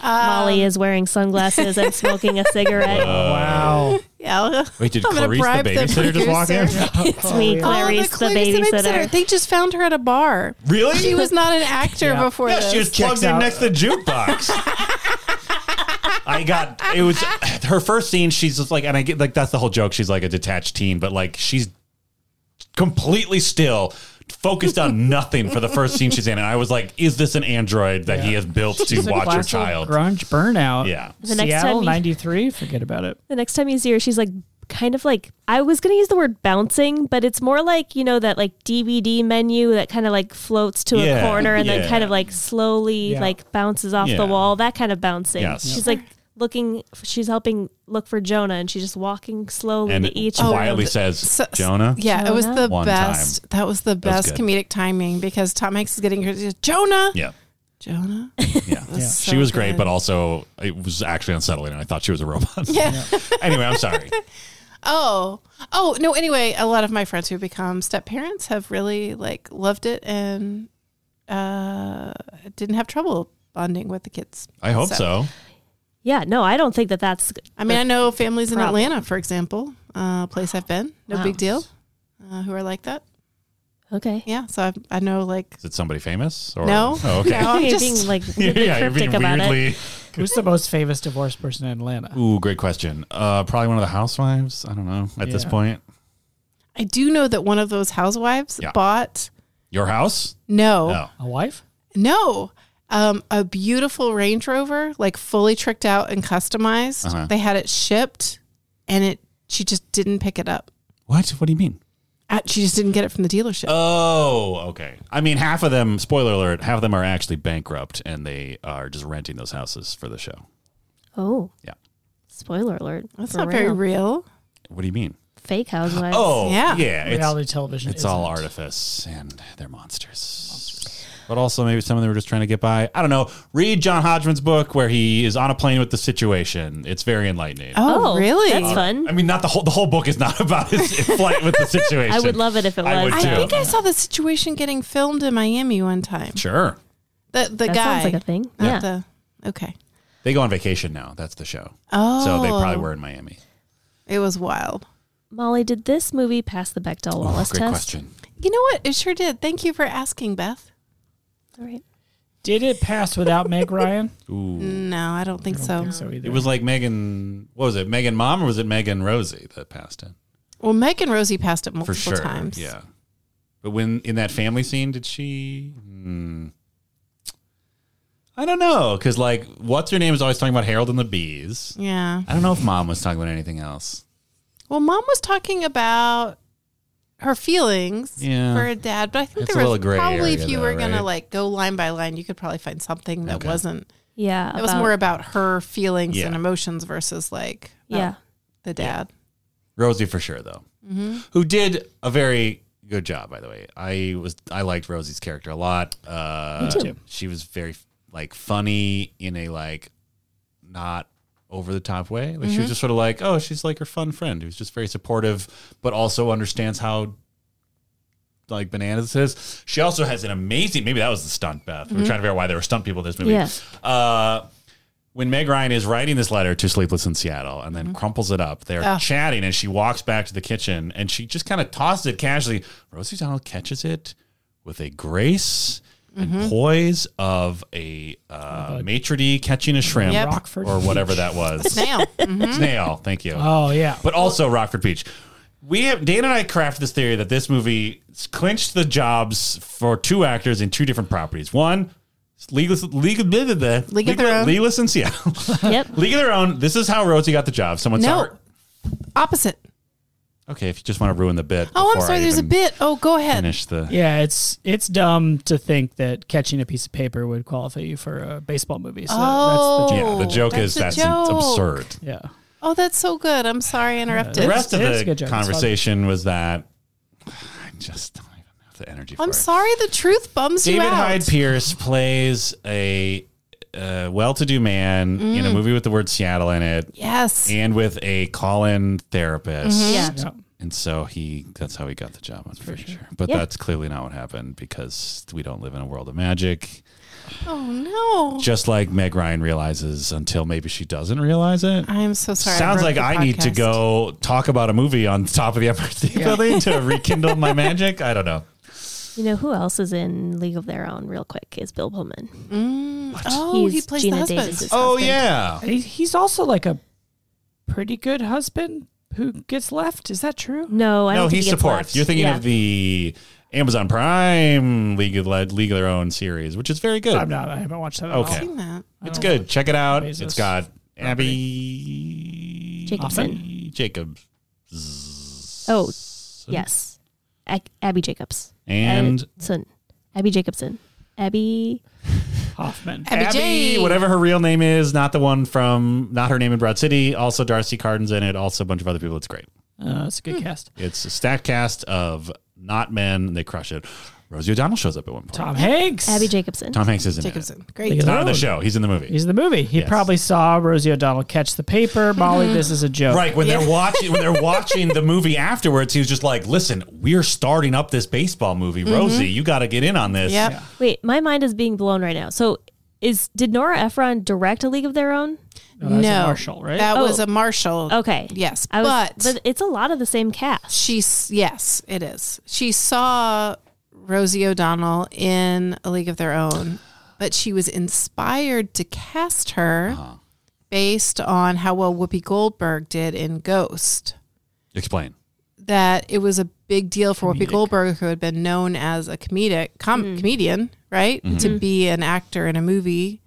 E: Uh,
C: Molly is wearing sunglasses and smoking a cigarette.
B: Uh,
D: wow.
E: Yeah. I'll-
B: Wait, did
E: I'm gonna
B: Clarice
E: bribe
B: the
E: the
B: babysitter just walk in?
E: producer.
C: It's me,
E: Oh,
C: Clarice, the, babysitter.
E: They just found her at a bar.
B: Really?
E: She was not an actor
D: Yeah.
E: before
B: Yeah,
E: this.
B: she was plugged
D: Checks
B: in
D: out.
B: next to the jukebox. I got it was her first scene. She's just like, and I get like that's the whole joke. She's like a detached teen, but like she's completely still, focused on nothing for the first scene she's in. And I was like, is this an android that he has built to
D: It's a
B: watch her
D: classic
B: child?
D: Grunge burnout.
B: Yeah.
C: The next
D: Seattle
C: time you-
D: '93. Forget about it.
C: The next time you see her, she's like kind of like I was gonna use the word bouncing, but it's more like you know that like DVD menu that kind of like floats to
B: Yeah,
C: a corner and
B: yeah.
C: then kind of like slowly
D: Yeah.
C: like bounces off
B: Yeah.
C: the wall. That kind of bouncing.
B: Yes.
C: She's like looking. She's helping look for Jonah, and she's just walking slowly
B: And
C: to each.
B: Wiley
C: one of the-
B: says,
E: Oh, So-
B: Jonah.
E: Yeah, it was the
C: Jonah?
B: One
E: best. That was the
B: was
E: best
B: good.
E: comedic timing because Tom Hanks is getting her Jonah.
B: Yeah.
E: Jonah.
B: Yeah.
E: That's
B: she
E: so
B: was great,
E: good.
B: but also it was actually unsettling, and I thought she was a robot.
E: Yeah.
B: anyway, I'm sorry.
E: Oh. Oh, no, anyway, a lot of my friends who become step parents have really like loved it and uh didn't have trouble bonding with the kids.
B: I hope so.
C: yeah, no, I don't think that that's.
E: I mean, I know families in
C: problem.
E: Atlanta, for example, uh place I've been, no
C: Wow.
E: big deal. Uh, who are like that?
C: okay.
E: Yeah, so I, I know like
B: Is it somebody famous? Or?
E: No.
B: Oh, okay.
E: No, I'm
C: You're
E: just-
C: being like
B: yeah,
C: really
B: yeah, you're
C: cryptic
B: being
C: about it.
B: weirdly.
D: Who's the most famous divorced person in Atlanta?
B: Ooh, great question. Uh, probably one of the housewives. I don't know. At this
D: Yeah.
B: point,
E: I do know that one of those housewives
B: Yeah.
E: bought
B: your house?
E: no,
B: No.
D: A wife?
E: No. Um, a beautiful Range Rover, like fully tricked out and customized.
B: Uh-huh.
E: They had it shipped and it she just didn't pick it up.
B: What? What do you mean?
E: Uh, She just didn't get it from the dealership.
B: Oh, okay. I mean, half of them. Spoiler alert: half of them are actually bankrupt, and they are just renting those houses for the show.
C: Oh.
B: Yeah.
C: Spoiler alert.
E: That's
C: For
E: not very
C: real.
E: real.
B: What do you mean?
C: Fake housewives.
B: Oh,
E: Yeah.
B: yeah. It's,
D: Reality television.
B: it's all
D: isn't.
B: artifice, and they're monsters. But also, maybe some of them were just trying to get by. I don't know. Read John Hodgman's book where he is on a plane with the situation. It's very enlightening.
E: Oh, really?
C: That's fun.
B: I mean, not the whole. The whole book is not about his flight with the situation.
C: I would love it if it was.
B: I would
E: I
B: too.
E: think I saw the situation getting filmed in Miami one time.
B: Sure.
E: The the guy.
C: that sounds like a thing.
E: not
C: Yeah.
E: the- okay.
B: They go on vacation now. That's the show.
E: Oh.
B: So they probably were in Miami.
E: It was wild.
C: Molly, did this movie pass the Bechdel
B: Oh,
C: Wallace
B: great
C: test?
B: question.
E: You know what? It sure did. Thank you for asking, Beth.
C: All right.
D: Did it pass without Meg Ryan?
C: Mm.
B: Ooh.
E: No, I don't think so.
D: so either.
B: It was like Megan, what was it, Megan Mom or was it Megan Rosie that passed it?
E: Well, Meg and Rosie passed it
B: For
E: multiple
B: sure.
E: times.
B: Yeah. But when in that family scene, did she? Hmm. I don't know. Because, like, what's her name is always talking about Harold and the Bees.
E: Yeah.
B: I don't know if mom was talking about anything else.
E: Well, mom was talking about her feelings
B: Yeah.
E: for a dad, but I think
B: It's a
E: there was
B: little gray
E: probably
B: area
E: if you
B: though,
E: were gonna
B: right?
E: like go line by line, you could probably find something that
B: Okay.
E: wasn't
C: Yeah.
E: that was
C: about-
E: more about her feelings
B: Yeah.
E: and emotions versus like about
C: Yeah.
E: the dad.
B: Rosie for sure, though, who did a very good job, by the way. I was I liked Rosie's character a lot. Uh,
D: Me too.
B: She was very like funny in a like not over the top way. Like she was just sort of like, oh, she's like her fun friend who's just very supportive, but also understands how like bananas is. She also has an amazing. Maybe that was the stunt, Beth. We're trying to figure out why there were stunt people in this movie.
C: Yeah.
B: Uh, when Meg Ryan is writing this letter to Sleepless in Seattle and then crumples it up, they're
E: Ah.
B: chatting and she walks back to the kitchen and she just kind of tosses it casually. Rosie Donald catches it with a grace and poise of a uh, maitre d' catching a shrimp
E: Yep.
D: Rockford
B: or whatever that was.
E: Now,
B: Snail. Thank you
D: Oh yeah.
B: but also Rockford Peach. We have Dan and I crafted this theory that this movie clinched the jobs for two actors in two different properties. One, Leagueless, league, blah, blah, blah.
E: League of Their Own.
B: Leagueless in Seattle.
C: Yep.
B: league of Their Own. This is how Rosie got the job. Someone
E: No.
B: saw her.
E: Opposite.
B: Okay, if you just want to ruin the bit.
E: Oh, I'm
B: before
E: sorry.
B: I
E: There's a
B: even
E: bit. Oh, go ahead.
B: Finish the.
D: Yeah, it's it's dumb to think that catching a piece of paper would qualify you for a baseball movie. So
E: oh,
B: Yeah, the joke
E: that's
B: is
E: a
B: that's
E: joke.
B: absurd.
D: that's the yeah.
E: Oh, that's so good. I'm sorry, I interrupted.
B: The
D: It's-
B: rest of
D: it's a
B: the
D: good joke. It's fun.
B: conversation was that I just don't even have the energy. For
E: I'm
B: it.
E: sorry. The truth bums you
B: David
E: out.
B: Hyde Pierce plays a uh, well-to-do man in
E: Mm.
B: a movie with the word Seattle in it,
E: Yes.
B: and with a call-in therapist.
E: Mm-hmm.
C: Yeah.
D: Yeah.
B: And so he that's how he got the job, I'm pretty sure. But that's clearly not what happened because we don't live in a world of magic.
E: Oh no.
B: Just like Meg Ryan realizes until maybe she doesn't realize it.
E: I am so sorry.
B: Sounds
E: broke
B: like
E: the
B: I need to
E: podcast.
B: go talk about a movie on top of the Empire State Building to rekindle my magic. I don't know.
C: You know who else is in League of Their Own? Real quick is Bill Pullman.
E: Oh, he
C: He's
E: plays
C: Gina
E: the husband.
C: Davis's-
F: Oh
C: Husband.
F: yeah.
D: He- He's also like a pretty good husband who gets left. Is that true?
C: No, I
B: no,
C: don't
B: he
C: think gets
B: supports.
C: left.
B: You're thinking
C: Yeah.
B: of the Amazon Prime League of, Le- League of Their Own series, which is very good.
D: I'm not. I haven't watched that. At
B: Okay.
D: All.
E: Seen that.
B: It's good. Check it out.
D: Jesus.
B: It's got Abby
C: Jacobson.
B: Jacobs
C: Oh, yes, Ac Abby Jacobs.
B: and
C: Son. Abby Jacobson. Abby.
D: Hoffman.
E: Abby
B: Abby,
E: Jane.
B: whatever her real name is, not the one from not her name in Broad City. Also, Darcy Cardin's in it. Also, a bunch of other people. It's great.
D: Uh, that's a
E: Hmm.
D: good cast.
B: It's a stack cast of not men. They crush it. Rosie O'Donnell shows up at one point. Tom,
D: Tom Hanks.
C: Abby Jacobson.
B: Hanks isn't in
E: Jacobson.
B: it.
E: Great.
B: He's not in the show. He's in the movie.
D: He's the movie. He
B: Yes.
D: probably saw Rosie O'Donnell catch the paper. Molly, this is a joke.
B: Right when they're watching when they're watching the movie afterwards, he was just like, "Listen, we're starting up this baseball movie, Rosie. You got to get in on this."
E: Yep.
C: Wait, my mind is being blown right now. So, is did Nora Ephron direct a League of Their Own?
D: No,
E: No.
D: that's a Marshall, right?
E: That
C: Oh.
E: was a Marshall.
C: Okay.
E: Yes,
C: I was,
E: but-
C: it's a lot of the same cast.
E: She's yes, it is. She saw Rosie O'Donnell in A League of Their Own, but she was inspired to cast her based on how well Whoopi Goldberg did in Ghost.
B: Explain.
E: That it was a big deal for Whoopi Goldberg, who had been known as a comedic com-
C: Mm.
E: comedian, right, to be an actor in a movie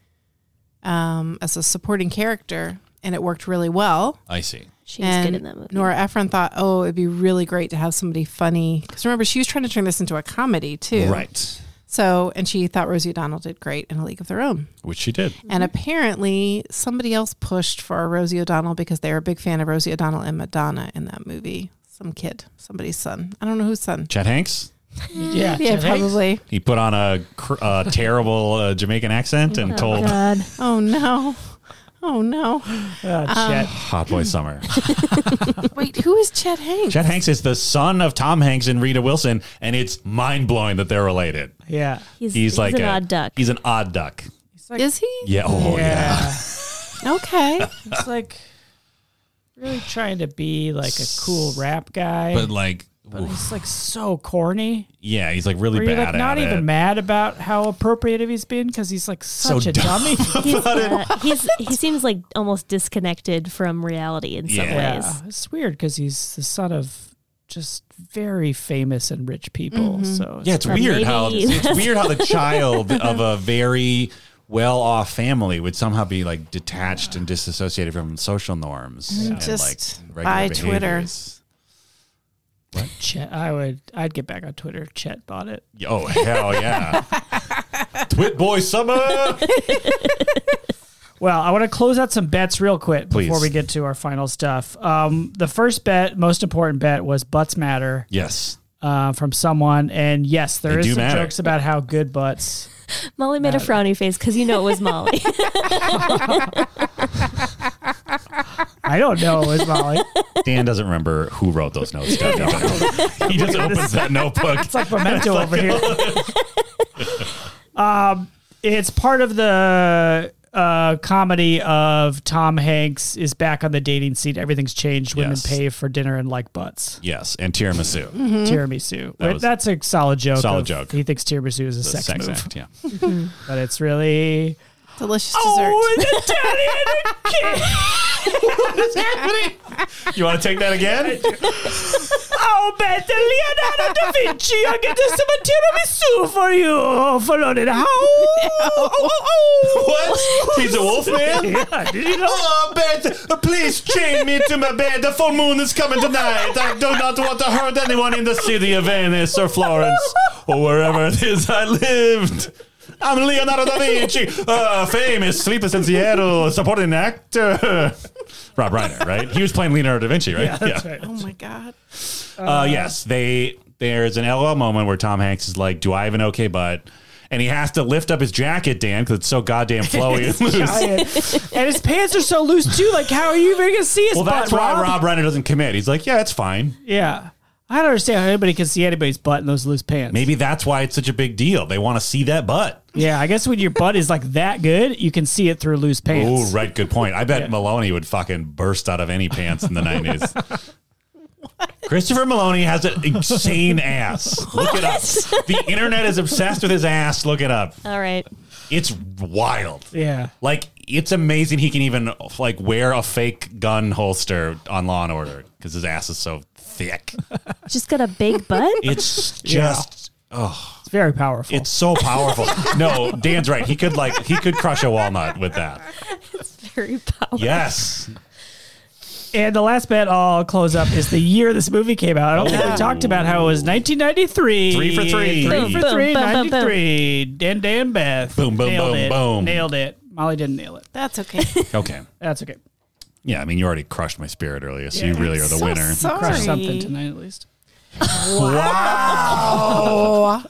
E: um, as a supporting character, and it worked really well.
B: I see.
C: She was good in that movie.
E: Nora Ephron thought, oh, it'd be really great to have somebody funny. Because remember, she was trying to turn this into a comedy too.
B: Right,
E: So, and she thought Rosie O'Donnell did great in A League of Their Own.
B: which she did.
E: And apparently, somebody else pushed for Rosie O'Donnell because they were a big fan of Rosie O'Donnell and Madonna in that movie. Some kid, somebody's son. I don't know whose son.
B: Chad Hanks.
D: Yeah.
E: Yeah,
D: Ted Hanks.
E: probably.
B: He put on a, cr- a terrible uh, Jamaican accent and told
C: God.
E: Oh, no. Oh, no.
D: Uh, Chet.
B: Hot Boy Summer.
E: Wait, who is Chet Hanks?
B: Chad Hanks is the son of Tom Hanks and Rita Wilson, and it's mind blowing that they're related.
D: Yeah.
C: He's,
B: He's, like
C: an
B: a-
C: odd duck.
B: He's an odd duck.
E: Is he?
B: Yeah. Oh yeah.
E: Okay.
D: it's like really trying to be like a cool rap guy.
B: But like,
D: but
B: oof.
D: he's like so corny.
B: yeah, he's like really
D: Where you're
B: bad
D: like
B: at
D: not even
B: it.
D: mad about how appropriative he's been because he's like such a
B: dumb.
D: dummy.
C: He's, uh, he's he seems like almost disconnected from reality in some
B: Yeah.
C: ways.
D: yeah, it's weird because he's the son of just very famous and rich people. So
B: Yeah, it's
C: But
B: weird how
C: maybe-
B: it's weird how the child of a very well-off family would somehow be like detached and disassociated from social norms and
E: Just
B: like regular
E: by Twitter.
B: behaviors.
D: Chet, I would I'd get back on Twitter. Chet bought it.
B: Oh hell yeah! Twit boy summer.
D: Well, I want to close out some bets real quick before
B: Please.
D: we get to our final stuff. Um, the first bet, most important bet, was butts matter.
B: Yes.
D: uh, from someone. And yes, there
B: They
D: is
B: do
D: some
B: matter.
D: jokes about how good butts.
C: Molly made a frowny face because you know it was Molly.
D: I don't know, is Molly.
B: Dan doesn't remember who wrote those notes. down there. he just opens that notebook.
D: It's like memento over here. um, it's part of the uh, comedy of Tom Hanks is back on the dating scene. Everything's changed. Women
B: Yes.
D: pay for dinner and like butts.
B: Yes, and
D: Mhm.
B: tiramisu.
D: Tiramisu. Wait,
B: was-
D: That's a solid joke.
B: Solid
D: of-
B: joke.
D: He thinks tiramisu is a
B: The
D: sex,
B: sex
D: move,
B: act. Yeah.
D: but it's really
E: Delicious
D: oh,
E: dessert.
D: it's Italian.
B: You want to take that again?
D: Oh, Ciao, Beth, Leonardo da Vinci. I'll get us some tiramisu for you for London. How? Oh, oh,
B: What? He's a wolf
D: oh.
B: man?
D: Yeah, did you know?
B: Oh, Beth, please chain me to my bed. The full moon is coming tonight. I do not want to hurt anyone in the city of Venice or Florence or wherever it is I lived. I'm Leonardo da Vinci, a famous sleepless in Seattle supporting actor. Rob Reiner, right? He was playing Leonardo da Vinci, right? Yeah.
E: Oh my god.
B: Uh, yes, they. There's an LOL moment where Tom Hanks is like, "Do I have an okay butt?" And he has to lift up his jacket, Dan, because it's so goddamn flowy and loose.
D: Giant. and his pants are so loose too. Like, how are you even gonna see his
B: Well,
D: butt?
B: that's why Rob Reiner doesn't commit. He's like, "Yeah, it's fine."
D: Yeah, I don't understand how anybody can see anybody's butt in those loose pants.
B: Maybe that's why it's such a big deal. They want to see that butt.
D: Yeah, I guess when your butt is like that good, you can see it through loose
B: Oh,
D: pants.
B: right. Good point. I bet Maloney would fucking burst out of any pants in the nineties. Christopher Maloney has an insane ass. Look it up. The internet is obsessed with his ass. Look it up.
C: All right.
B: It's wild.
D: Yeah.
B: Like it's amazing he can even like wear a fake gun holster on Law and Order because his ass is so thick.
C: Just got a big butt.
B: It's
D: Yeah.
B: just
D: It's very powerful.
B: it's so powerful. no, Dan's right. He could like he could crush a walnut with that.
C: Very powerful.
B: Yes.
D: and the last bet I'll close up is the year this movie came out. I don't think we
B: Oh.
D: talked about how it was 1993.
B: Three for three.
D: Three
B: Boom,
D: for
C: boom,
D: three.
C: boom, boom, boom.
D: 93. Dan, Dan, Beth.
B: Boom, boom,
D: Nailed
B: boom,
D: it.
B: boom.
D: Nailed it. Molly didn't nail it.
E: That's okay.
B: Okay.
D: That's okay.
B: Yeah, I mean you already crushed my spirit earlier, so
D: Yeah.
B: you really are the
E: so
B: winner.
E: Sorry.
D: Crush something tonight at least.
E: Oh,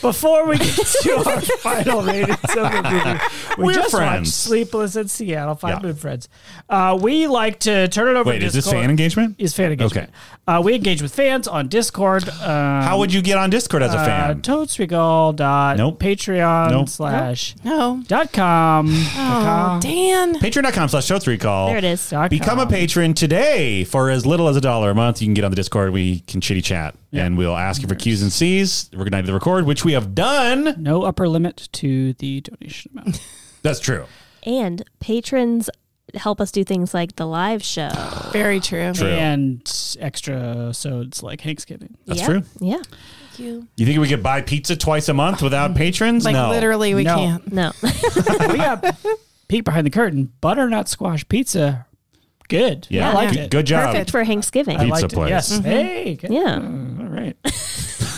D: Before we get to our final ratings of the movie, we
B: We're
D: just watched
B: friends.
D: Sleepless in Seattle, Five
B: Yeah.
D: Moon Friends. Uh, we like to turn it over
B: Wait,
D: to
B: is this
D: Discord.
B: fan engagement?
D: is fan engagement. Okay. Uh, we engage with fans on Discord. Uh,
B: How would you get on Discord as a
D: uh,
B: fan?
D: Toadsregal dot
B: Nope.
D: Patreon
B: Nope.
D: slash
E: no.
D: dot com.
E: Oh, Dan.
B: Patreon.com slash show three call.
C: There it is.
D: Dot
B: Become a
D: com.
B: patron today for as little as a dollar a month. You can get on the Discord. We can chitty chat and we'll ask you for Q's and C's. We're going to the record, which we have done.
D: No upper limit to the donation amount.
B: That's true.
C: And patrons help us do things like the live show.
E: Very true.
B: True.
D: and extra so it's like Thanksgiving.
B: That's
C: yeah.
B: true.
C: Yeah.
E: Thank you.
B: You think we could buy pizza twice a month without patrons?
E: Like
B: no.
E: literally, we
D: No.
E: can't.
C: No.
D: we got a peek behind the curtain. Butternut squash pizza. Good.
B: Yeah.
D: I liked
B: Good-
D: it.
B: Good job.
C: Perfect for Thanksgiving.
D: I
B: Pizza
D: liked
B: place.
D: It. Yes. Hey. good.
C: Yeah.
D: Mm, All right.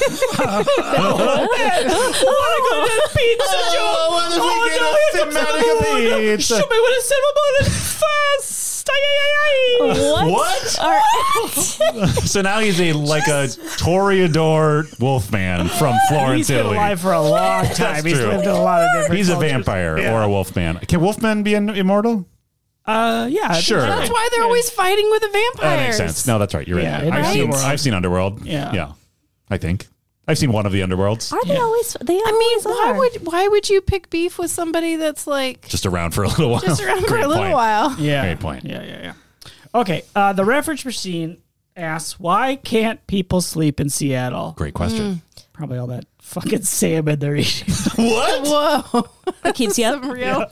D: I want to go to pizza
B: Oh, why don't we get a Sematica pizza?
D: Show me what a cinnamon bun is fast. Ay, ay, ay,
B: Oh,
D: ay.
C: What?
B: What?
C: Are-
B: So now he's a like a Toreador wolfman from
D: He's
B: Florence,
D: been
B: Italy.
D: alive for a long time. He's
B: true.
D: lived in a lot of different.
B: He's a
D: cultures.
B: vampire or a wolfman. Can wolfmen be in- immortal?
D: Uh, yeah. I think
B: Sure.
D: so.
E: That's why they're always fighting with the vampires.
B: That makes sense. No, that's right. You're
D: Yeah,
B: right.
D: in
B: I've seen
D: Underworld.
B: I've seen Underworld.
D: Yeah.
B: Yeah. I think. I've seen one of the underworlds.
C: are they always? They
E: I mean,
C: always
E: why
C: are.
E: would why would you pick beef with somebody that's like
B: Just around for a little while.
E: just around for
B: Great
E: a little
B: point.
E: while?
D: Yeah.
B: Great point.
D: Yeah, yeah, yeah. Okay. Uh, the reference machine asks, why can't people sleep in Seattle?
B: Great
E: Mm.
B: question.
D: Probably all that fucking salmon they're eating.
B: What?
E: Whoa,
C: That keeps you up?
E: real.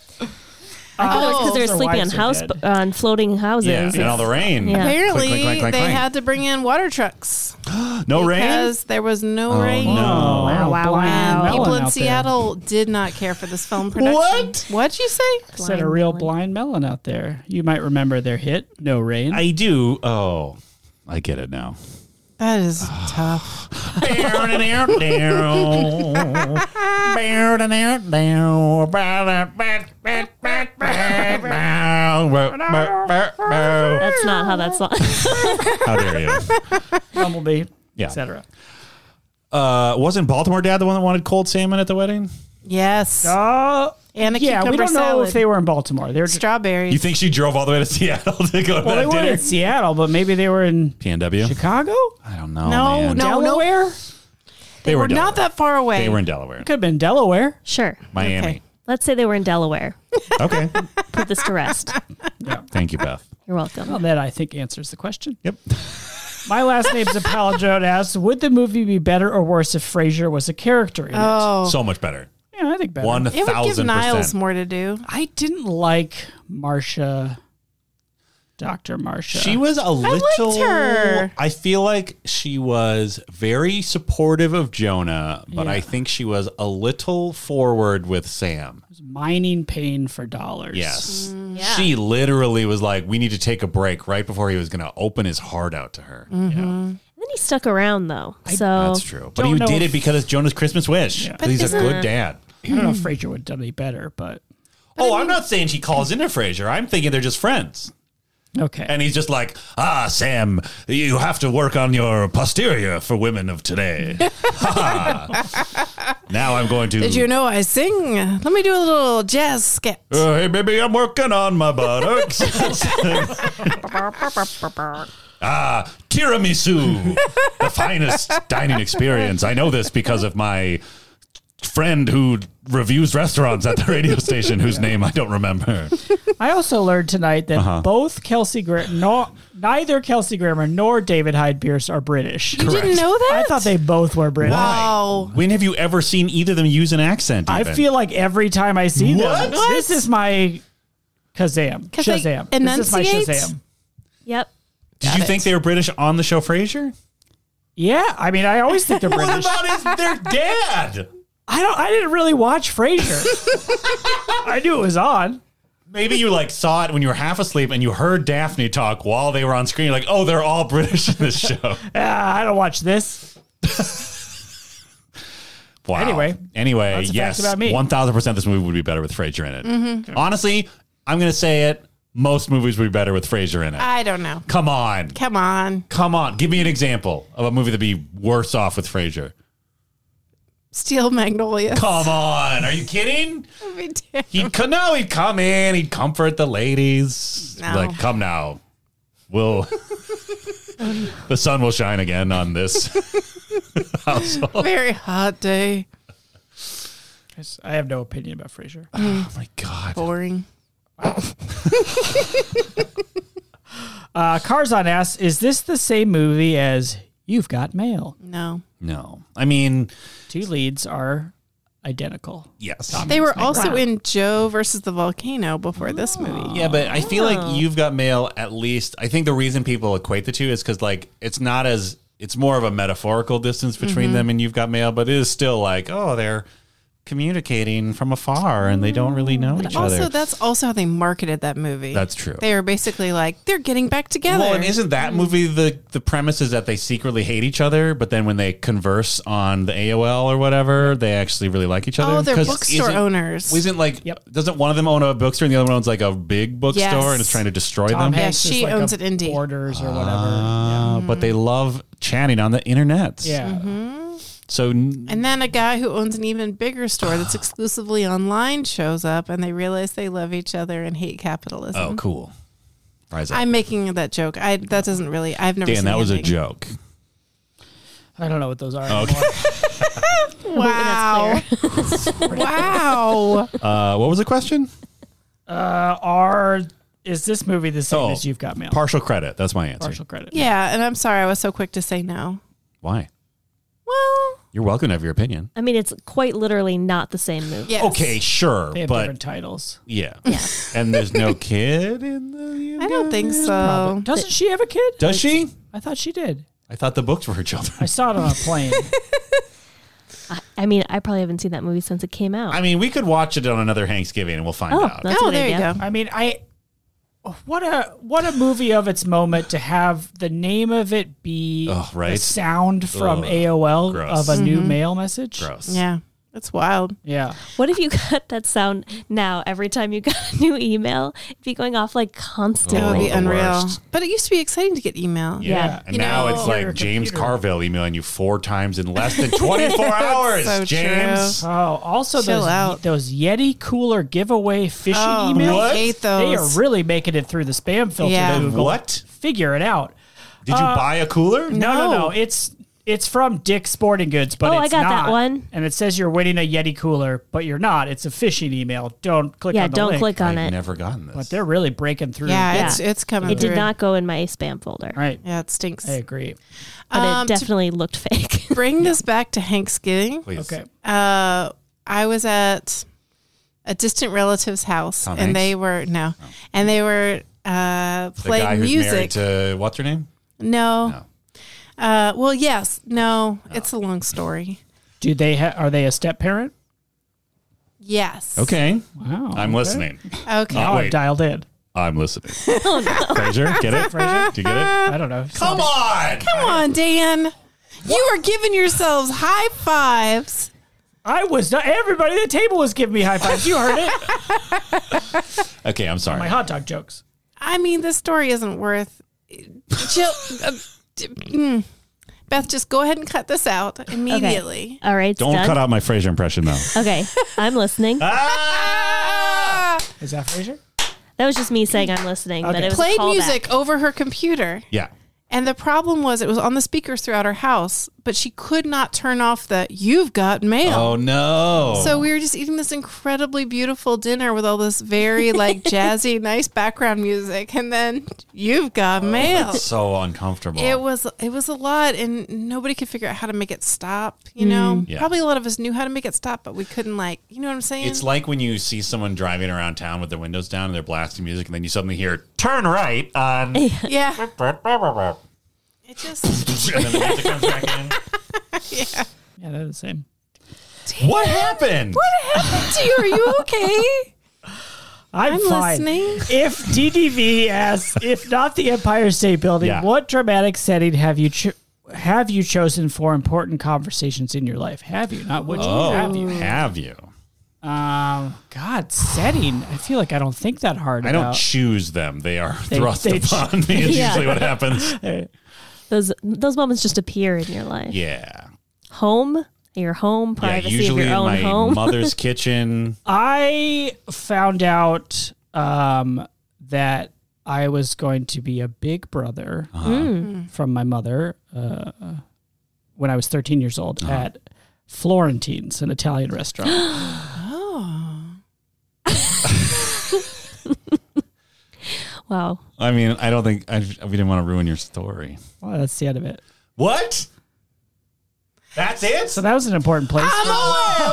C: I thought it was because
D: Oh.
C: they're
D: Their
C: sleeping on
D: wives are
C: house
D: dead.
C: on floating
B: Yeah,
C: houses.
B: and all the rain.
C: Yeah.
E: Apparently,
B: Clank, clank, clank,
E: they
B: clank.
E: had to bring in water trucks
B: No rain.
E: because there was no rain.
B: Oh, No.
C: Wow, wow,
D: Oh, blind
C: wow.
D: melon
E: People in
D: out there.
E: Seattle did not care for this film production.
B: What?
E: What'd you say?
D: Said a real blind melon out there. You might remember their hit, No Rain.
B: I do. Oh, I get it now.
E: That is tough.
B: How
C: That's not how that's.
B: dare you?
D: Bumblebee,
B: Yeah.
D: etc.
B: Uh, wasn't Baltimore Dad the one that wanted cold salmon at the wedding?
E: Yes.
D: Uh,
E: And a
D: yeah, we
E: cucumber
D: don't know
E: salad.
D: if they were in Baltimore. They're just,
E: Strawberries.
B: You think she drove all the way to Seattle to go to
D: well, they
B: that
D: weren't
B: dinner?
D: in Seattle, but maybe they were in
B: PNW?
D: Chicago,
B: I don't know.
E: No,
B: Oh, man.
E: no.
D: Delaware.
B: They were in
E: not
B: Delaware.
E: that far away.
B: They were in Delaware.
D: Could have been Delaware.
C: sure.
B: Miami.
C: Let's say they were in Delaware.
B: Okay.
C: Put this to rest.
B: Thank you, Beth.
C: You're welcome.
D: Well, that I think answers the question.
B: Yep.
D: My last name's Apollo asks, would the movie be better or worse if Frasier was a character in
E: oh,
B: So much better.
D: it? Yeah, I think better.
B: One
E: it would give
B: thousand
E: Niles
B: percent.
E: more to do.
D: I didn't like Marsha Dr. Marsha.
B: She was a little.
E: her.
B: I feel like she was very supportive of Jonah, but I think she was a little forward with Sam.
D: mining pain for dollars.
B: Yes.
D: Mm.
C: yeah.
B: She literally was like, we need to take a break right before he was going to open his heart out to her. Yeah.
C: And then he stuck around though. so
B: That's true. But
D: Don't
B: he
D: know
B: did
D: if-
B: it because it's Jonah's Christmas wish.
D: Yeah.
B: 'Cause He's a
C: Oh. isn't-
B: good dad.
D: I don't know if Frazier would have done any better, but
B: oh, I'm not saying she calls into Frasier. I'm thinking they're just friends.
D: okay.
B: And he's just like, ah, Sam, you have to work on your posterior for women of today. Ha. now I'm going to.
E: Did you know I sing? Let me do a little jazz skit.
B: Uh, hey, baby, I'm working on my buttocks. ah, tiramisu, the finest dining experience. I know this because of my friend who reviews restaurants at the radio station, whose name I don't remember.
D: I also learned tonight that both Kelsey Grammer, no, neither Kelsey Grammer nor David Hyde Pierce are British.
E: You didn't know that?
D: I thought they both were British.
E: Wow.
B: When have you ever seen either of them use an accent?
D: I
B: even?
D: feel like every time I see
B: What?
D: them, this is my Kazam.
E: 'Cause they
D: Shazam. This is my
E: enunciate?
D: Shazam.
C: yep.
B: Did you think they were British on the show Frasier?
D: Yeah, I mean, I always think they're British.
B: about his, their dad?
D: I don't. I didn't really watch Frasier. I knew it was on.
B: Maybe you like saw it when you were half asleep and you heard Daphne talk while they were on screen. You're like, oh, they're all British in this show.
D: Ah, I don't watch this.
B: Wow.
D: Anyway.
B: anyway,
D: Lots of facts
B: yes,
D: about me. Mm-hmm.
B: one thousand percent, this movie would be better with Frasier in it. Honestly, I'm gonna say it. Most movies would be better with Frasier
D: Uh,
B: in it.
E: I don't know.
B: come on,
E: Come on.
B: come on. Give me an example of a movie that'd be worse off with Frasier.
E: Steel Magnolia.
B: Come on, are you kidding?
E: We did.
B: He'd co- no, he'd come in, he'd comfort the ladies.
E: No.
B: Like, come now, we'll. the sun will shine again on this.
E: Very hot day.
D: I have no opinion about Frasier.
B: Oh my god.
E: Boring.
D: Uh, Carzon asks, "Is this the same movie as You've Got Mail?"
E: No.
B: No, I mean,
D: Two leads are identical.
B: yes.
E: They were also
D: Wow.
E: in Joe versus the volcano before this movie.
B: Yeah, but I feel like you've got mail at least. I think the reason people equate the two is because like it's not as it's more of a metaphorical distance between
E: Mm-hmm.
B: them and you've got mail, but it is still like oh they're communicating from afar and they don't really know each
E: Also,
B: other.
E: that's also how they marketed that movie.
B: That's true.
E: They were basically like, they're getting back together.
B: well, and isn't that movie the the premise is that they secretly hate each other, but then when they converse on the AOL or whatever, they actually really like each other.
E: oh, they're
B: 'Cause
E: bookstore
B: isn't-
E: owners.
B: Isn't like
D: Yep.
B: doesn't one of them own a bookstore and the other one owns like a big bookstore
E: Yes.
B: and is trying to destroy
D: Tom
B: them?
D: Hanks is
E: she
D: like
E: owns
D: a
E: it indie.
D: Borders or whatever.
B: Uh, But they love chatting on the internet.
D: yeah. Yeah.
E: Mm-hmm.
B: So n-
E: and then a guy who owns an even bigger store that's exclusively online shows up and they realize they love each other and hate capitalism.
B: oh, cool. Rise up,
E: Mm-hmm. I'm making that joke. I that doesn't really. I've never.
B: Dan.
E: seen
B: That was a
E: anything.
B: joke.
D: I don't know what those are.
B: Okay.
D: anymore.
E: Wow! wow!
B: Uh, what was the question?
D: Uh, are is this movie the same
B: Oh,
D: as You've Got Mail?
B: Partial credit. That's my answer.
D: Partial credit.
E: Yeah, and I'm sorry I was so quick to say no.
B: Why?
E: Well,
B: You're welcome to have your opinion.
C: I mean, it's quite literally not the same movie.
E: yes.
B: Okay, sure,
D: They have
B: but
D: different titles.
B: yeah. and there's no kid in the.
E: I don't think so.
D: Doesn't she have a kid?
B: Does she?
D: I thought she did.
B: I thought the books were her
D: I
B: children.
D: saw it on a plane.
C: I, I mean, I probably haven't seen that movie since it came out.
B: I mean, we could watch it on another Thanksgiving and we'll find
C: oh,
B: out.
C: that's
E: oh,
C: an
E: there you
C: idea.
E: go.
D: I mean, I what a what a movie of its moment to have the name of it be
B: Ugh, Oh, right?
D: the sound from
B: Ugh,
D: AOL
B: gross.
D: of a new
E: Mm-hmm.
D: mail message.
B: Gross.
E: Yeah, that's wild.
D: Yeah.
C: What if you got that sound now every time you got a new email? It'd be going off like
E: That would
C: constantly.
E: be
B: the
E: unreal.
B: worst.
E: But it used to be exciting to get email.
B: Oh, Yeah.
D: Yeah.
B: And
E: You
B: now
E: know-
B: it's
D: Your
B: like James
D: computer.
B: Carville emailing you four times in less than 24 hours,
E: so
B: James.
D: Oh, also
E: Chill
D: those
E: out.
D: those Yeti cooler giveaway phishing
E: Oh,
D: emails.
E: I hate
D: They are
E: those.
D: really making it through the spam filter.
E: Yeah.
D: to
E: The
D: Google.
B: what?
D: Figure it out.
B: Did you buy a cooler?
D: No, no,
E: Uh, No.
D: no. It's it's from Dick's Sporting Goods, but
C: Oh, I
D: it's
C: got that
D: not.
C: one.
D: And it says you're winning a Yeti cooler, but you're not. It's a phishing email. Don't click
C: yeah,
D: on the
C: don't
D: link.
C: click on
B: I've
C: it.
B: never gotten this.
D: But they're really breaking through.
E: Yeah,
D: All
E: it's it's coming.
C: It did
E: through.
C: not go in my spam folder,
D: right.
E: Yeah, it stinks.
D: I agree.
C: but
E: Um,
C: it
E: to-
C: definitely looked fake.
E: Bring this back to Thanksgiving.
B: Please.
D: Okay.
E: Uh, I was at a distant relative's house,
B: Tom
E: and
B: Hanks?
E: they were no, and they were uh,
B: Oh, The
E: played
B: guy who's
E: music.
B: married to Oh. what's her name?
E: no. Uh, well, yes. No,
B: Oh.
E: it's a long story.
D: Do they ha- are they a step parent?
E: Yes.
B: Okay,
D: Wow.
B: I'm
D: okay.
B: listening.
E: Okay.
D: Now I've
B: Uh, Wait.
D: dialed in.
B: I'm listening.
C: Oh,
B: Fraser, get it? Fraser, do you get it?
D: I don't know.
B: Come on.
E: Come on, Dan. You are giving yourselves high fives.
D: I was not. Everybody at the table was giving me high fives. You heard it.
B: Okay, I'm sorry.
D: My hot dog jokes.
E: I mean, this story isn't worth. Jill, uh, d- mm. Beth, just go ahead and cut this out immediately.
C: All right, it's
B: Don't
C: done.
B: cut Ah. out my Fraser impression though.
C: Okay, I'm listening.
D: Is that Fraser?
C: That was just me saying I'm listening, but
D: Okay.
C: it was Ah! a
E: Played
C: callback.
E: music over her computer.
B: Yeah.
E: And the problem was it was on the speakers throughout her house, but she could not turn off the you've got mail.
B: Oh no.
E: So we were just eating this incredibly beautiful dinner with all this very like jazzy, nice background music, and then you've
B: Oh,
E: got mail.
B: so uncomfortable.
E: It was it was a lot, and nobody could figure out how to make it stop. You know,
B: Mm, Yeah.
E: probably a lot of us knew how to make it stop, but we couldn't like, you know what I'm saying?
B: It's like when you see someone driving around town with their windows down and they're blasting music, and then you suddenly hear "Turn right on," and
E: yeah,
B: then
E: it just
B: the music comes back in.
D: Yeah, they're the same.
B: What happened?
E: happened to you. Are you okay?
D: I'm,
E: I'm
D: fine.
E: listening.
D: If DDV asks, if not the Empire State Building,
B: Yeah.
D: what dramatic setting have you cho- have you chosen for important conversations in your life? Have you? Not which
B: Oh,
D: have you?
B: have you?
D: Um, God, setting. I feel like I don't think that hard.
B: I don't
D: about-
B: choose them; they are thrust
D: they-
B: upon me. Is
C: Yeah.
B: usually what happens.
C: Those those moments just appear in your life.
B: Yeah,
C: Home, your home, privacy
B: yeah. Usually
C: of
B: in
C: your own
B: my
C: home.
B: mother's kitchen.
D: I found out um, that I was going to be a big brother
B: Uh-huh.
D: from my mother uh, when I was 13 years old
B: Uh-huh.
D: at Florentine's, an Italian restaurant.
E: Oh.
C: wow.
B: I mean, I don't think I, we didn't want to ruin your story.
D: well, that's the end of it.
B: What? That's it.
D: So that was an important place.
B: Ah!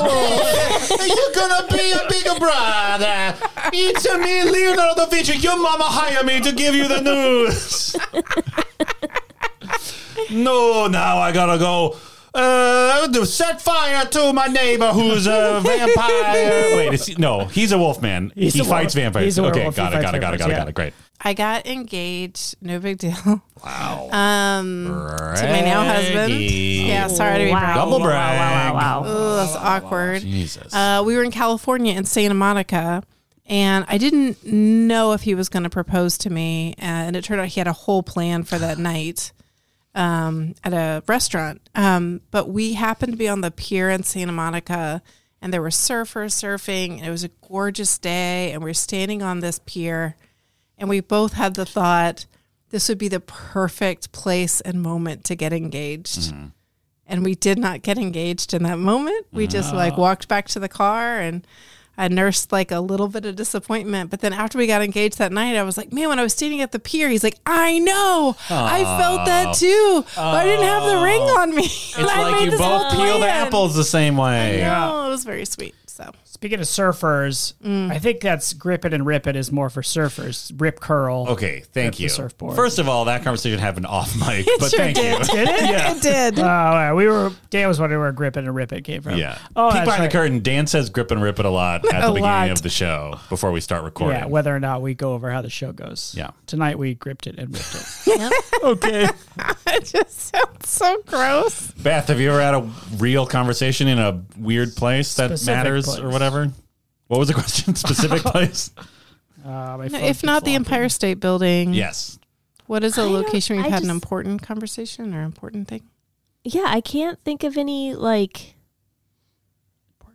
B: Are you gonna be a bigger brother? It's me, Leonardo da Vinci. Your mama hired me to give you the news. no, now I gotta go. Uh, do- set fire to my neighbor who's a vampire. Wait, is he, no, he's a wolf man.
D: He's
B: he
D: a
B: fights
D: wolf.
B: vampires.
D: He's a
B: okay,
D: werewolf. He
B: got it,
D: fights
B: got it, got it,
D: vampires,
B: got it,
D: yeah.
B: got it. Great.
E: I got engaged. No big deal.
B: Wow.
E: Um, to my now husband.
B: Reggie.
E: Yeah, sorry to be
C: wow.
E: proud.
B: Double
C: wow, wow,
B: brag.
C: wow, wow.
E: Oh, that's awkward.
B: Jesus.
E: Uh, we were in California in Santa Monica, and I didn't know if he was going to propose to me. And it turned out he had a whole plan for that night um, at a restaurant. Um, but we happened to be on the pier in Santa Monica, and there were surfers surfing. And it was a gorgeous day, and we were standing on this pier, and we both had the thought this would be the perfect place and moment to get engaged
B: Mm-hmm.
E: and we did not get engaged in that moment. We just like walked back to the car and I nursed like a little bit of disappointment. But then after we got engaged that night, I was like, man, when I was standing at the pier, he's like, I know, I felt that too. But I didn't have the ring on me. It's I
B: Oh. like you both peel the apples the same way.
E: No, it was very sweet. So
D: Speaking of surfers, I think that's grip it and rip it is more for surfers. Rip curl.
B: Okay,
D: Rip
B: thank
D: the
B: you.
D: surfboard.
B: First of all, that conversation happened off mic, but
E: sure
B: thank
E: did.
B: you.
D: Did it?
E: it did.
D: Oh, all right. we were. Dan was wondering where grip it and rip it came from.
B: Yeah.
D: Oh,
B: Peek
D: that's
B: behind
D: right.
B: the curtain. Dan says grip and rip it a lot at the beginning
E: lot.
B: of the show before we start recording.
D: Yeah, whether or not we go over how the show goes.
B: Yeah.
D: Tonight we gripped it and ripped it.
C: Yep.
B: okay.
E: It just sounds so gross.
B: Beth, have you ever had a real conversation in a weird place that
D: Specific
B: matters
D: place.
B: or whatever? What was the question? Specific place?
D: Uh, my phone
E: If not
D: keeps
E: the
D: locking.
E: Empire State Building,
B: Yes.
E: what is a
C: don't-
E: location we've
C: I
E: had an
C: just-
E: important conversation or important thing?
C: yeah, I can't think of any like.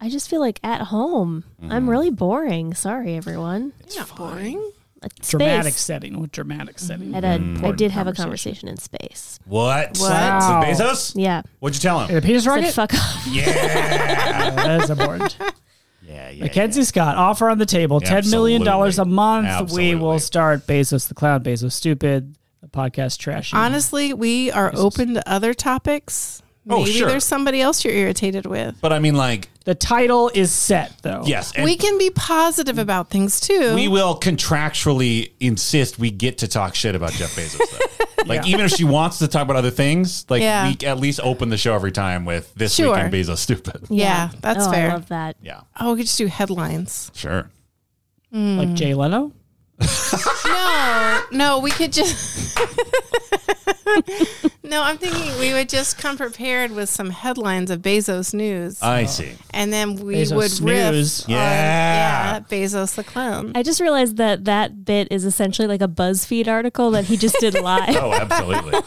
C: I just feel like at home.
B: Mm.
C: I'm really boring. Sorry, everyone.
E: It's not boring.
B: Mm-hmm.
C: Like, Space.
D: dramatic setting. What dramatic setting?
C: At
B: Mm,
C: a, I did have a conversation in space.
B: What?
D: Wow.
B: With Bezos?
C: Yeah.
B: What'd you tell
D: In
B: him?
D: a penis
C: Said,
D: rocket?
C: fuck off.
B: yeah.
D: Oh, that is important.
B: Yeah, yeah.
D: Mackenzie Scott, offer on the table, ten million dollars a
B: Absolutely.
D: month. We
B: Absolutely.
D: will start Bezos the Clown, Bezos Stupid, the podcast trashy.
E: Honestly, we are open to other topics.
B: Oh,
E: Maybe
B: sure.
E: there's somebody else you're irritated with.
B: But I mean, like,
D: The title is set though.
B: yes, and Mm.
E: we can be positive about things too.
B: we will contractually insist we get to talk shit about Jeff Bezos. Though. Like, even if she wants to talk about other things, like,
E: Yeah.
B: we at least open the show every time with this
E: Sure.
B: weekend Bezos stupid.
E: yeah, that's
C: oh,
E: fair.
C: I love that.
B: Yeah,
E: oh, we could just do headlines.
B: sure.
E: Hmm.
D: Like Jay Leno.
E: No, no, we could just. no, I'm thinking we would just come prepared with some headlines of Bezos news,
B: I see.
E: and then we
D: Bezos
E: would
D: news.
E: riff. on-
B: Yeah.
E: yeah, Bezos the clown.
C: I just realized that that bit is essentially like a BuzzFeed article that he just did live.
B: Oh, absolutely.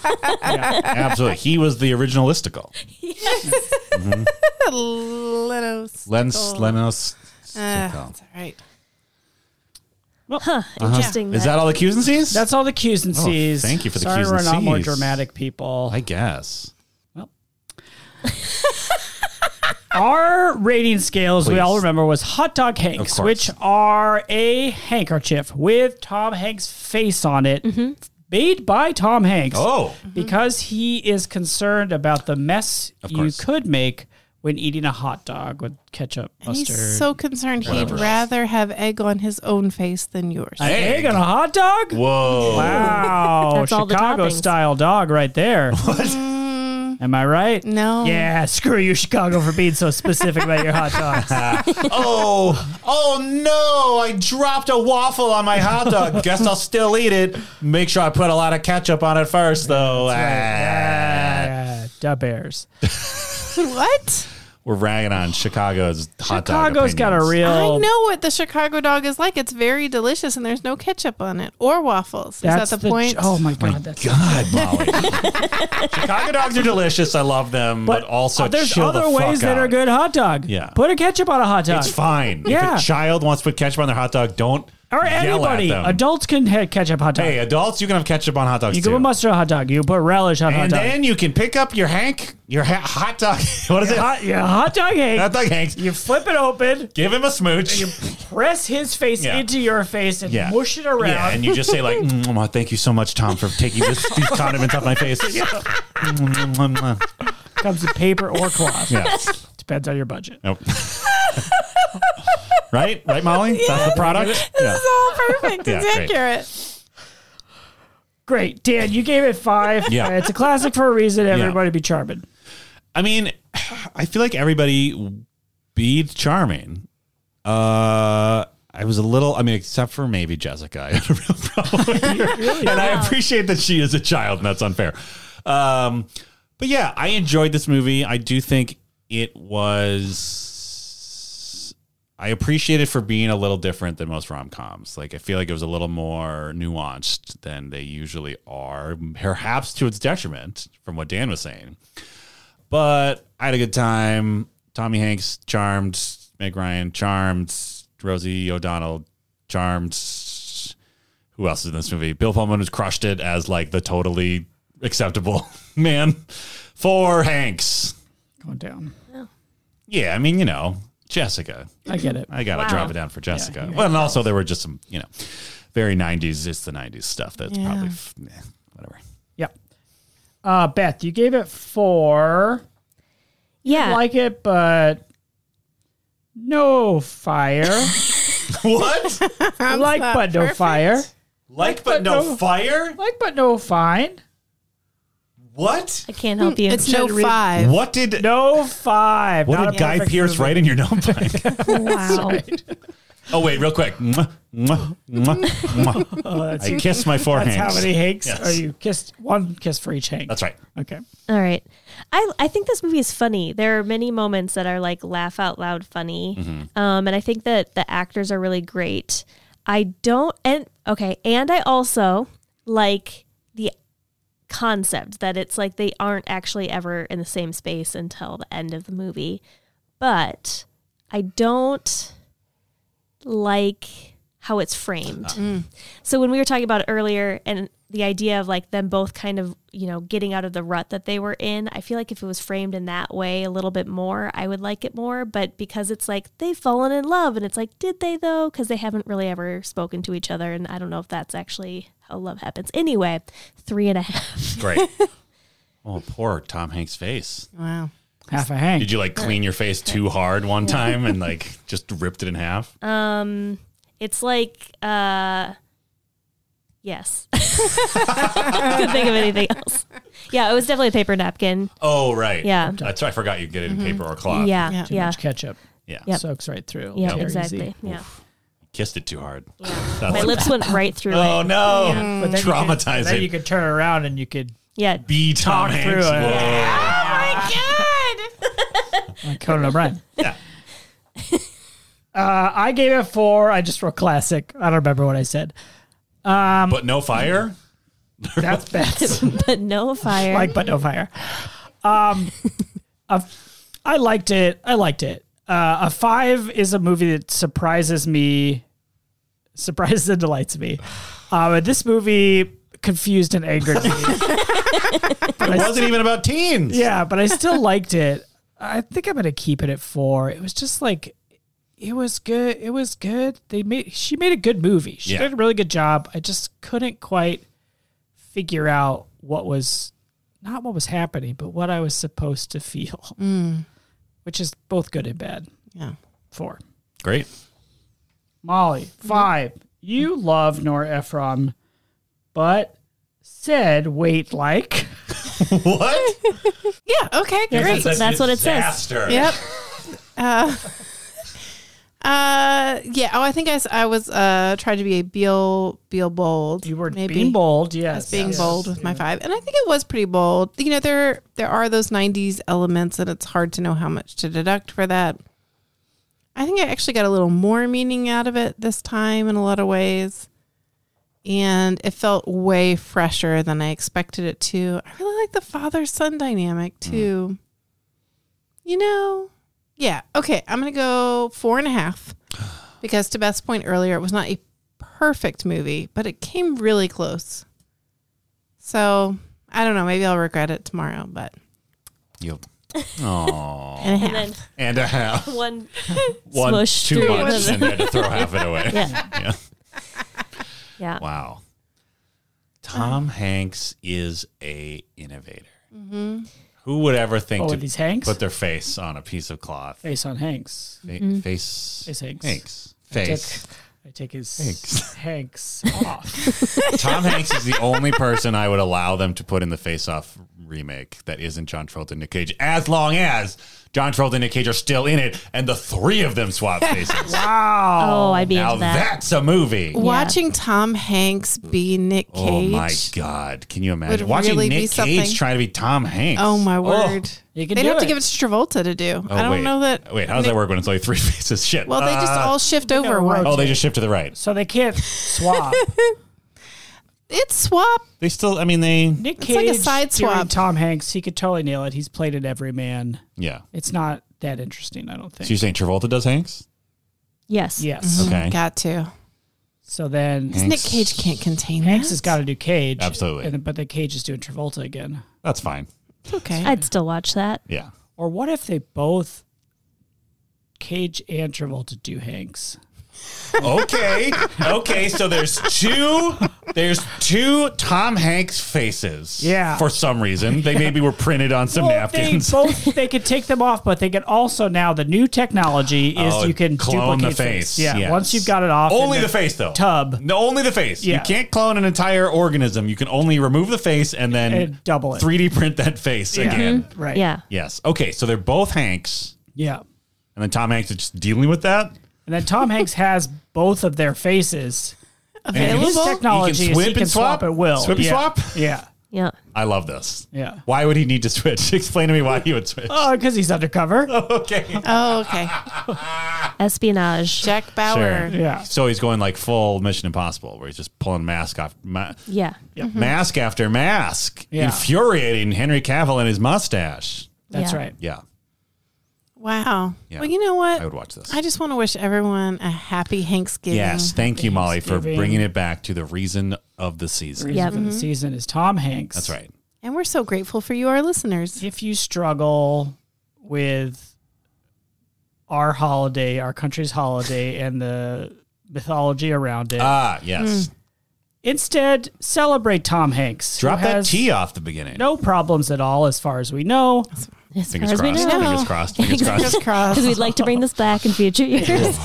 B: Absolutely. He was the original listicle.
E: Lenos.
B: Lens, Lenos.
E: Uh,
B: Stickle.
E: that's all right.
C: Huh, interesting.
B: Is that all the Q's and C's?
D: That's all the Q's and
B: Oh,
D: C's.
B: thank you for the
D: Sorry
B: Qs
D: we're
B: and
D: not more
B: Cs.
D: dramatic people.
B: I guess.
D: Our rating scales, we
B: Please.
D: all remember, was hot dog hanks,
B: course.
D: which are a handkerchief with Tom Hanks' face on it,
E: Mm-hmm.
D: made by Tom Hanks,
B: Oh,
D: because he is concerned about the mess you
B: course.
D: could make when eating a hot dog with ketchup, mustard.
E: He's so concerned he'd
B: Whatever.
E: rather have egg on his own face than yours.
D: An egg on a hot dog?
B: whoa.
D: Wow,
C: That's all the
D: Chicago
C: toppings.
D: style dog right there. What? Am I right?
E: Mm. no.
D: Yeah, screw you, Chicago, for being so specific about your hot dogs.
B: Oh, oh no! I dropped a waffle on my hot dog. Guess I'll still eat it. Make sure I put a lot of ketchup on it first, though. Ah.
D: Yeah, da bears.
E: What?
B: We're ragging on Chicago's hot dog.
D: Chicago's got a
B: opinions.
D: real.
E: I know what the Chicago dog is like. It's very delicious, and there's no ketchup on it or waffles. is
D: That's
E: that the, point?
D: Oh my god, that's
B: God, Molly. Chicago dogs are delicious. I love them, but, also
D: uh, there's
B: chill the
D: other ways
B: fuck
D: that are
B: out.
D: good hot dog.
B: Yeah.
D: put a ketchup on a hot dog.
B: It's fine.
D: Yeah.
B: If a child wants to put ketchup on their hot dog, don't
D: Or
B: yell
D: anybody,
B: At them.
D: adults can have ketchup hot dog.
B: hey, adults, you can have ketchup on hot dogs
D: you
B: too.
D: can put mustard on hot dog. You can put relish on hot
B: and
D: dog.
B: then you can pick up your Hank, your ha- hot dog. What is
D: your
B: it?
D: hot, your hot dog egg.
B: Hot dog Hanks.
D: you flip it open,
B: Give him a smooch.
D: press his face
B: Yeah.
D: into your face, and
B: Yeah.
D: mush it around.
B: Yeah, and you just say like, "Mwah, "Thank you so much, Tom, for taking this, these condiments off my face." Yeah. Mwah, mwah, mwah.
D: comes in paper or cloth.
B: Yeah.
D: Depends on your budget.
B: Nope. right, right, Molly. That's the product. Yeah.
E: This is all perfect.
B: Yeah,
E: It's
B: great.
E: accurate.
D: Great, Dan, you gave it five.
B: Yeah.
D: Uh, it's a classic for a reason. Everybody be charming.
B: I mean, I feel like everybody beat charming. Uh, I was a little. I mean, except for maybe Jessica, I had a real problem. here. and I appreciate that she is a child, and that's unfair. Um, but yeah, I enjoyed this movie. I do think it was. I appreciate it for being a little different than most rom coms. Like, I feel like it was a little more nuanced than they usually are, perhaps to its detriment, from what Dan was saying but I had a good time. Tommy Hanks, charmed. Meg Ryan, charmed. Rosie O'Donnell, charmed. Who else is in this movie? Bill Pullman has crushed it as like the totally acceptable man for Hanks.
D: Going down.
B: Yeah, I mean, you know, Jessica.
D: I get it.
B: I gotta drop it down for Jessica. well, and also there were just some, you know, very '90s. It's the '90s stuff that's
E: Yeah.
B: probably f- eh, whatever.
D: Yep. Uh, Beth, you gave it four.
C: yeah.
D: Like it, but no fire.
B: what?
D: like
E: not
D: but no
E: perfect.
D: fire.
B: Like, but no fire.
D: Like but no fine.
B: What?
C: I can't help you.
E: Hmm, It's no five.
B: What did
D: No five.
B: What
D: Not
B: did
D: a
B: Guy
D: perfect
B: Pierce
D: movie.
B: write in your notebook?
C: wow.
B: oh wait, real quick. Mwah, mwah, mwah, mwah. I kiss my
D: Oh, That's
B: forehead.
D: how many hanks
B: Yes.
D: are you kissed? One kiss for each hank.
B: That's right.
D: Okay.
C: All right. I I think this movie is funny. There are many moments that are like laugh out loud funny. Um and I think that the actors are really great. I don't and okay, and I also like the concept that it's like they aren't actually ever in the same space until the end of the movie. But I don't like how it's framed. So when we were talking about it earlier and the idea of like them both kind of, you know, getting out of the rut that they were in, I feel like if it was framed in that way a little bit more, I would like it more. But because it's like they've fallen in love and it's like, did they though? Because they haven't really ever spoken to each other. And I don't know if that's actually how love happens. Anyway, three and a half.
B: Great. Oh, poor Tom Hanks' face.
E: Wow.
D: Half a hang.
B: Did you like clean your face too hard one time and like just ripped it in half?
C: Um, it's like uh, yes. Couldn't think of anything else. Yeah, it was definitely a paper napkin.
B: Oh, right.
C: Yeah.
B: That's right. I forgot you get it in paper or cloth.
C: Yeah, yeah,
E: Yeah.
D: Too much ketchup.
B: Yeah.
C: Yep.
D: Soaks right through.
C: yeah,
D: Very easy.
C: exactly. Yeah,
B: Kissed it too hard.
C: yeah.
B: That's
C: My
B: like-
C: lips went right through
B: Oh,
C: it.
D: But
B: no.
D: then you could-
B: Traumatizing.
D: Then you could turn around and you could
C: Yeah,
B: Be Tom
D: Talk
B: Hanks.
D: through it.
B: Whoa.
D: like Conan O'Brien. Yeah. Uh, I gave it four. I just wrote classic. I don't remember what I said.
B: But no fire?
D: That's best.
C: but no fire.
D: like but no fire. Um, a, I liked it. I liked it. Uh, a five is a movie that surprises me, surprises and delights me. Um, and this movie confused and angered me.
B: It wasn't even about teens.
D: yeah, but I still liked it. I think I'm gonna keep it at four. It was just like, it was good. It was good. They made she made a good movie. She
B: Yeah.
D: did a really good job. I just couldn't quite figure out what was not what was happening, but what I was supposed to feel, which is both good and bad.
E: Mm. Yeah.
D: Four.
B: Great.
D: Molly, five. You love Nora Ephron, but said wait like.
B: What?
E: Yeah. Okay. Great.
C: That's- that's what it says.
B: Disaster.
E: Yep. Uh, uh, yeah. Oh, I think I, s- I was uh trying to be a Beal Beal bold.
D: You were being bold, yes.
E: being
D: Yes.
E: bold with my five, and I think it was pretty bold. You know, there there are those '90s elements, and it's hard to know how much to deduct for that. I think I actually got a little more meaning out of it this time in a lot of ways, and it felt way fresher than I expected it to. I really like the father son dynamic
D: Mm.
E: too. You know, yeah. Okay, I'm gonna go four and a half because to Beth's point earlier, it was not a perfect movie, but it came really close. So I don't know. Maybe I'll regret it tomorrow, but
B: Yep. Aww.
E: and a half.
C: and then
B: And a half.
C: one.
B: One
C: Smushed
B: too
C: through another.
B: much, and they had to throw half it away.
C: Yeah,
B: yeah.
C: yeah.
B: Wow. Tom
C: Uh-huh.
B: Hanks is a innovator.
C: Mm-hmm.
B: Who would ever think
D: Oh,
B: to
D: with these Hanks?
B: put their face on a piece of cloth? Fa-
D: Face on Hanks.
C: Mm-hmm.
B: Face.
D: Face Hanks.
B: Hanks. Face.
D: I take his
B: Hanks.
D: Hanks, off.
B: Tom Hanks is the only person I would allow them to put in the Face Off remake that isn't John Travolta and Nick Cage, as long as John Travolta and Nick Cage are still in it and the three of them swap faces.
C: Oh, I'd be
B: now
C: into that.
B: that's a movie.
E: Watching Tom Hanks be Nick Cage.
B: Oh my God! Can you imagine
E: Would
B: watching
E: really be
B: Nick Cage
E: something.
B: trying to be Tom Hanks?
E: Oh, my word.
D: You can
E: They'd
D: do
E: have to
D: it.
E: give it to Travolta to do.
B: Oh,
E: I don't
B: wait.
E: know that.
B: Wait, how does that work when it's only three faces? Shit.
E: Well, they just
B: Uh,
E: all shift over
D: no,
E: one.
D: well-
B: Oh, they just shift to the right.
D: So they can't swap.
E: It's swap.
B: They still. I mean, they.
D: Nick
E: It's
D: Cage,
E: like a side
D: doing
E: swap.
D: Tom Hanks, he could totally nail it. He's played it every man.
B: Yeah.
D: It's not that interesting, I don't think.
B: So you're saying Travolta does Hanks?
C: Yes.
E: Oh
D: yes.
B: Okay.
E: Got to.
D: So then
B: Hanks.
E: Nick Cage can't contain
D: Hanks
E: that.
D: has got to do Cage,
B: Absolutely.
D: and, but the Cage is doing Travolta again.
B: That's fine.
E: Okay.
C: I'd still watch that.
B: Yeah.
D: Or what if they both Cage and Travolta do Hanks?
B: Okay. okay. So there's two. There's two Tom Hanks faces.
D: Yeah.
B: For some reason, they maybe were printed on some
D: Well,
B: napkins.
D: They both they could take them off, but they can also now the new technology is
B: Oh,
D: you can
B: clone
D: duplicate
B: the face.
D: Yeah,
B: Yes.
D: once you've got it off,
B: Only
D: and
B: the face, though.
D: tub.
B: No, only the face. You
D: Yeah.
B: can't clone an entire organism. You can only remove the face and then
D: And double it.
B: 3D print that face again.
D: Right.
C: Yeah.
B: Yes. Okay. So they're both Hanks,
D: Yeah.
B: and then Tom Hanks is just dealing with that.
D: And then Tom Hanks has both of their faces. And his
E: Available?
D: technology
B: He
D: is
B: can
D: he
B: swip
D: can
B: and swap?
D: swap at will.
B: Swip and
D: yeah.
B: swap?
D: Yeah.
C: Yeah.
B: I love this.
D: Yeah.
B: Why would he need to switch? Explain to me why he would switch.
D: Oh, because he's undercover.
B: okay.
E: Oh, okay.
C: Espionage.
E: Jack Bauer.
D: Yeah.
B: So he's going like full Mission Impossible, where he's just pulling mask off ma-
C: Yeah.
B: Mm-hmm. mask after mask,
D: Yeah.
B: infuriating Henry Cavill and his mustache.
D: That's
C: Yeah.
D: right.
B: Yeah,
E: Wow.
B: Yeah.
E: Well, you know what?
B: I would watch this.
E: I just want to wish everyone a happy Thanksgiving.
B: yes, thank you, Molly, for
D: Thanksgiving.
B: bringing it back to the reason of the season.
D: Reason
C: Yep.
D: for the season is Tom Hanks.
B: That's right.
E: And we're so grateful for you, our listeners.
D: if you struggle with our
B: Uh.
D: holiday, our country's holiday, and the mythology around it,
B: Ah, yes.
D: Instead, celebrate Tom Hanks. who
B: Drop that
D: has
B: T off the beginning.
D: No problems at all, as far as we know.
G: As far
B: Fingers
G: as we
B: crossed.
G: know.
B: Fingers crossed. Fingers crossed.
E: Fingers crossed.
G: Because we'd like to bring this back in future years.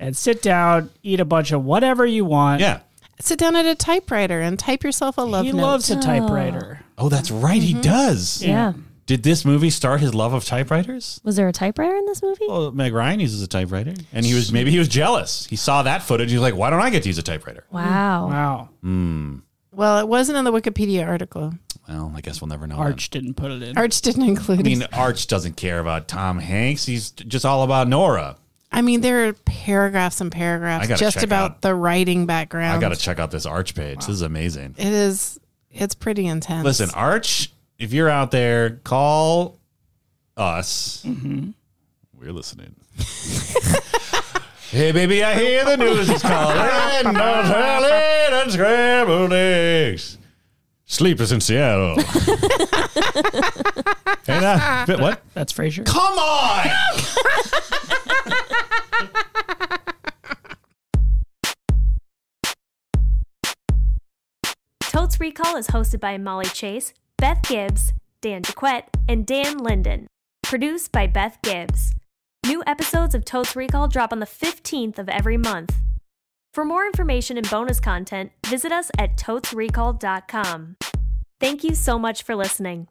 D: And sit down, eat a bunch of whatever you want.
B: Yeah.
E: Sit down at a typewriter and type yourself a love
D: he
E: note.
D: loves a typewriter.
B: Oh, that's right. He does.
G: yeah.
B: Did this movie start his love of typewriters?
G: Was there a typewriter in this movie?
B: Well, Meg Ryan uses a typewriter, and he was maybe he was jealous. He saw that footage. He was like, "Why don't I get to use a typewriter?"
C: Oh.
G: Wow.
D: Wow.
E: well, it wasn't in the Wikipedia article.
B: Well, I guess we'll never know. then.
D: Arch didn't put it in.
E: Arch didn't include.
B: I mean, Arch doesn't care about Tom Hanks. He's just all about Nora.
E: I mean, there are paragraphs and
B: I
E: paragraphs
B: gotta
E: just
B: check
E: about
B: out-
E: the writing background.
B: I got to check out this Arch page. This is amazing.
E: It is. It's pretty intense.
B: Listen, Arch, if you're out there, call us. We're listening. hey, baby, I hear the news is calling. Not Helen and scrambled eggs. Sleepers in Seattle. and, uh, bit- what?
D: That's Frasier.
B: Come on!
C: Totes Recall is hosted by Molly Chase, Beth Gibbs, Dan Jaquette, and Dan Linden. Produced by Beth Gibbs. New episodes of Totes Recall drop on the 15th of every month. For more information and bonus content, visit us at totesrecall.com. Thank you so much for listening.